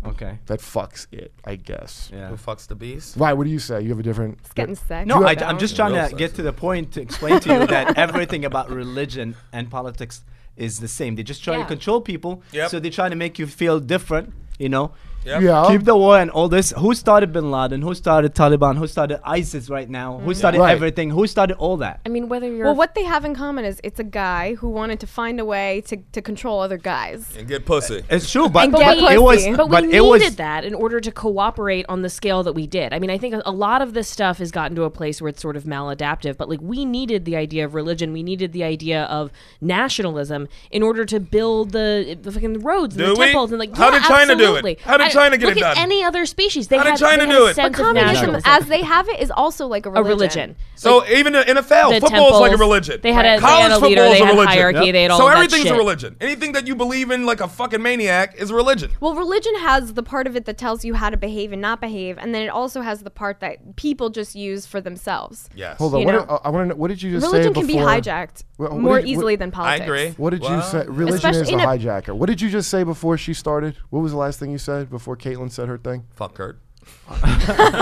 [SPEAKER 6] Okay.
[SPEAKER 3] That fucks it, I guess.
[SPEAKER 6] Yeah.
[SPEAKER 4] Who fucks the beast?
[SPEAKER 3] Why? What do you say? You have a different.
[SPEAKER 5] Getting sick.
[SPEAKER 6] No, I,
[SPEAKER 3] have-
[SPEAKER 6] I'm just trying
[SPEAKER 4] Real
[SPEAKER 6] to get
[SPEAKER 4] sexy.
[SPEAKER 6] to the point to explain to <laughs> you that everything about religion and politics is the same. They just try to
[SPEAKER 8] Yeah.
[SPEAKER 6] control people,
[SPEAKER 4] Yep.
[SPEAKER 6] so they try to make you feel different. You know,
[SPEAKER 4] Yep.
[SPEAKER 3] Yeah.
[SPEAKER 6] keep the war and all this. Who started Bin Laden? Who started Taliban? Who started ISIS right now?
[SPEAKER 8] Mm-hmm.
[SPEAKER 6] Who started
[SPEAKER 3] Right.
[SPEAKER 6] everything? Who started all that?
[SPEAKER 8] I mean, whether you're
[SPEAKER 5] Well, what they have in common is it's a guy who wanted to find a way to, to control other guys.
[SPEAKER 4] And get pussy.
[SPEAKER 6] It's true, but,
[SPEAKER 5] get
[SPEAKER 6] but
[SPEAKER 5] pussy.
[SPEAKER 6] it was
[SPEAKER 8] but we needed
[SPEAKER 6] it was
[SPEAKER 8] that in order to cooperate on the scale that we did. I mean, I think a lot of this stuff has gotten to a place where it's sort of maladaptive, but like we needed the idea of religion, we needed the idea of nationalism in order to build the, the fucking roads and
[SPEAKER 4] Do
[SPEAKER 8] the
[SPEAKER 4] we?
[SPEAKER 8] temples and like
[SPEAKER 4] How
[SPEAKER 8] yeah,
[SPEAKER 4] did China do it?
[SPEAKER 8] absolutely.
[SPEAKER 4] How did
[SPEAKER 8] I-
[SPEAKER 4] China get
[SPEAKER 8] look
[SPEAKER 4] it
[SPEAKER 8] at
[SPEAKER 4] done?
[SPEAKER 8] Any other species? They
[SPEAKER 4] How did
[SPEAKER 8] had,
[SPEAKER 4] China
[SPEAKER 8] they had
[SPEAKER 4] do
[SPEAKER 8] a
[SPEAKER 4] it?
[SPEAKER 8] sense
[SPEAKER 5] But
[SPEAKER 8] of
[SPEAKER 5] communism,
[SPEAKER 8] nationalism.
[SPEAKER 5] as they have it, is also like a
[SPEAKER 8] a
[SPEAKER 5] religion.
[SPEAKER 8] religion.
[SPEAKER 4] So even in NFL,
[SPEAKER 8] the
[SPEAKER 4] football's like a
[SPEAKER 8] temples,
[SPEAKER 4] religion.
[SPEAKER 8] they had a- they
[SPEAKER 4] College
[SPEAKER 8] had a leader,
[SPEAKER 4] football's
[SPEAKER 8] they
[SPEAKER 4] a
[SPEAKER 8] had
[SPEAKER 4] religion.
[SPEAKER 8] hierarchy, Yep. they had all
[SPEAKER 4] so
[SPEAKER 8] of that
[SPEAKER 4] everything's a
[SPEAKER 8] shit.
[SPEAKER 4] religion. Anything that you believe in, like a fucking maniac, is a religion.
[SPEAKER 5] Well, religion has the part of it that tells you how to behave and not behave, and then it also has the part that people just use for themselves.
[SPEAKER 4] Yes.
[SPEAKER 3] Hold on.
[SPEAKER 5] You
[SPEAKER 3] What,
[SPEAKER 5] know.
[SPEAKER 3] uh, I want to know. What did you just
[SPEAKER 5] Religion
[SPEAKER 3] say
[SPEAKER 5] can be
[SPEAKER 3] before-
[SPEAKER 5] hijacked
[SPEAKER 3] Well, what
[SPEAKER 5] more
[SPEAKER 3] did- what-
[SPEAKER 5] easily than
[SPEAKER 4] I
[SPEAKER 5] politics.
[SPEAKER 4] agree.
[SPEAKER 3] What did you
[SPEAKER 4] Well,
[SPEAKER 3] say? Religion is
[SPEAKER 5] Especially
[SPEAKER 3] the
[SPEAKER 5] in a-
[SPEAKER 3] hijacker. What did you just say before she started? What was the last thing you said before Caitlin said her thing?
[SPEAKER 4] Fuck Kurt.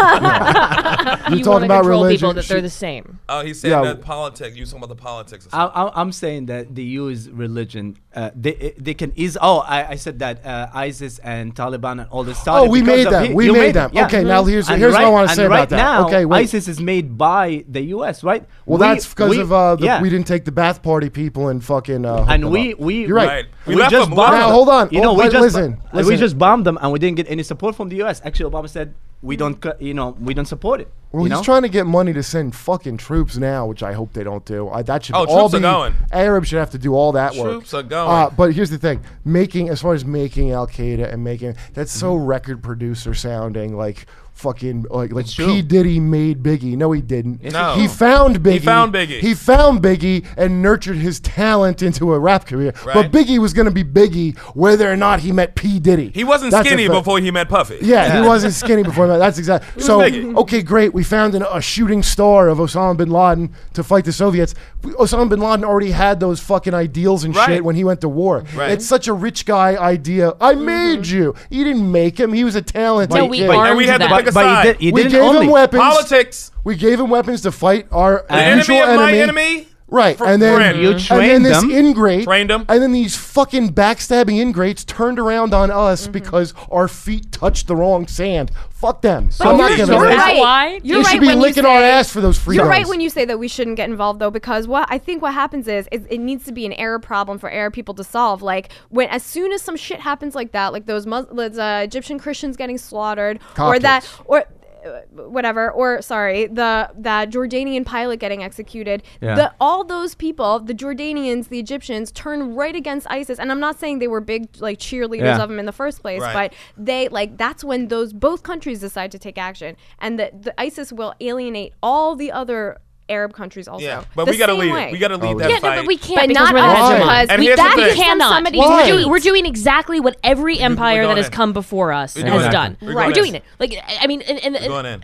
[SPEAKER 8] you
[SPEAKER 3] talking
[SPEAKER 8] wanna
[SPEAKER 3] about
[SPEAKER 8] control people
[SPEAKER 3] religion,
[SPEAKER 8] that
[SPEAKER 3] she-
[SPEAKER 8] they're the same.
[SPEAKER 4] Oh, he's saying
[SPEAKER 3] Yeah.
[SPEAKER 4] that politics. You talking about the politics? Or
[SPEAKER 6] I,
[SPEAKER 4] something.
[SPEAKER 6] I, I'm saying that they use religion. Uh, they eh, they can ease. Oh, I, I said that uh, ISIS and Taliban and all this
[SPEAKER 3] Oh,
[SPEAKER 6] started.
[SPEAKER 3] we
[SPEAKER 6] because
[SPEAKER 3] made
[SPEAKER 6] of
[SPEAKER 3] them.
[SPEAKER 6] he-
[SPEAKER 3] We
[SPEAKER 6] you
[SPEAKER 3] made, them.
[SPEAKER 6] yeah.
[SPEAKER 3] Okay,
[SPEAKER 4] Mm-hmm.
[SPEAKER 3] now here's
[SPEAKER 6] And
[SPEAKER 3] here's what I
[SPEAKER 6] right-
[SPEAKER 3] want to
[SPEAKER 6] and
[SPEAKER 3] say
[SPEAKER 6] right
[SPEAKER 3] about that.
[SPEAKER 6] Now,
[SPEAKER 3] okay, wait.
[SPEAKER 6] ISIS is made by the U.S. Right?
[SPEAKER 3] well,
[SPEAKER 6] We-
[SPEAKER 3] that's because
[SPEAKER 6] we-
[SPEAKER 3] of uh, the,
[SPEAKER 6] yeah.
[SPEAKER 3] we didn't take the bath party people and fucking. Uh, hook
[SPEAKER 6] And
[SPEAKER 3] them
[SPEAKER 6] we
[SPEAKER 3] up.
[SPEAKER 6] we
[SPEAKER 3] You're right.
[SPEAKER 4] Right. We
[SPEAKER 6] We,
[SPEAKER 4] left
[SPEAKER 6] just
[SPEAKER 4] them.
[SPEAKER 6] bombed.
[SPEAKER 4] Now,
[SPEAKER 6] them.
[SPEAKER 3] hold on.
[SPEAKER 6] You know,
[SPEAKER 3] Oh,
[SPEAKER 6] we
[SPEAKER 3] but
[SPEAKER 6] just
[SPEAKER 3] listen,
[SPEAKER 6] we
[SPEAKER 3] listen.
[SPEAKER 6] just bombed them, and we didn't get any support from the U.S. Actually, Obama said we don't. cu- You know, we don't support it.
[SPEAKER 3] Well,
[SPEAKER 6] you
[SPEAKER 3] he's
[SPEAKER 6] know?
[SPEAKER 3] trying to get money to send fucking troops now, which I hope they don't do. I, that should
[SPEAKER 4] Oh,
[SPEAKER 3] all
[SPEAKER 4] troops are
[SPEAKER 3] be
[SPEAKER 4] going.
[SPEAKER 3] Arabs should have to do all that work.
[SPEAKER 4] Troops are going.
[SPEAKER 3] Uh, but here's the thing: making as far as making Al Qaeda and making that's so
[SPEAKER 4] Mm-hmm.
[SPEAKER 3] record producer sounding, like fucking like like
[SPEAKER 6] true.
[SPEAKER 3] P Diddy made Biggie. No, he didn't.
[SPEAKER 4] No.
[SPEAKER 3] he found Biggie.
[SPEAKER 4] found Biggie.
[SPEAKER 3] He found Biggie and nurtured his talent into a rap career.
[SPEAKER 4] Right.
[SPEAKER 3] But Biggie was going to be Biggie whether or not he met P Diddy.
[SPEAKER 4] he wasn't
[SPEAKER 3] That's the
[SPEAKER 4] skinny
[SPEAKER 3] thing.
[SPEAKER 4] before he met Puffy.
[SPEAKER 3] Yeah, he wasn't skinny before that. That's exactly. So
[SPEAKER 4] biggie.
[SPEAKER 3] okay, great. We found an, a shooting star of Osama bin Laden to fight the Soviets. We, Osama bin Laden already had those fucking ideals and
[SPEAKER 4] Right.
[SPEAKER 3] shit when he went to war.
[SPEAKER 4] Right. Mm-hmm.
[SPEAKER 3] It's such a rich guy idea. I made you. You didn't make him. He was a talented
[SPEAKER 8] No, we
[SPEAKER 3] kid.
[SPEAKER 8] are-
[SPEAKER 4] And we
[SPEAKER 8] Armed
[SPEAKER 4] had to
[SPEAKER 8] that.
[SPEAKER 4] pick a
[SPEAKER 6] but he,
[SPEAKER 4] side.
[SPEAKER 6] did, he
[SPEAKER 3] We
[SPEAKER 6] didn't
[SPEAKER 3] gave
[SPEAKER 6] only.
[SPEAKER 3] him weapons.
[SPEAKER 4] politics.
[SPEAKER 3] We gave him weapons to fight our
[SPEAKER 6] The enemy
[SPEAKER 3] mutual
[SPEAKER 4] of my enemy,
[SPEAKER 3] Right,
[SPEAKER 4] fr-
[SPEAKER 3] and then
[SPEAKER 4] friend. You
[SPEAKER 3] and then
[SPEAKER 6] trained
[SPEAKER 3] this
[SPEAKER 6] them.
[SPEAKER 3] ingrate
[SPEAKER 4] Trained them.
[SPEAKER 3] and then these fucking backstabbing ingrates turned around on us
[SPEAKER 5] Mm-hmm.
[SPEAKER 3] because our feet touched the wrong sand. Fuck them. I'm not
[SPEAKER 5] you're-
[SPEAKER 3] gonna
[SPEAKER 5] you're
[SPEAKER 3] listen.
[SPEAKER 5] right.
[SPEAKER 8] Why?
[SPEAKER 5] You're
[SPEAKER 3] they
[SPEAKER 5] right
[SPEAKER 3] should be
[SPEAKER 5] when you
[SPEAKER 3] licking our
[SPEAKER 5] say-
[SPEAKER 3] ass for those free
[SPEAKER 5] You're right when you say that we shouldn't get involved though, because what I think what happens is, is it needs to be an Arab problem for Arab people to solve. Like when as soon as some shit happens like that, like those Mus- those, uh, Egyptian Christians getting slaughtered, or
[SPEAKER 3] Coptics.
[SPEAKER 5] that or uh, whatever or sorry the that jordanian pilot getting executed
[SPEAKER 6] Yeah.
[SPEAKER 5] the all those people the jordanians the egyptians turn right against isis and i'm not saying they were big like cheerleaders
[SPEAKER 6] Yeah.
[SPEAKER 5] of them in the first place
[SPEAKER 4] Right.
[SPEAKER 5] but they like that's when those both countries decide to take action and the, the isis will alienate all the other arab countries also
[SPEAKER 4] Yeah, but
[SPEAKER 5] The
[SPEAKER 4] we gotta
[SPEAKER 5] same
[SPEAKER 4] lead.
[SPEAKER 5] way.
[SPEAKER 4] We gotta
[SPEAKER 3] Oh,
[SPEAKER 4] lead that
[SPEAKER 8] Yeah,
[SPEAKER 4] fight.
[SPEAKER 8] no, but we
[SPEAKER 5] but
[SPEAKER 8] can't because
[SPEAKER 5] not
[SPEAKER 8] we're the
[SPEAKER 5] us
[SPEAKER 3] Why?
[SPEAKER 5] because
[SPEAKER 4] And
[SPEAKER 5] we
[SPEAKER 4] here's the
[SPEAKER 5] that
[SPEAKER 4] thing.
[SPEAKER 5] gives them
[SPEAKER 8] cannot.
[SPEAKER 5] somebody
[SPEAKER 3] Why?
[SPEAKER 5] to
[SPEAKER 8] We're
[SPEAKER 5] do
[SPEAKER 8] doing, we're doing exactly what every empire
[SPEAKER 4] going
[SPEAKER 8] that has
[SPEAKER 4] in.
[SPEAKER 8] come before us
[SPEAKER 4] doing
[SPEAKER 8] has
[SPEAKER 4] it.
[SPEAKER 8] done.
[SPEAKER 4] We're
[SPEAKER 5] going
[SPEAKER 8] We're doing
[SPEAKER 4] in.
[SPEAKER 8] it. Like I mean, and, and,
[SPEAKER 4] going in.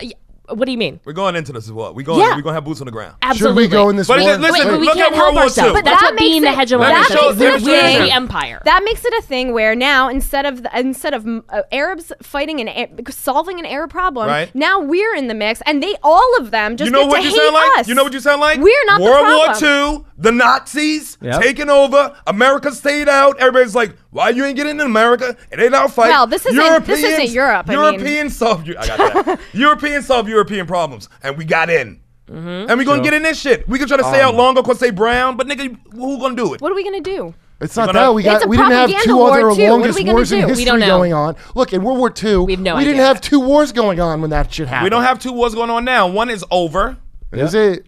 [SPEAKER 8] uh, What do you mean?
[SPEAKER 4] We're going into this as well. We going.
[SPEAKER 8] Yeah.
[SPEAKER 4] We're gonna have boots on the ground.
[SPEAKER 3] Should
[SPEAKER 8] Absolutely.
[SPEAKER 3] we go in this
[SPEAKER 4] But
[SPEAKER 3] war?
[SPEAKER 4] listen,
[SPEAKER 8] Wait, but we
[SPEAKER 4] look at
[SPEAKER 8] can't
[SPEAKER 4] World
[SPEAKER 8] help
[SPEAKER 4] War
[SPEAKER 8] ourselves.
[SPEAKER 4] II.
[SPEAKER 8] But that's
[SPEAKER 5] That
[SPEAKER 8] what being the
[SPEAKER 5] makes it-
[SPEAKER 8] hegemon.
[SPEAKER 4] Let me
[SPEAKER 8] That's
[SPEAKER 4] show-
[SPEAKER 8] what
[SPEAKER 4] let
[SPEAKER 8] we're
[SPEAKER 4] me show you
[SPEAKER 8] the
[SPEAKER 4] something.
[SPEAKER 8] empire.
[SPEAKER 5] That makes it a thing where now instead of the, instead of mm, uh, Arabs fighting and solving an Arab problem,
[SPEAKER 4] Right.
[SPEAKER 5] now we're in the mix, and they all of them just
[SPEAKER 4] you know
[SPEAKER 5] get
[SPEAKER 4] what
[SPEAKER 5] to
[SPEAKER 4] you
[SPEAKER 5] hate
[SPEAKER 4] sound like?
[SPEAKER 5] us.
[SPEAKER 4] You know what you sound like?
[SPEAKER 5] We're not
[SPEAKER 4] World
[SPEAKER 5] the problem.
[SPEAKER 4] War II, the Nazis
[SPEAKER 6] Yep.
[SPEAKER 4] taking over. America stayed out. Everybody's like, "Why you ain't getting in America? It ain't our fight."
[SPEAKER 5] Well, this isn't- this isn't
[SPEAKER 4] Europeans-
[SPEAKER 5] Europe, I mean.
[SPEAKER 4] Europeans solve. Eu- I got
[SPEAKER 5] <laughs>
[SPEAKER 4] that. Europeans solve European problems, and we got in.
[SPEAKER 5] Mm-hmm.
[SPEAKER 4] And we gonna get in this shit. We can try to stay out
[SPEAKER 6] Um,
[SPEAKER 4] longer, cause they brown, but nigga, who gonna do it?
[SPEAKER 5] What are we gonna do?
[SPEAKER 3] It's not
[SPEAKER 4] gonna-
[SPEAKER 3] that we
[SPEAKER 5] It's
[SPEAKER 3] got.
[SPEAKER 5] a
[SPEAKER 3] We didn't have
[SPEAKER 5] propaganda
[SPEAKER 3] two
[SPEAKER 5] war,
[SPEAKER 3] other
[SPEAKER 5] too. What are
[SPEAKER 3] longest
[SPEAKER 5] we gonna
[SPEAKER 3] wars in
[SPEAKER 5] do? We
[SPEAKER 3] history
[SPEAKER 8] don't know.
[SPEAKER 3] going on. Look, in World War II, we,
[SPEAKER 8] have no
[SPEAKER 3] didn't
[SPEAKER 8] idea.
[SPEAKER 3] have two wars going on when that shit happened.
[SPEAKER 4] We don't have two wars going on now. One is over.
[SPEAKER 3] Is it?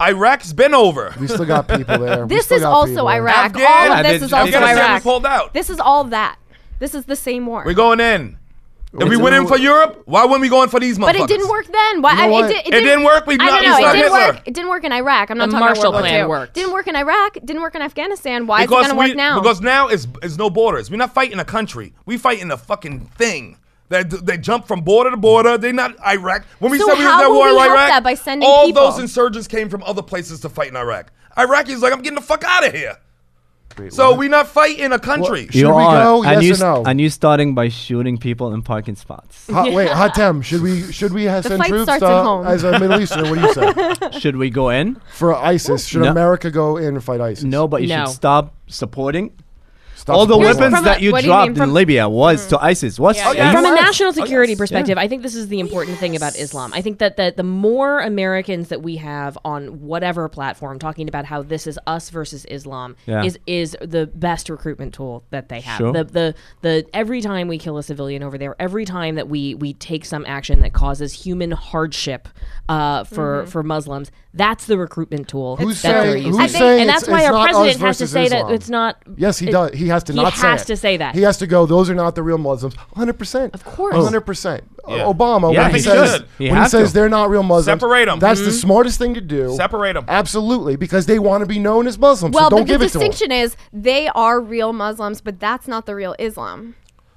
[SPEAKER 4] Iraq's been over.
[SPEAKER 3] We still got people there. We
[SPEAKER 5] This
[SPEAKER 3] still
[SPEAKER 5] is
[SPEAKER 3] got
[SPEAKER 5] also
[SPEAKER 3] people there.
[SPEAKER 5] Iraq.
[SPEAKER 4] Afghan-
[SPEAKER 5] all
[SPEAKER 6] Yeah,
[SPEAKER 5] of this
[SPEAKER 6] they-
[SPEAKER 5] is also
[SPEAKER 6] Afghanistan
[SPEAKER 4] was
[SPEAKER 5] Iraq.
[SPEAKER 4] pulled out.
[SPEAKER 5] This is all that. This is the same war.
[SPEAKER 4] We're going in. If we
[SPEAKER 3] It's-
[SPEAKER 4] went in for Europe, why wouldn't we go in for these
[SPEAKER 5] but
[SPEAKER 4] motherfuckers?
[SPEAKER 5] it didn't work then. Why?
[SPEAKER 3] know
[SPEAKER 5] I-
[SPEAKER 3] what?
[SPEAKER 5] it, did,
[SPEAKER 4] It didn't work. We
[SPEAKER 5] I
[SPEAKER 4] knocked-
[SPEAKER 5] don't
[SPEAKER 4] we
[SPEAKER 5] know. It
[SPEAKER 4] knocked
[SPEAKER 5] didn't
[SPEAKER 4] Hitler.
[SPEAKER 5] work. It didn't work in Iraq. I'm not
[SPEAKER 8] The
[SPEAKER 5] talking
[SPEAKER 8] Marshall
[SPEAKER 5] about World War
[SPEAKER 8] Plan
[SPEAKER 5] II.
[SPEAKER 8] worked.
[SPEAKER 5] Didn't work in Iraq. Didn't work in Afghanistan. Why is it gonna
[SPEAKER 4] we,
[SPEAKER 5] work now?
[SPEAKER 4] Because now it's it's no borders. We're not fighting a country. We fighting a fucking thing. They, they jump from border to border. They not Iraq. When we
[SPEAKER 5] So
[SPEAKER 4] said we was
[SPEAKER 5] how
[SPEAKER 4] at
[SPEAKER 5] will
[SPEAKER 4] war
[SPEAKER 5] we
[SPEAKER 4] in
[SPEAKER 5] help
[SPEAKER 4] Iraq,
[SPEAKER 5] that by sending
[SPEAKER 4] all
[SPEAKER 5] people?
[SPEAKER 4] those insurgents came from other places to fight in Iraq. Iraqis like I'm getting the fuck out of here.
[SPEAKER 3] Wait,
[SPEAKER 4] So
[SPEAKER 3] what?
[SPEAKER 4] we not fighting a country.
[SPEAKER 3] Should we go?
[SPEAKER 6] and
[SPEAKER 3] Yes
[SPEAKER 6] you
[SPEAKER 3] or no?
[SPEAKER 6] and you starting by shooting people in parking spots.
[SPEAKER 5] <laughs>
[SPEAKER 3] Hot, Wait, Hatem, should we should we have
[SPEAKER 5] The
[SPEAKER 3] send
[SPEAKER 5] fight
[SPEAKER 3] troops
[SPEAKER 5] starts
[SPEAKER 3] to,
[SPEAKER 5] at home.
[SPEAKER 3] as a Middle Easterner? What do you say
[SPEAKER 6] Should we go in? <laughs>
[SPEAKER 3] for ISIS? Should
[SPEAKER 6] No.
[SPEAKER 3] America go in and fight ISIS?
[SPEAKER 6] No, but you
[SPEAKER 8] No.
[SPEAKER 6] should stop supporting.
[SPEAKER 3] Stop
[SPEAKER 6] All the
[SPEAKER 3] supporting
[SPEAKER 6] weapons
[SPEAKER 3] them.
[SPEAKER 5] From a-
[SPEAKER 6] that you
[SPEAKER 5] what do you
[SPEAKER 6] dropped
[SPEAKER 5] mean,
[SPEAKER 6] in
[SPEAKER 5] from- Hmm.
[SPEAKER 6] Libya was to ISIS. Was
[SPEAKER 8] Yeah,
[SPEAKER 6] to
[SPEAKER 8] yeah.
[SPEAKER 6] ISIS.
[SPEAKER 8] From a
[SPEAKER 4] Yes.
[SPEAKER 8] national
[SPEAKER 4] Oh, yes.
[SPEAKER 8] security perspective, I think this is the important thing about Islam. I think that, that the more Americans that we have on whatever platform talking about how this is us versus Islam
[SPEAKER 6] Yeah.
[SPEAKER 8] is is the best recruitment tool that they have.
[SPEAKER 6] Sure.
[SPEAKER 8] The, the the every time we kill a civilian over there, every time that we we take some action that causes human hardship uh, for for Muslims, that's the
[SPEAKER 3] Mm-hmm. Who's
[SPEAKER 8] that they're
[SPEAKER 3] saying-
[SPEAKER 8] using.
[SPEAKER 3] who's saying
[SPEAKER 8] and that's
[SPEAKER 3] it's-
[SPEAKER 8] why
[SPEAKER 3] it's
[SPEAKER 8] our
[SPEAKER 3] not us
[SPEAKER 8] president has to
[SPEAKER 3] versus
[SPEAKER 8] say
[SPEAKER 3] Islam?
[SPEAKER 8] that it's not.
[SPEAKER 3] Yes, he
[SPEAKER 8] it-
[SPEAKER 3] does. He has to
[SPEAKER 8] he
[SPEAKER 3] not say
[SPEAKER 8] has
[SPEAKER 3] it.
[SPEAKER 8] to say that.
[SPEAKER 3] He has to go. Those are not the real Muslims. 100. percent Of
[SPEAKER 8] course.
[SPEAKER 3] 100. percent
[SPEAKER 4] Yeah.
[SPEAKER 3] Obama.
[SPEAKER 6] Oh. Yeah,
[SPEAKER 3] when he,
[SPEAKER 6] he
[SPEAKER 3] says
[SPEAKER 4] should.
[SPEAKER 6] He
[SPEAKER 3] when he
[SPEAKER 6] has
[SPEAKER 3] says
[SPEAKER 6] to. Mm-hmm.
[SPEAKER 3] they're not real Muslims,
[SPEAKER 4] Separate 'em.
[SPEAKER 3] That's the smartest thing to do.
[SPEAKER 4] Separate 'em.
[SPEAKER 3] Absolutely, because they want to be known as Muslims.
[SPEAKER 5] Well,
[SPEAKER 3] so don't
[SPEAKER 5] but the
[SPEAKER 3] give it to them.
[SPEAKER 5] distinction is they are real Muslims, but that's not the real Islam.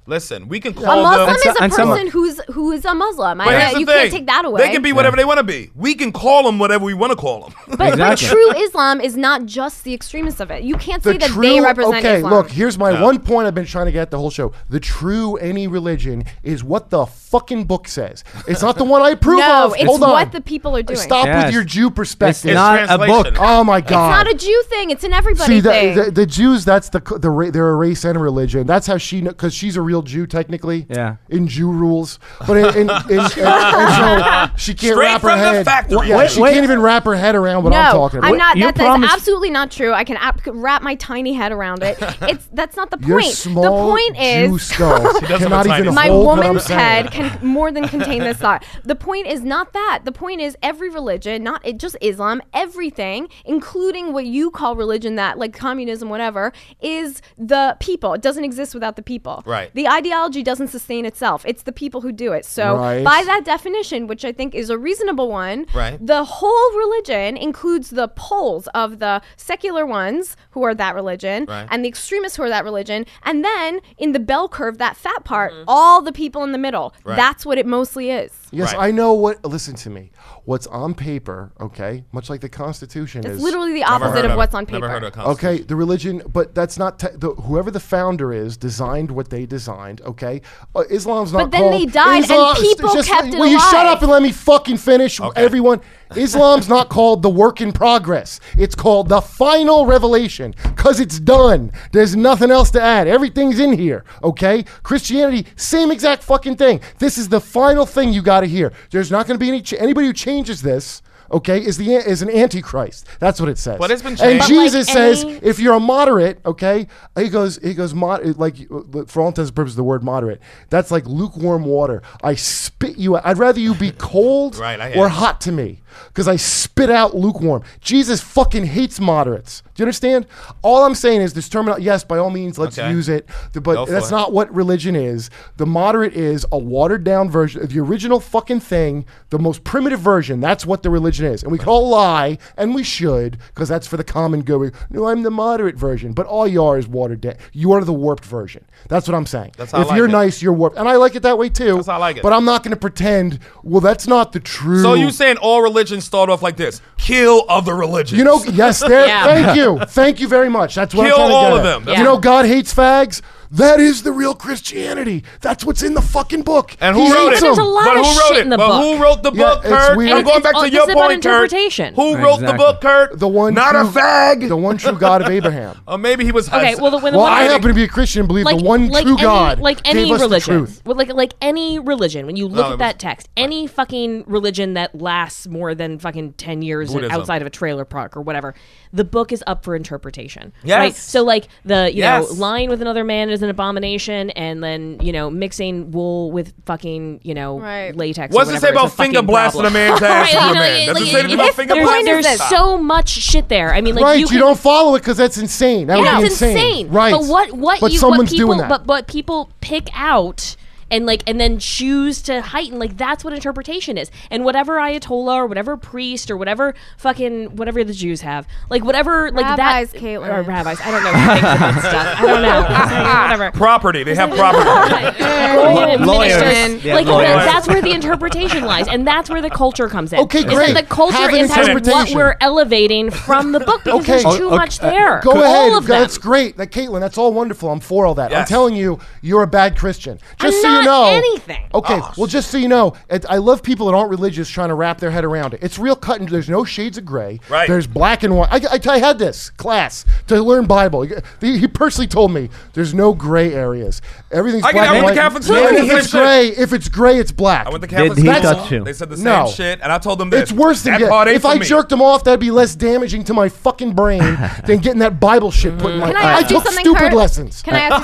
[SPEAKER 4] Listen, we can
[SPEAKER 5] A
[SPEAKER 4] call
[SPEAKER 5] Muslim
[SPEAKER 4] them.
[SPEAKER 5] is
[SPEAKER 6] so-
[SPEAKER 5] a person
[SPEAKER 6] and some-
[SPEAKER 5] who's who is a Muslim.
[SPEAKER 4] But
[SPEAKER 5] I,
[SPEAKER 4] here's the
[SPEAKER 5] you
[SPEAKER 4] thing.
[SPEAKER 5] can't take that away.
[SPEAKER 4] They can be whatever they want to be. We can call them whatever we want to call <laughs> them.
[SPEAKER 5] but, but
[SPEAKER 6] Exactly.
[SPEAKER 5] true Islam is not just the extremists of it. You can't
[SPEAKER 3] the
[SPEAKER 5] say that
[SPEAKER 3] true,
[SPEAKER 5] they represent
[SPEAKER 3] okay,
[SPEAKER 5] Islam.
[SPEAKER 3] look, here's my one point I've been trying to get the whole show. The true any religion is what the fucking book says. It's not the one I approve
[SPEAKER 5] No,
[SPEAKER 3] of.
[SPEAKER 5] it's
[SPEAKER 3] Hold on.
[SPEAKER 5] what the people are doing.
[SPEAKER 3] Stop
[SPEAKER 6] Yes.
[SPEAKER 3] with your Jew
[SPEAKER 6] It's
[SPEAKER 3] perspective.
[SPEAKER 6] not a book.
[SPEAKER 4] translation.
[SPEAKER 3] oh my god.
[SPEAKER 5] it's not a Jew thing. It's an everybody
[SPEAKER 3] See
[SPEAKER 5] thing.
[SPEAKER 3] the, the, the Jews. That's the c- the ra- they're a race and a religion. That's how she because she's a real Jew technically.
[SPEAKER 6] Yeah.
[SPEAKER 3] In Jew rules, but in, in, in, in- and so she can't
[SPEAKER 4] Straight
[SPEAKER 3] wrap her
[SPEAKER 4] from the
[SPEAKER 3] head.
[SPEAKER 4] factory.
[SPEAKER 3] Yeah,
[SPEAKER 4] Wait,
[SPEAKER 3] she
[SPEAKER 6] wait.
[SPEAKER 3] can't even wrap her head around what
[SPEAKER 5] no,
[SPEAKER 3] I'm talking about.
[SPEAKER 5] I'm not.
[SPEAKER 6] You
[SPEAKER 5] That, that is
[SPEAKER 6] promised-
[SPEAKER 5] absolutely not true. I can ap- wrap my tiny head
[SPEAKER 3] <laughs>
[SPEAKER 5] around it. It's that's not the
[SPEAKER 3] Your
[SPEAKER 5] point.
[SPEAKER 3] small
[SPEAKER 5] the point
[SPEAKER 3] Jew
[SPEAKER 5] is
[SPEAKER 4] <laughs>
[SPEAKER 3] skull
[SPEAKER 4] have a
[SPEAKER 3] cannot
[SPEAKER 4] tiny
[SPEAKER 3] even
[SPEAKER 5] my
[SPEAKER 3] hold what I'm
[SPEAKER 5] woman's
[SPEAKER 3] saying.
[SPEAKER 5] head can more than contain this thought. The point is not that. The point is every religion, not it, just Islam, everything, including what you call religion, that like communism, whatever, is the people. It doesn't exist without the people.
[SPEAKER 4] Right.
[SPEAKER 5] The ideology doesn't sustain itself. It's the people who do it. So
[SPEAKER 3] Right.
[SPEAKER 5] by that definition, which I think is a reasonable one,
[SPEAKER 4] Right.
[SPEAKER 5] the whole religion includes the poles of the secular ones who are that religion
[SPEAKER 4] Right.
[SPEAKER 5] and the extremists who are that religion and then in the bell curve that fat part
[SPEAKER 4] Mm-hmm.
[SPEAKER 5] all the people in the middle that's what it mostly is
[SPEAKER 3] Yes,
[SPEAKER 4] Right.
[SPEAKER 3] I know what. Listen to me. What's on paper, okay? Much like the Constitution
[SPEAKER 5] it's
[SPEAKER 3] is
[SPEAKER 5] literally the
[SPEAKER 4] Never heard
[SPEAKER 5] opposite of,
[SPEAKER 4] it.
[SPEAKER 5] what's on paper
[SPEAKER 4] Never heard of a concept.
[SPEAKER 3] Okay, the religion, but that's not te- the, whoever the founder is designed what they designed. Okay, uh, Islam's not.
[SPEAKER 5] But then they
[SPEAKER 3] called-
[SPEAKER 5] died and
[SPEAKER 3] Islam-
[SPEAKER 5] people
[SPEAKER 3] just-
[SPEAKER 5] kept it
[SPEAKER 3] Will you shut
[SPEAKER 5] alive.
[SPEAKER 3] up and let me fucking finish, everyone? Islam's not called the work in progress. It's called the final revelation because it's done. There's nothing else to add. Everything's in here. Okay, Christianity, same exact fucking thing. This is the final thing you got to hear. There's not going to be any ch- anybody who changes this. Okay, is the is an antichrist? That's what it says.
[SPEAKER 4] But it's been
[SPEAKER 3] And
[SPEAKER 4] changed. But,
[SPEAKER 5] like,
[SPEAKER 3] Jesus says,
[SPEAKER 5] any-
[SPEAKER 3] if you're a moderate, okay, he goes, he goes, mod, like for all intents and purposes, the word moderate. That's like lukewarm water. I spit you out. I'd rather you
[SPEAKER 4] <laughs>
[SPEAKER 3] be cold
[SPEAKER 4] Right, I hear
[SPEAKER 3] or
[SPEAKER 4] you.
[SPEAKER 3] hot to me because I spit out lukewarm. Jesus fucking hates moderates. Do you understand? All I'm saying is this terminology. Yes, by all means, let's
[SPEAKER 4] Okay.
[SPEAKER 3] use it, th- but
[SPEAKER 4] for
[SPEAKER 3] that's
[SPEAKER 4] it.
[SPEAKER 3] not what religion is. The moderate is a watered down version of the original fucking thing, the most primitive version. That's what the religion is, and we can all lie, and we should, because that's for the common good. No, I'm the moderate version, but all you are is watered down. You are the warped version. That's what I'm saying.
[SPEAKER 4] That's how I
[SPEAKER 3] if
[SPEAKER 4] like
[SPEAKER 3] you're
[SPEAKER 4] it.
[SPEAKER 3] nice, you're warped, and I like it that way too.
[SPEAKER 4] That's how I like it.
[SPEAKER 3] But I'm not going to pretend. Well, that's not the true.
[SPEAKER 4] So you saying all religions start off like this? Kill other religions.
[SPEAKER 3] You know, yes, there.
[SPEAKER 8] <laughs> Yeah.
[SPEAKER 3] Thank you, thank you very much. That's what
[SPEAKER 4] Kill
[SPEAKER 3] I'm trying to
[SPEAKER 4] all
[SPEAKER 3] get
[SPEAKER 4] of
[SPEAKER 3] at.
[SPEAKER 4] them. That's
[SPEAKER 3] You
[SPEAKER 8] what-
[SPEAKER 3] know, God hates fags. That is the real Christianity. That's what's in the fucking book.
[SPEAKER 4] And who
[SPEAKER 3] He
[SPEAKER 4] wrote
[SPEAKER 3] hates
[SPEAKER 4] it?
[SPEAKER 8] But there's a
[SPEAKER 3] them.
[SPEAKER 8] lot
[SPEAKER 4] but
[SPEAKER 8] of
[SPEAKER 4] who wrote
[SPEAKER 8] shit
[SPEAKER 4] it?
[SPEAKER 8] in the
[SPEAKER 4] but
[SPEAKER 8] book.
[SPEAKER 4] who wrote the
[SPEAKER 3] Yeah,
[SPEAKER 4] book,
[SPEAKER 3] it's
[SPEAKER 4] Kurt?
[SPEAKER 3] weird.
[SPEAKER 4] I'm
[SPEAKER 8] It's-
[SPEAKER 4] going
[SPEAKER 8] it's
[SPEAKER 4] back
[SPEAKER 8] all-
[SPEAKER 4] to
[SPEAKER 8] it's
[SPEAKER 4] your
[SPEAKER 8] about
[SPEAKER 4] point, Kurt.
[SPEAKER 8] interpretation.
[SPEAKER 4] Who wrote the
[SPEAKER 6] Exactly.
[SPEAKER 4] book, Kurt?
[SPEAKER 3] The one
[SPEAKER 4] not
[SPEAKER 3] true-
[SPEAKER 4] a fag.
[SPEAKER 3] The one true God of
[SPEAKER 8] <laughs>
[SPEAKER 3] Abraham.
[SPEAKER 4] or maybe he was.
[SPEAKER 8] Okay, well, the, when the
[SPEAKER 3] well,
[SPEAKER 8] one
[SPEAKER 3] I happen to be a Christian and believe
[SPEAKER 8] like
[SPEAKER 3] the one
[SPEAKER 8] like
[SPEAKER 3] true
[SPEAKER 8] any,
[SPEAKER 3] God
[SPEAKER 8] like any
[SPEAKER 3] gave us
[SPEAKER 8] religion,
[SPEAKER 3] the truth.
[SPEAKER 8] Well, like like any religion. When you look
[SPEAKER 4] it was-
[SPEAKER 8] at that text, any fucking religion that lasts more than fucking ten years and
[SPEAKER 4] Buddhism.
[SPEAKER 8] outside of a trailer park or whatever, the book is up for interpretation.
[SPEAKER 4] Yes.
[SPEAKER 8] Right. So like the you know
[SPEAKER 4] Yes.
[SPEAKER 8] lying with another man is an abomination, and then you know mixing wool with fucking you know
[SPEAKER 5] Right.
[SPEAKER 8] latex. or
[SPEAKER 4] What's it say
[SPEAKER 8] whatever is
[SPEAKER 4] about
[SPEAKER 8] fucking
[SPEAKER 4] finger blasting
[SPEAKER 8] problem.
[SPEAKER 4] a
[SPEAKER 8] <laughs>
[SPEAKER 4] man's ass
[SPEAKER 8] Right,
[SPEAKER 4] with
[SPEAKER 8] you
[SPEAKER 4] a
[SPEAKER 8] know,
[SPEAKER 4] man? Does
[SPEAKER 8] like,
[SPEAKER 4] it say anything
[SPEAKER 8] if-
[SPEAKER 4] about finger
[SPEAKER 8] there's-
[SPEAKER 4] blasting?
[SPEAKER 8] There's
[SPEAKER 4] Stop.
[SPEAKER 8] so much shit there. I mean, like
[SPEAKER 3] right, you,
[SPEAKER 8] you, can-
[SPEAKER 3] don't follow it because that's insane. That
[SPEAKER 8] yeah,
[SPEAKER 3] would be
[SPEAKER 8] it's insane.
[SPEAKER 3] Right.
[SPEAKER 8] But what what
[SPEAKER 3] But
[SPEAKER 8] you
[SPEAKER 3] someone's
[SPEAKER 8] what people
[SPEAKER 3] doing that.
[SPEAKER 8] but what people pick out and like and then choose to heighten like that's what interpretation is and whatever ayatollah or whatever priest or whatever fucking whatever the jews have like whatever like
[SPEAKER 5] Rabbis,
[SPEAKER 8] that
[SPEAKER 5] Caitlin.
[SPEAKER 8] or rabbis i don't know what they think
[SPEAKER 6] <laughs>
[SPEAKER 8] about stuff i don't know whatever
[SPEAKER 4] Property. They have
[SPEAKER 8] <laughs>
[SPEAKER 4] property.
[SPEAKER 8] Royal
[SPEAKER 6] Lawyers.
[SPEAKER 8] ministers.
[SPEAKER 6] Yeah,
[SPEAKER 8] like
[SPEAKER 6] lawyers.
[SPEAKER 8] that- that's where the interpretation lies, and that's where the culture comes in.
[SPEAKER 3] Okay,
[SPEAKER 8] Is that
[SPEAKER 3] great.
[SPEAKER 8] the culture
[SPEAKER 3] Have an
[SPEAKER 8] impacts what
[SPEAKER 3] interpretation.
[SPEAKER 8] we're elevating from the book because
[SPEAKER 3] Okay.
[SPEAKER 8] there's too
[SPEAKER 6] Okay.
[SPEAKER 8] much there.
[SPEAKER 3] Go
[SPEAKER 8] all
[SPEAKER 3] ahead.
[SPEAKER 8] Of them.
[SPEAKER 3] That's great. That Caitlin, that's all wonderful. I'm for all that. I'm
[SPEAKER 4] Yes.
[SPEAKER 3] telling you, you're a bad Christian. Just
[SPEAKER 8] I'm
[SPEAKER 3] so
[SPEAKER 8] not
[SPEAKER 3] you know.
[SPEAKER 8] anything.
[SPEAKER 3] Okay.
[SPEAKER 4] Oh.
[SPEAKER 3] Well, just so you know, it, I love people that aren't religious trying to wrap their head around it. It's real cut and there's no shades of gray.
[SPEAKER 4] Right.
[SPEAKER 3] There's black and white. I, I, I had this class to learn Bible. He, he personally told me there's no gray areas. Everything's
[SPEAKER 4] I get-
[SPEAKER 3] black
[SPEAKER 4] I
[SPEAKER 3] and
[SPEAKER 4] went
[SPEAKER 3] white.
[SPEAKER 4] to Catholic school. I did
[SPEAKER 3] if
[SPEAKER 4] the
[SPEAKER 3] it's
[SPEAKER 4] same
[SPEAKER 3] gray, if it's gray, it's black.
[SPEAKER 4] I went to Catholic
[SPEAKER 6] Did he
[SPEAKER 4] school.
[SPEAKER 6] touch you?
[SPEAKER 4] They said the same
[SPEAKER 3] No.
[SPEAKER 4] shit, and I told them this.
[SPEAKER 3] It's worse than
[SPEAKER 4] that
[SPEAKER 3] get-
[SPEAKER 4] part ain't
[SPEAKER 3] if
[SPEAKER 4] for
[SPEAKER 3] I
[SPEAKER 4] me.
[SPEAKER 3] jerked them off. That'd be less damaging to my fucking
[SPEAKER 4] <laughs>
[SPEAKER 3] brain than getting that Bible shit put in my.
[SPEAKER 5] Can I ask you
[SPEAKER 3] took
[SPEAKER 5] something,
[SPEAKER 3] stupid
[SPEAKER 5] Kurt?
[SPEAKER 3] lessons.
[SPEAKER 5] Can I ask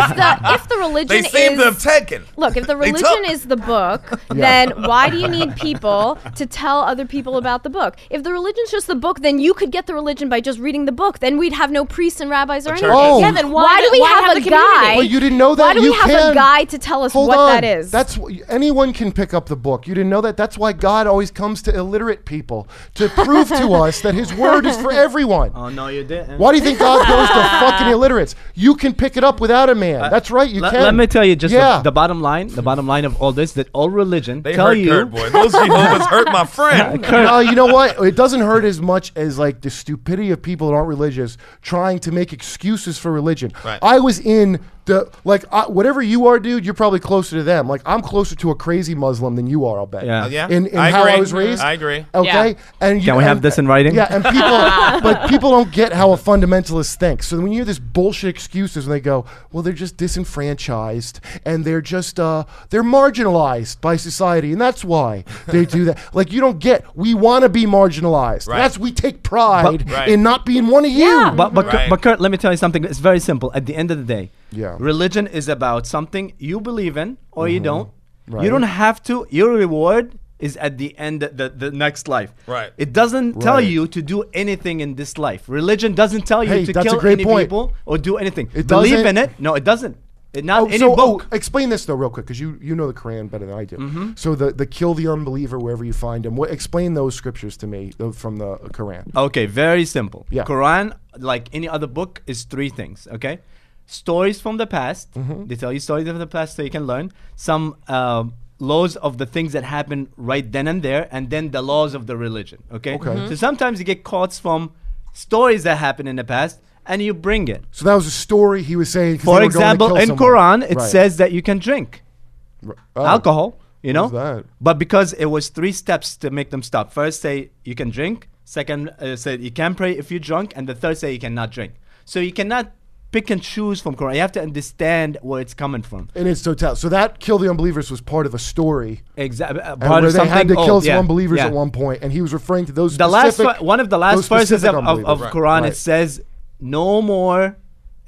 [SPEAKER 4] <laughs>
[SPEAKER 5] something? if the if the religion
[SPEAKER 4] They
[SPEAKER 5] is
[SPEAKER 4] seem to have taken.
[SPEAKER 5] Look, if
[SPEAKER 4] <laughs>
[SPEAKER 5] the
[SPEAKER 4] They
[SPEAKER 5] religion
[SPEAKER 4] took.
[SPEAKER 5] is
[SPEAKER 3] <laughs>
[SPEAKER 5] the book, then why do you need people to tell other people about the book? If the religion's just the book, then you could get the religion by just reading the book. Then we'd have no priests and rabbis or anything.
[SPEAKER 4] churches. Oh.
[SPEAKER 5] Yeah, then why, do we have, a
[SPEAKER 8] the
[SPEAKER 5] guy?
[SPEAKER 8] community?
[SPEAKER 3] Well, you didn't know that.
[SPEAKER 5] Why do
[SPEAKER 3] you
[SPEAKER 5] we have
[SPEAKER 3] can.
[SPEAKER 5] a guy to tell us
[SPEAKER 3] Hold
[SPEAKER 5] what
[SPEAKER 3] on.
[SPEAKER 5] that is?
[SPEAKER 3] That's wh- anyone can pick up the book. You didn't know that. That's why God always comes to illiterate people to prove
[SPEAKER 5] <laughs>
[SPEAKER 3] to us that His word is for everyone.
[SPEAKER 6] Oh no, you didn't.
[SPEAKER 3] Why do you think God goes
[SPEAKER 5] <laughs>
[SPEAKER 3] to fucking illiterates? You can pick it up without a man. That's right. You
[SPEAKER 6] Uh, Le-
[SPEAKER 3] can.
[SPEAKER 6] Let me tell you just the-
[SPEAKER 3] Yeah.
[SPEAKER 6] the, bottom line. The bottom line of all this that all religion
[SPEAKER 4] They
[SPEAKER 6] tell
[SPEAKER 4] hurt
[SPEAKER 6] you.
[SPEAKER 4] Kurt, boy.
[SPEAKER 6] <laughs>
[SPEAKER 4] Those Jehovah's hurt my friend.
[SPEAKER 3] No, you know what? It doesn't hurt as much as like the stupidity of people that aren't religious trying to make excuses for religion.
[SPEAKER 4] Right.
[SPEAKER 3] I was in the like I, whatever you are, dude. You're probably closer to them. Like I'm closer to a crazy Muslim than you are. I'll bet.
[SPEAKER 6] Yeah. Uh,
[SPEAKER 4] yeah.
[SPEAKER 3] In, in
[SPEAKER 4] I
[SPEAKER 3] how I
[SPEAKER 4] agree.
[SPEAKER 3] was raised.
[SPEAKER 4] I agree.
[SPEAKER 3] Okay.
[SPEAKER 8] Yeah.
[SPEAKER 3] And you,
[SPEAKER 6] Can we have
[SPEAKER 3] and-
[SPEAKER 6] this in writing?
[SPEAKER 3] Yeah. And
[SPEAKER 6] <laughs>
[SPEAKER 3] people, but people don't get how a fundamentalist thinks. So when you hear this bullshit excuses, and they go, "Well, they're just disenfranchised, and they're just uh, they're marginalized by society, and that's why they do
[SPEAKER 6] <laughs>
[SPEAKER 3] that." Like you don't get. We want to be marginalized.
[SPEAKER 4] Right.
[SPEAKER 3] That's we take pride
[SPEAKER 4] But- Right.
[SPEAKER 3] in not being one of you.
[SPEAKER 6] But but, Kurt-
[SPEAKER 4] Right.
[SPEAKER 6] but Kurt, let me tell you something. It's very simple. At the end of the day,
[SPEAKER 3] Yeah. Mm-hmm.
[SPEAKER 6] religion is about something you believe in or you don't.
[SPEAKER 3] Right.
[SPEAKER 6] You don't have to. Your reward is at the end, the, the next life.
[SPEAKER 4] Right.
[SPEAKER 6] It doesn't tell
[SPEAKER 3] Right.
[SPEAKER 6] you to do anything in this life. Religion doesn't tell you
[SPEAKER 3] Hey,
[SPEAKER 6] to
[SPEAKER 3] that's a
[SPEAKER 6] kill
[SPEAKER 3] great
[SPEAKER 6] any
[SPEAKER 3] point.
[SPEAKER 6] people or do anything.
[SPEAKER 3] It
[SPEAKER 6] believe
[SPEAKER 3] doesn't-
[SPEAKER 6] in it? No, it doesn't. It not
[SPEAKER 3] Oh,
[SPEAKER 6] any
[SPEAKER 3] so, oh,
[SPEAKER 6] book. Mm-hmm.
[SPEAKER 3] explain this though, real quick, because you, you know the Quran better than I do. So the, the kill the unbeliever wherever you find him. What explain those scriptures to me uh, from the Quran?
[SPEAKER 6] Okay, very simple.
[SPEAKER 3] Yeah.
[SPEAKER 6] Quran, like any other book, is three things. Okay, stories from the past.
[SPEAKER 3] Mm-hmm.
[SPEAKER 6] They tell you stories of the past so you can learn some um laws of the things that happen right then and there, and then the laws of the religion. Okay.
[SPEAKER 3] Okay. Mhm.
[SPEAKER 6] So sometimes you get quotes from stories that happened in the past, and you bring it.
[SPEAKER 3] So that was a story he was saying. 'cause
[SPEAKER 6] For
[SPEAKER 3] they were going to
[SPEAKER 6] example,
[SPEAKER 3] kill
[SPEAKER 6] in
[SPEAKER 3] someone.
[SPEAKER 6] Quran, it
[SPEAKER 3] Right.
[SPEAKER 6] says that you can drink
[SPEAKER 3] Oh.
[SPEAKER 6] alcohol. You
[SPEAKER 3] What
[SPEAKER 6] know,
[SPEAKER 3] is that?
[SPEAKER 6] but because it was three steps to make them stop. First, say you can drink. Second, uh, say you can pray if you're drunk, and the third say you cannot drink. So you cannot pick and choose from Quran. You have to understand where it's coming from.
[SPEAKER 3] And it's total. So that kill the unbelievers was part of a story.
[SPEAKER 6] Exactly. Uh,
[SPEAKER 3] And
[SPEAKER 6] part
[SPEAKER 3] where
[SPEAKER 6] of
[SPEAKER 3] they had
[SPEAKER 6] something-
[SPEAKER 3] to kill
[SPEAKER 6] oh,
[SPEAKER 3] some
[SPEAKER 6] yeah,
[SPEAKER 3] unbelievers
[SPEAKER 6] yeah.
[SPEAKER 3] at one point, and he was referring to those.
[SPEAKER 6] The last
[SPEAKER 3] specific-
[SPEAKER 6] ver- one of the
[SPEAKER 3] those
[SPEAKER 6] last verses
[SPEAKER 3] specific
[SPEAKER 6] of, of, of
[SPEAKER 3] unbelievers.
[SPEAKER 6] Quran
[SPEAKER 3] Right.
[SPEAKER 6] it says, "No more."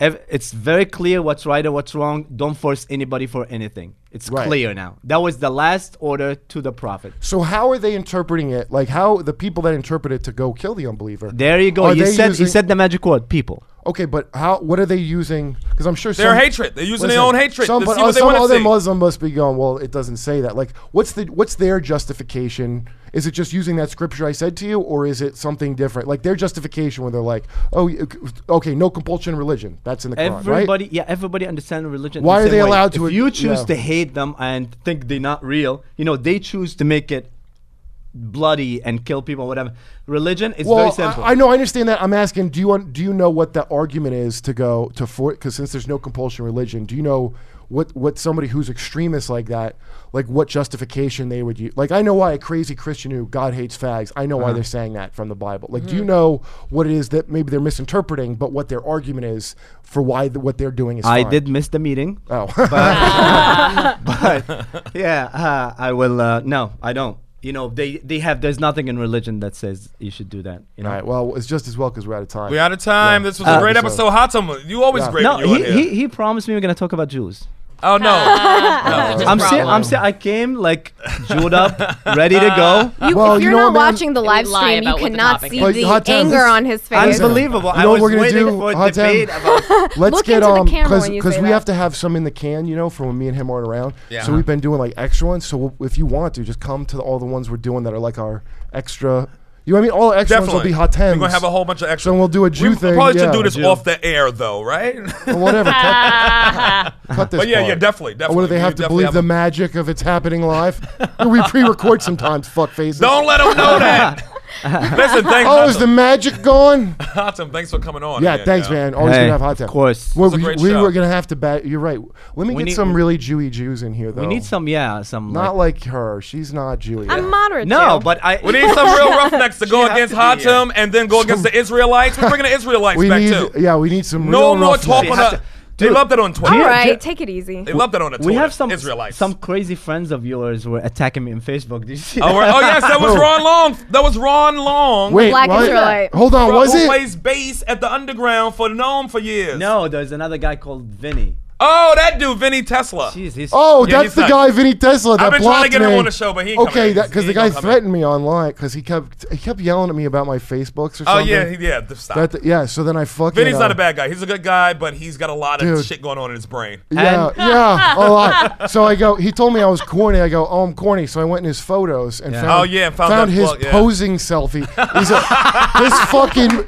[SPEAKER 6] ev- It's very clear what's right and what's wrong. Don't force anybody for anything. It's
[SPEAKER 3] Right.
[SPEAKER 6] clear now. That was the last order to the Prophet.
[SPEAKER 3] So how are they interpreting it? Like how the people that interpret it to go kill the unbeliever?
[SPEAKER 6] There you go.
[SPEAKER 3] Are
[SPEAKER 6] He
[SPEAKER 3] they
[SPEAKER 6] said
[SPEAKER 3] Oh, using-
[SPEAKER 6] he said the magic word, people.
[SPEAKER 3] Okay, but how? What are they using? Because I'm sure
[SPEAKER 4] Their
[SPEAKER 3] some-
[SPEAKER 4] hatred. They're using their own hatred
[SPEAKER 3] Some,
[SPEAKER 4] to
[SPEAKER 3] but
[SPEAKER 4] see what
[SPEAKER 3] uh,
[SPEAKER 4] they
[SPEAKER 3] some
[SPEAKER 4] wanna
[SPEAKER 3] other
[SPEAKER 4] see.
[SPEAKER 3] Muslim must be going. Well, it doesn't say that. Like, what's the what's their justification? Is it just using that scripture I said to you, or is it something different? Like their justification when they're like, "Oh, you- okay, no compulsion in religion. That's in the Quran, right?"
[SPEAKER 6] Everybody, yeah, everybody understands religion.
[SPEAKER 3] Why
[SPEAKER 6] the
[SPEAKER 3] are
[SPEAKER 6] same
[SPEAKER 3] they
[SPEAKER 6] way.
[SPEAKER 3] allowed to-
[SPEAKER 6] If you choose
[SPEAKER 3] yeah.
[SPEAKER 6] to hate them and think they're not real, you know, they choose to make it bloody and kill people, whatever. Religion is very
[SPEAKER 3] Well,
[SPEAKER 6] simple.
[SPEAKER 3] I, I know, I understand that. I'm asking, do you un- do you know what the argument is to go to for? Because since there's no compulsion religion, do you know what what somebody who's extremist like that, like what justification they would use? Like, I know why a crazy Christian who God hates fags. I know
[SPEAKER 6] Uh-huh.
[SPEAKER 3] why they're saying that from the Bible. Like,
[SPEAKER 6] Hmm.
[SPEAKER 3] do you know what it is that maybe they're misinterpreting, but what their argument is for why the, what they're doing is?
[SPEAKER 6] I
[SPEAKER 3] fine?
[SPEAKER 6] did miss
[SPEAKER 3] <laughs>
[SPEAKER 6] the meeting,
[SPEAKER 3] Oh,
[SPEAKER 6] <laughs> but yeah, uh, I will. Uh, no, I don't. You know, they they have. There's nothing in religion that says you should do that. You
[SPEAKER 3] all
[SPEAKER 6] know.
[SPEAKER 3] right. Well, it's just as well because we're out of time.
[SPEAKER 4] We're
[SPEAKER 3] Uh,
[SPEAKER 4] out of time. This was a great episode. Hot Tom, you always great
[SPEAKER 6] No,
[SPEAKER 4] when you were
[SPEAKER 6] he,
[SPEAKER 4] here.
[SPEAKER 6] he, he promised me we're gonna talk about Jews.
[SPEAKER 4] Oh no.
[SPEAKER 6] I'm saying, I'm saying, I came like jeweled up, ready to
[SPEAKER 4] <laughs>
[SPEAKER 6] go.
[SPEAKER 5] You,
[SPEAKER 3] Well,
[SPEAKER 5] if
[SPEAKER 3] you
[SPEAKER 5] you're
[SPEAKER 3] know
[SPEAKER 5] not
[SPEAKER 3] what, man?
[SPEAKER 5] watching the live
[SPEAKER 8] lie
[SPEAKER 5] stream, you
[SPEAKER 8] about what the
[SPEAKER 5] cannot
[SPEAKER 8] topic
[SPEAKER 5] see
[SPEAKER 8] is.
[SPEAKER 3] But,
[SPEAKER 5] the
[SPEAKER 3] hot damn,
[SPEAKER 5] anger
[SPEAKER 3] this-
[SPEAKER 5] on his face.
[SPEAKER 6] Unbelievable!
[SPEAKER 3] You
[SPEAKER 6] I
[SPEAKER 3] know what
[SPEAKER 6] was
[SPEAKER 3] we're gonna
[SPEAKER 6] waiting
[SPEAKER 3] do,
[SPEAKER 6] for a
[SPEAKER 3] Hot Tub?
[SPEAKER 6] debate
[SPEAKER 4] <laughs>
[SPEAKER 6] about
[SPEAKER 3] Let's
[SPEAKER 5] Look
[SPEAKER 3] get
[SPEAKER 5] into the
[SPEAKER 3] um
[SPEAKER 5] camera
[SPEAKER 3] because
[SPEAKER 5] when you say
[SPEAKER 3] we
[SPEAKER 5] that.
[SPEAKER 3] have to have some in the can, you know, from when me and him aren't around.
[SPEAKER 4] Yeah.
[SPEAKER 3] So we've been doing like extra ones. So we'll, if you want to, just come to the, all the ones we're doing that are like our extra. You know what I mean? All extra ones will
[SPEAKER 4] Definitely.
[SPEAKER 3] be hot tens.
[SPEAKER 4] We're gonna have a whole bunch of extra.
[SPEAKER 3] So we'll do a Jew
[SPEAKER 4] we
[SPEAKER 3] thing.
[SPEAKER 4] probably
[SPEAKER 3] yeah.
[SPEAKER 4] should do this off the air though,
[SPEAKER 3] <laughs>
[SPEAKER 4] right?
[SPEAKER 3] Or
[SPEAKER 5] <laughs>
[SPEAKER 3] whatever. cut, cut this.
[SPEAKER 4] but yeah,
[SPEAKER 3] part.
[SPEAKER 4] yeah, definitely,
[SPEAKER 3] Or
[SPEAKER 4] definitely.
[SPEAKER 3] What do they
[SPEAKER 4] You
[SPEAKER 3] have to believe
[SPEAKER 4] definitely have
[SPEAKER 3] the
[SPEAKER 4] a-
[SPEAKER 3] magic of it's happening live? <laughs> we pre-record sometimes. Fuck faces.
[SPEAKER 4] Don't let them
[SPEAKER 3] <laughs>
[SPEAKER 4] know that. Listen, thanks.
[SPEAKER 3] Oh, is the
[SPEAKER 4] Hudson.
[SPEAKER 3] magic
[SPEAKER 4] <laughs>
[SPEAKER 3] gone?
[SPEAKER 4] Hudson, thanks for coming on.
[SPEAKER 3] Yeah,
[SPEAKER 4] again,
[SPEAKER 3] thanks,
[SPEAKER 4] yo.
[SPEAKER 3] man. Always
[SPEAKER 6] Hey,
[SPEAKER 3] gonna have hot
[SPEAKER 6] of
[SPEAKER 3] time.
[SPEAKER 6] course.
[SPEAKER 3] Well,
[SPEAKER 4] It's a
[SPEAKER 3] we,
[SPEAKER 4] great
[SPEAKER 3] we
[SPEAKER 4] show.
[SPEAKER 3] were gonna have to bat. You're right. Let me get
[SPEAKER 6] We need-
[SPEAKER 3] some really Jewy Jews in here, though.
[SPEAKER 6] We need some, yeah, some.
[SPEAKER 3] Not
[SPEAKER 6] Like,
[SPEAKER 3] like her. She's not Jewy.
[SPEAKER 5] I'm moderate.
[SPEAKER 6] no,
[SPEAKER 5] too.
[SPEAKER 6] but I.
[SPEAKER 4] We need some real roughnecks
[SPEAKER 3] <laughs>
[SPEAKER 4] to go
[SPEAKER 6] She has
[SPEAKER 4] against
[SPEAKER 6] to be here.
[SPEAKER 4] Hatem and then go against the Israelites. We're bringing the Israelites
[SPEAKER 3] we
[SPEAKER 4] back
[SPEAKER 3] need.
[SPEAKER 4] too.
[SPEAKER 3] Yeah, we need some.
[SPEAKER 4] No
[SPEAKER 3] real
[SPEAKER 4] more
[SPEAKER 3] roughnecks.
[SPEAKER 4] talk on
[SPEAKER 6] She has
[SPEAKER 4] that.
[SPEAKER 6] to-
[SPEAKER 4] They
[SPEAKER 6] Dude,
[SPEAKER 4] love that on Twitter.
[SPEAKER 5] all
[SPEAKER 6] yeah.
[SPEAKER 5] right, take it easy.
[SPEAKER 4] They love that on the Twitter.
[SPEAKER 6] <laughs> We have some
[SPEAKER 4] Israelites.
[SPEAKER 6] some crazy friends of yours were attacking me on Facebook. Did you see?
[SPEAKER 4] Oh,
[SPEAKER 6] that?
[SPEAKER 4] we're- oh, yes, that
[SPEAKER 6] <laughs>
[SPEAKER 4] was Ron Long. That was Ron Long.
[SPEAKER 3] Wait,
[SPEAKER 5] Black
[SPEAKER 3] what?
[SPEAKER 5] Israelite.
[SPEAKER 3] Hold on.
[SPEAKER 4] Ron,
[SPEAKER 3] Was
[SPEAKER 4] who
[SPEAKER 3] it?
[SPEAKER 4] plays bass at the Underground for Gnome for years.
[SPEAKER 6] No, there's another guy called Vinny.
[SPEAKER 4] Oh, that dude, Vinny Tesla.
[SPEAKER 6] Jeez, he's.
[SPEAKER 3] Oh,
[SPEAKER 4] Yeah,
[SPEAKER 3] that's
[SPEAKER 4] he's
[SPEAKER 3] the
[SPEAKER 4] not-
[SPEAKER 3] guy, Vinny Tesla. That
[SPEAKER 4] I've been trying to
[SPEAKER 3] blocked
[SPEAKER 4] get him
[SPEAKER 3] me.
[SPEAKER 4] on the show, but he ain't
[SPEAKER 3] Okay,
[SPEAKER 4] coming.
[SPEAKER 3] that because
[SPEAKER 4] He
[SPEAKER 3] the
[SPEAKER 4] ain't
[SPEAKER 3] guy
[SPEAKER 4] gonna come in.
[SPEAKER 3] threatened me online because he kept he kept yelling at me about my Facebooks or something.
[SPEAKER 4] Oh yeah, he- yeah. th- Stop.
[SPEAKER 3] That, yeah. So then I fucking.
[SPEAKER 4] Vinny's not
[SPEAKER 3] uh,
[SPEAKER 4] a bad guy. He's a good guy, but he's got a lot of
[SPEAKER 3] Dude.
[SPEAKER 4] shit going on in his brain.
[SPEAKER 3] Yeah, <laughs> yeah, a lot. So I go. He told me I was corny. I go, oh, I'm corny. So I went in his photos and found,
[SPEAKER 4] Oh, yeah, and found that
[SPEAKER 3] his
[SPEAKER 4] book, yeah.
[SPEAKER 3] posing selfie. He's a, this fucking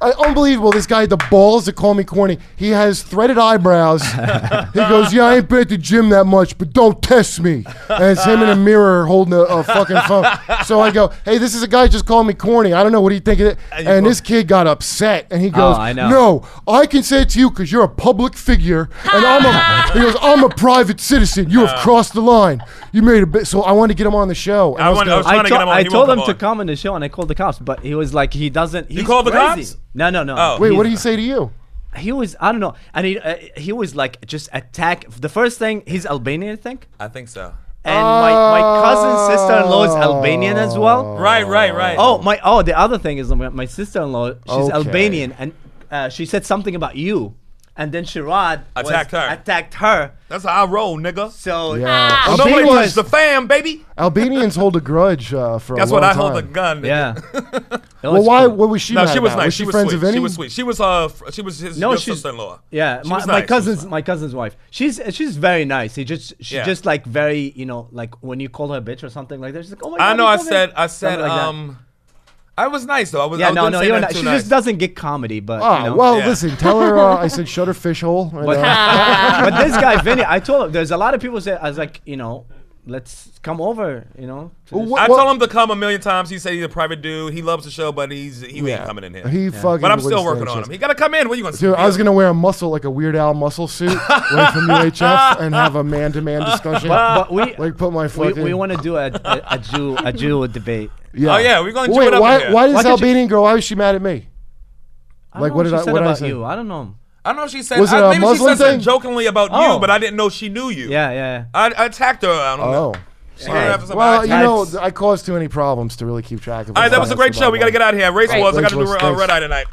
[SPEAKER 3] uh, unbelievable. This guy had the balls to call me corny. He has threaded eyebrows. he goes, yeah, I ain't been at the gym that much, but don't test me. And it's him in a mirror holding a, a fucking phone. So I go, hey, this is a guy just called me corny. I don't know what he think of it.
[SPEAKER 4] Uh, you Oh,
[SPEAKER 3] And this kid got upset and he goes,
[SPEAKER 6] I know.
[SPEAKER 3] no. No, Oh, I can say it to you because you're a public figure, and I'm a
[SPEAKER 4] <laughs>
[SPEAKER 3] he goes, I'm a private citizen. You
[SPEAKER 4] Uh.
[SPEAKER 3] have crossed the line. You made a bit, so I wanted to get him on the show. And
[SPEAKER 4] I
[SPEAKER 3] was
[SPEAKER 4] wanted- I
[SPEAKER 3] gonna-
[SPEAKER 4] was- trying to
[SPEAKER 6] to-
[SPEAKER 4] get him on,
[SPEAKER 6] I
[SPEAKER 4] he
[SPEAKER 6] told
[SPEAKER 4] won't
[SPEAKER 6] him
[SPEAKER 4] come
[SPEAKER 6] to
[SPEAKER 4] on.
[SPEAKER 6] come on the show, and I called the cops, but he was like, he doesn't. He's
[SPEAKER 4] called the
[SPEAKER 6] crazy.
[SPEAKER 4] cops?
[SPEAKER 6] No, no, no.
[SPEAKER 4] Oh.
[SPEAKER 3] <laughs> wait,
[SPEAKER 6] He's-
[SPEAKER 3] what did he say to you?
[SPEAKER 6] He was, I don't know, and he uh, he was like just attack. The first thing, he's Albanian, I think,
[SPEAKER 4] I think so.
[SPEAKER 6] and my my cousin sister-in-law is Albanian as well.
[SPEAKER 4] Right, right, right.
[SPEAKER 6] Oh my! Oh, the other thing is my my sister-in-law. She's
[SPEAKER 3] Okay.
[SPEAKER 6] Albanian, and uh, she said something about you, and then Sherrod was-
[SPEAKER 4] Attacked her.
[SPEAKER 6] Attacked her.
[SPEAKER 4] that's how I roll, nigga.
[SPEAKER 6] So <laughs>
[SPEAKER 3] Yeah.
[SPEAKER 4] Well, nobody
[SPEAKER 3] Albanians,
[SPEAKER 4] touches the fam, baby.
[SPEAKER 3] Albanians hold a grudge uh, for
[SPEAKER 4] That's
[SPEAKER 3] a long
[SPEAKER 4] what I
[SPEAKER 3] time.
[SPEAKER 4] hold the gun.
[SPEAKER 6] <laughs> yeah.
[SPEAKER 3] Well, why? What was she?
[SPEAKER 4] No,
[SPEAKER 3] mad
[SPEAKER 4] she was
[SPEAKER 3] about?
[SPEAKER 4] nice.
[SPEAKER 3] Was she,
[SPEAKER 4] she, was
[SPEAKER 3] friends
[SPEAKER 4] sweet.
[SPEAKER 3] of any?
[SPEAKER 4] She was sweet. She was uh, fr- she was his
[SPEAKER 6] No,
[SPEAKER 4] your
[SPEAKER 6] she's
[SPEAKER 4] sister-in-law.
[SPEAKER 6] Yeah,
[SPEAKER 4] she
[SPEAKER 6] my,
[SPEAKER 4] was
[SPEAKER 6] my
[SPEAKER 4] nice. She was
[SPEAKER 6] cousin's
[SPEAKER 4] nice.
[SPEAKER 6] my cousin's wife. She's she's very nice. He just she's
[SPEAKER 4] Yeah.
[SPEAKER 6] just like very you know like when you call her a bitch or something like that. She's like oh my god.
[SPEAKER 4] I know.
[SPEAKER 6] you
[SPEAKER 4] I
[SPEAKER 6] call me-"
[SPEAKER 4] said. I said.
[SPEAKER 6] Something like that.
[SPEAKER 4] um, I was nice though. I was. I
[SPEAKER 6] Yeah, no,
[SPEAKER 4] didn't
[SPEAKER 6] no,
[SPEAKER 4] say
[SPEAKER 6] you're
[SPEAKER 4] nothing
[SPEAKER 6] not.
[SPEAKER 4] too
[SPEAKER 6] She
[SPEAKER 4] nice.
[SPEAKER 6] just doesn't get comedy, but
[SPEAKER 3] Oh
[SPEAKER 6] you know.
[SPEAKER 3] well,
[SPEAKER 4] Yeah.
[SPEAKER 3] listen. Tell her uh, I said shut her fish hole. and,
[SPEAKER 6] But,
[SPEAKER 3] uh,
[SPEAKER 4] <laughs>
[SPEAKER 6] <laughs> but this guy Vinny, I told him there's a lot of people say I was like you know let's come over you know. to this-
[SPEAKER 3] wh-
[SPEAKER 4] I
[SPEAKER 3] what-
[SPEAKER 4] told him to come a million times. He said he's a private dude. He loves the show, but he's he ain't coming in here.
[SPEAKER 3] Uh, He fucking.
[SPEAKER 4] but I'm
[SPEAKER 3] wouldn't
[SPEAKER 4] still
[SPEAKER 3] stand
[SPEAKER 4] working
[SPEAKER 3] a
[SPEAKER 4] on
[SPEAKER 3] chance.
[SPEAKER 4] him. He gotta come in. What are you gonna
[SPEAKER 3] Dude,
[SPEAKER 4] say?
[SPEAKER 3] I was gonna wear a muscle like a Weird Al muscle
[SPEAKER 4] <laughs>
[SPEAKER 3] suit, like from UHF, and have a man-to-man discussion.
[SPEAKER 6] but we
[SPEAKER 3] <laughs> like put my
[SPEAKER 6] we,
[SPEAKER 3] fucking.
[SPEAKER 6] we want to do a, a, a Jew a Jew debate.
[SPEAKER 3] Yeah.
[SPEAKER 4] Oh, yeah, we're gonna
[SPEAKER 3] Well,
[SPEAKER 4] do
[SPEAKER 3] Wait,
[SPEAKER 4] it up in
[SPEAKER 3] why?
[SPEAKER 4] here.
[SPEAKER 3] Why
[SPEAKER 6] Why
[SPEAKER 3] this
[SPEAKER 6] did you-
[SPEAKER 3] Albanian girl? Why was she mad at me?
[SPEAKER 6] I
[SPEAKER 3] Like,
[SPEAKER 6] don't
[SPEAKER 3] what
[SPEAKER 6] know
[SPEAKER 3] did I-
[SPEAKER 6] she said
[SPEAKER 3] what did I
[SPEAKER 6] about
[SPEAKER 3] say?
[SPEAKER 6] you? I don't know.
[SPEAKER 4] I know she said.
[SPEAKER 3] Was it
[SPEAKER 4] I,
[SPEAKER 3] a
[SPEAKER 4] maybe
[SPEAKER 3] Muslim
[SPEAKER 4] she said
[SPEAKER 3] thing?
[SPEAKER 4] something jokingly about you,
[SPEAKER 6] Oh.
[SPEAKER 4] but I didn't know she knew you.
[SPEAKER 6] Yeah, yeah. yeah.
[SPEAKER 4] I, I attacked her. I don't know.
[SPEAKER 3] Oh.
[SPEAKER 4] She didn't have something
[SPEAKER 3] Well, you
[SPEAKER 4] I attacked.
[SPEAKER 3] know,
[SPEAKER 6] That's-
[SPEAKER 3] I caused too many problems to really keep track of.
[SPEAKER 4] All right, that was a great show. We gotta get out of here. Race
[SPEAKER 8] Right.
[SPEAKER 4] Wars. I gotta do
[SPEAKER 3] Race Wars,
[SPEAKER 4] a uh,
[SPEAKER 3] thanks.
[SPEAKER 4] red eye tonight.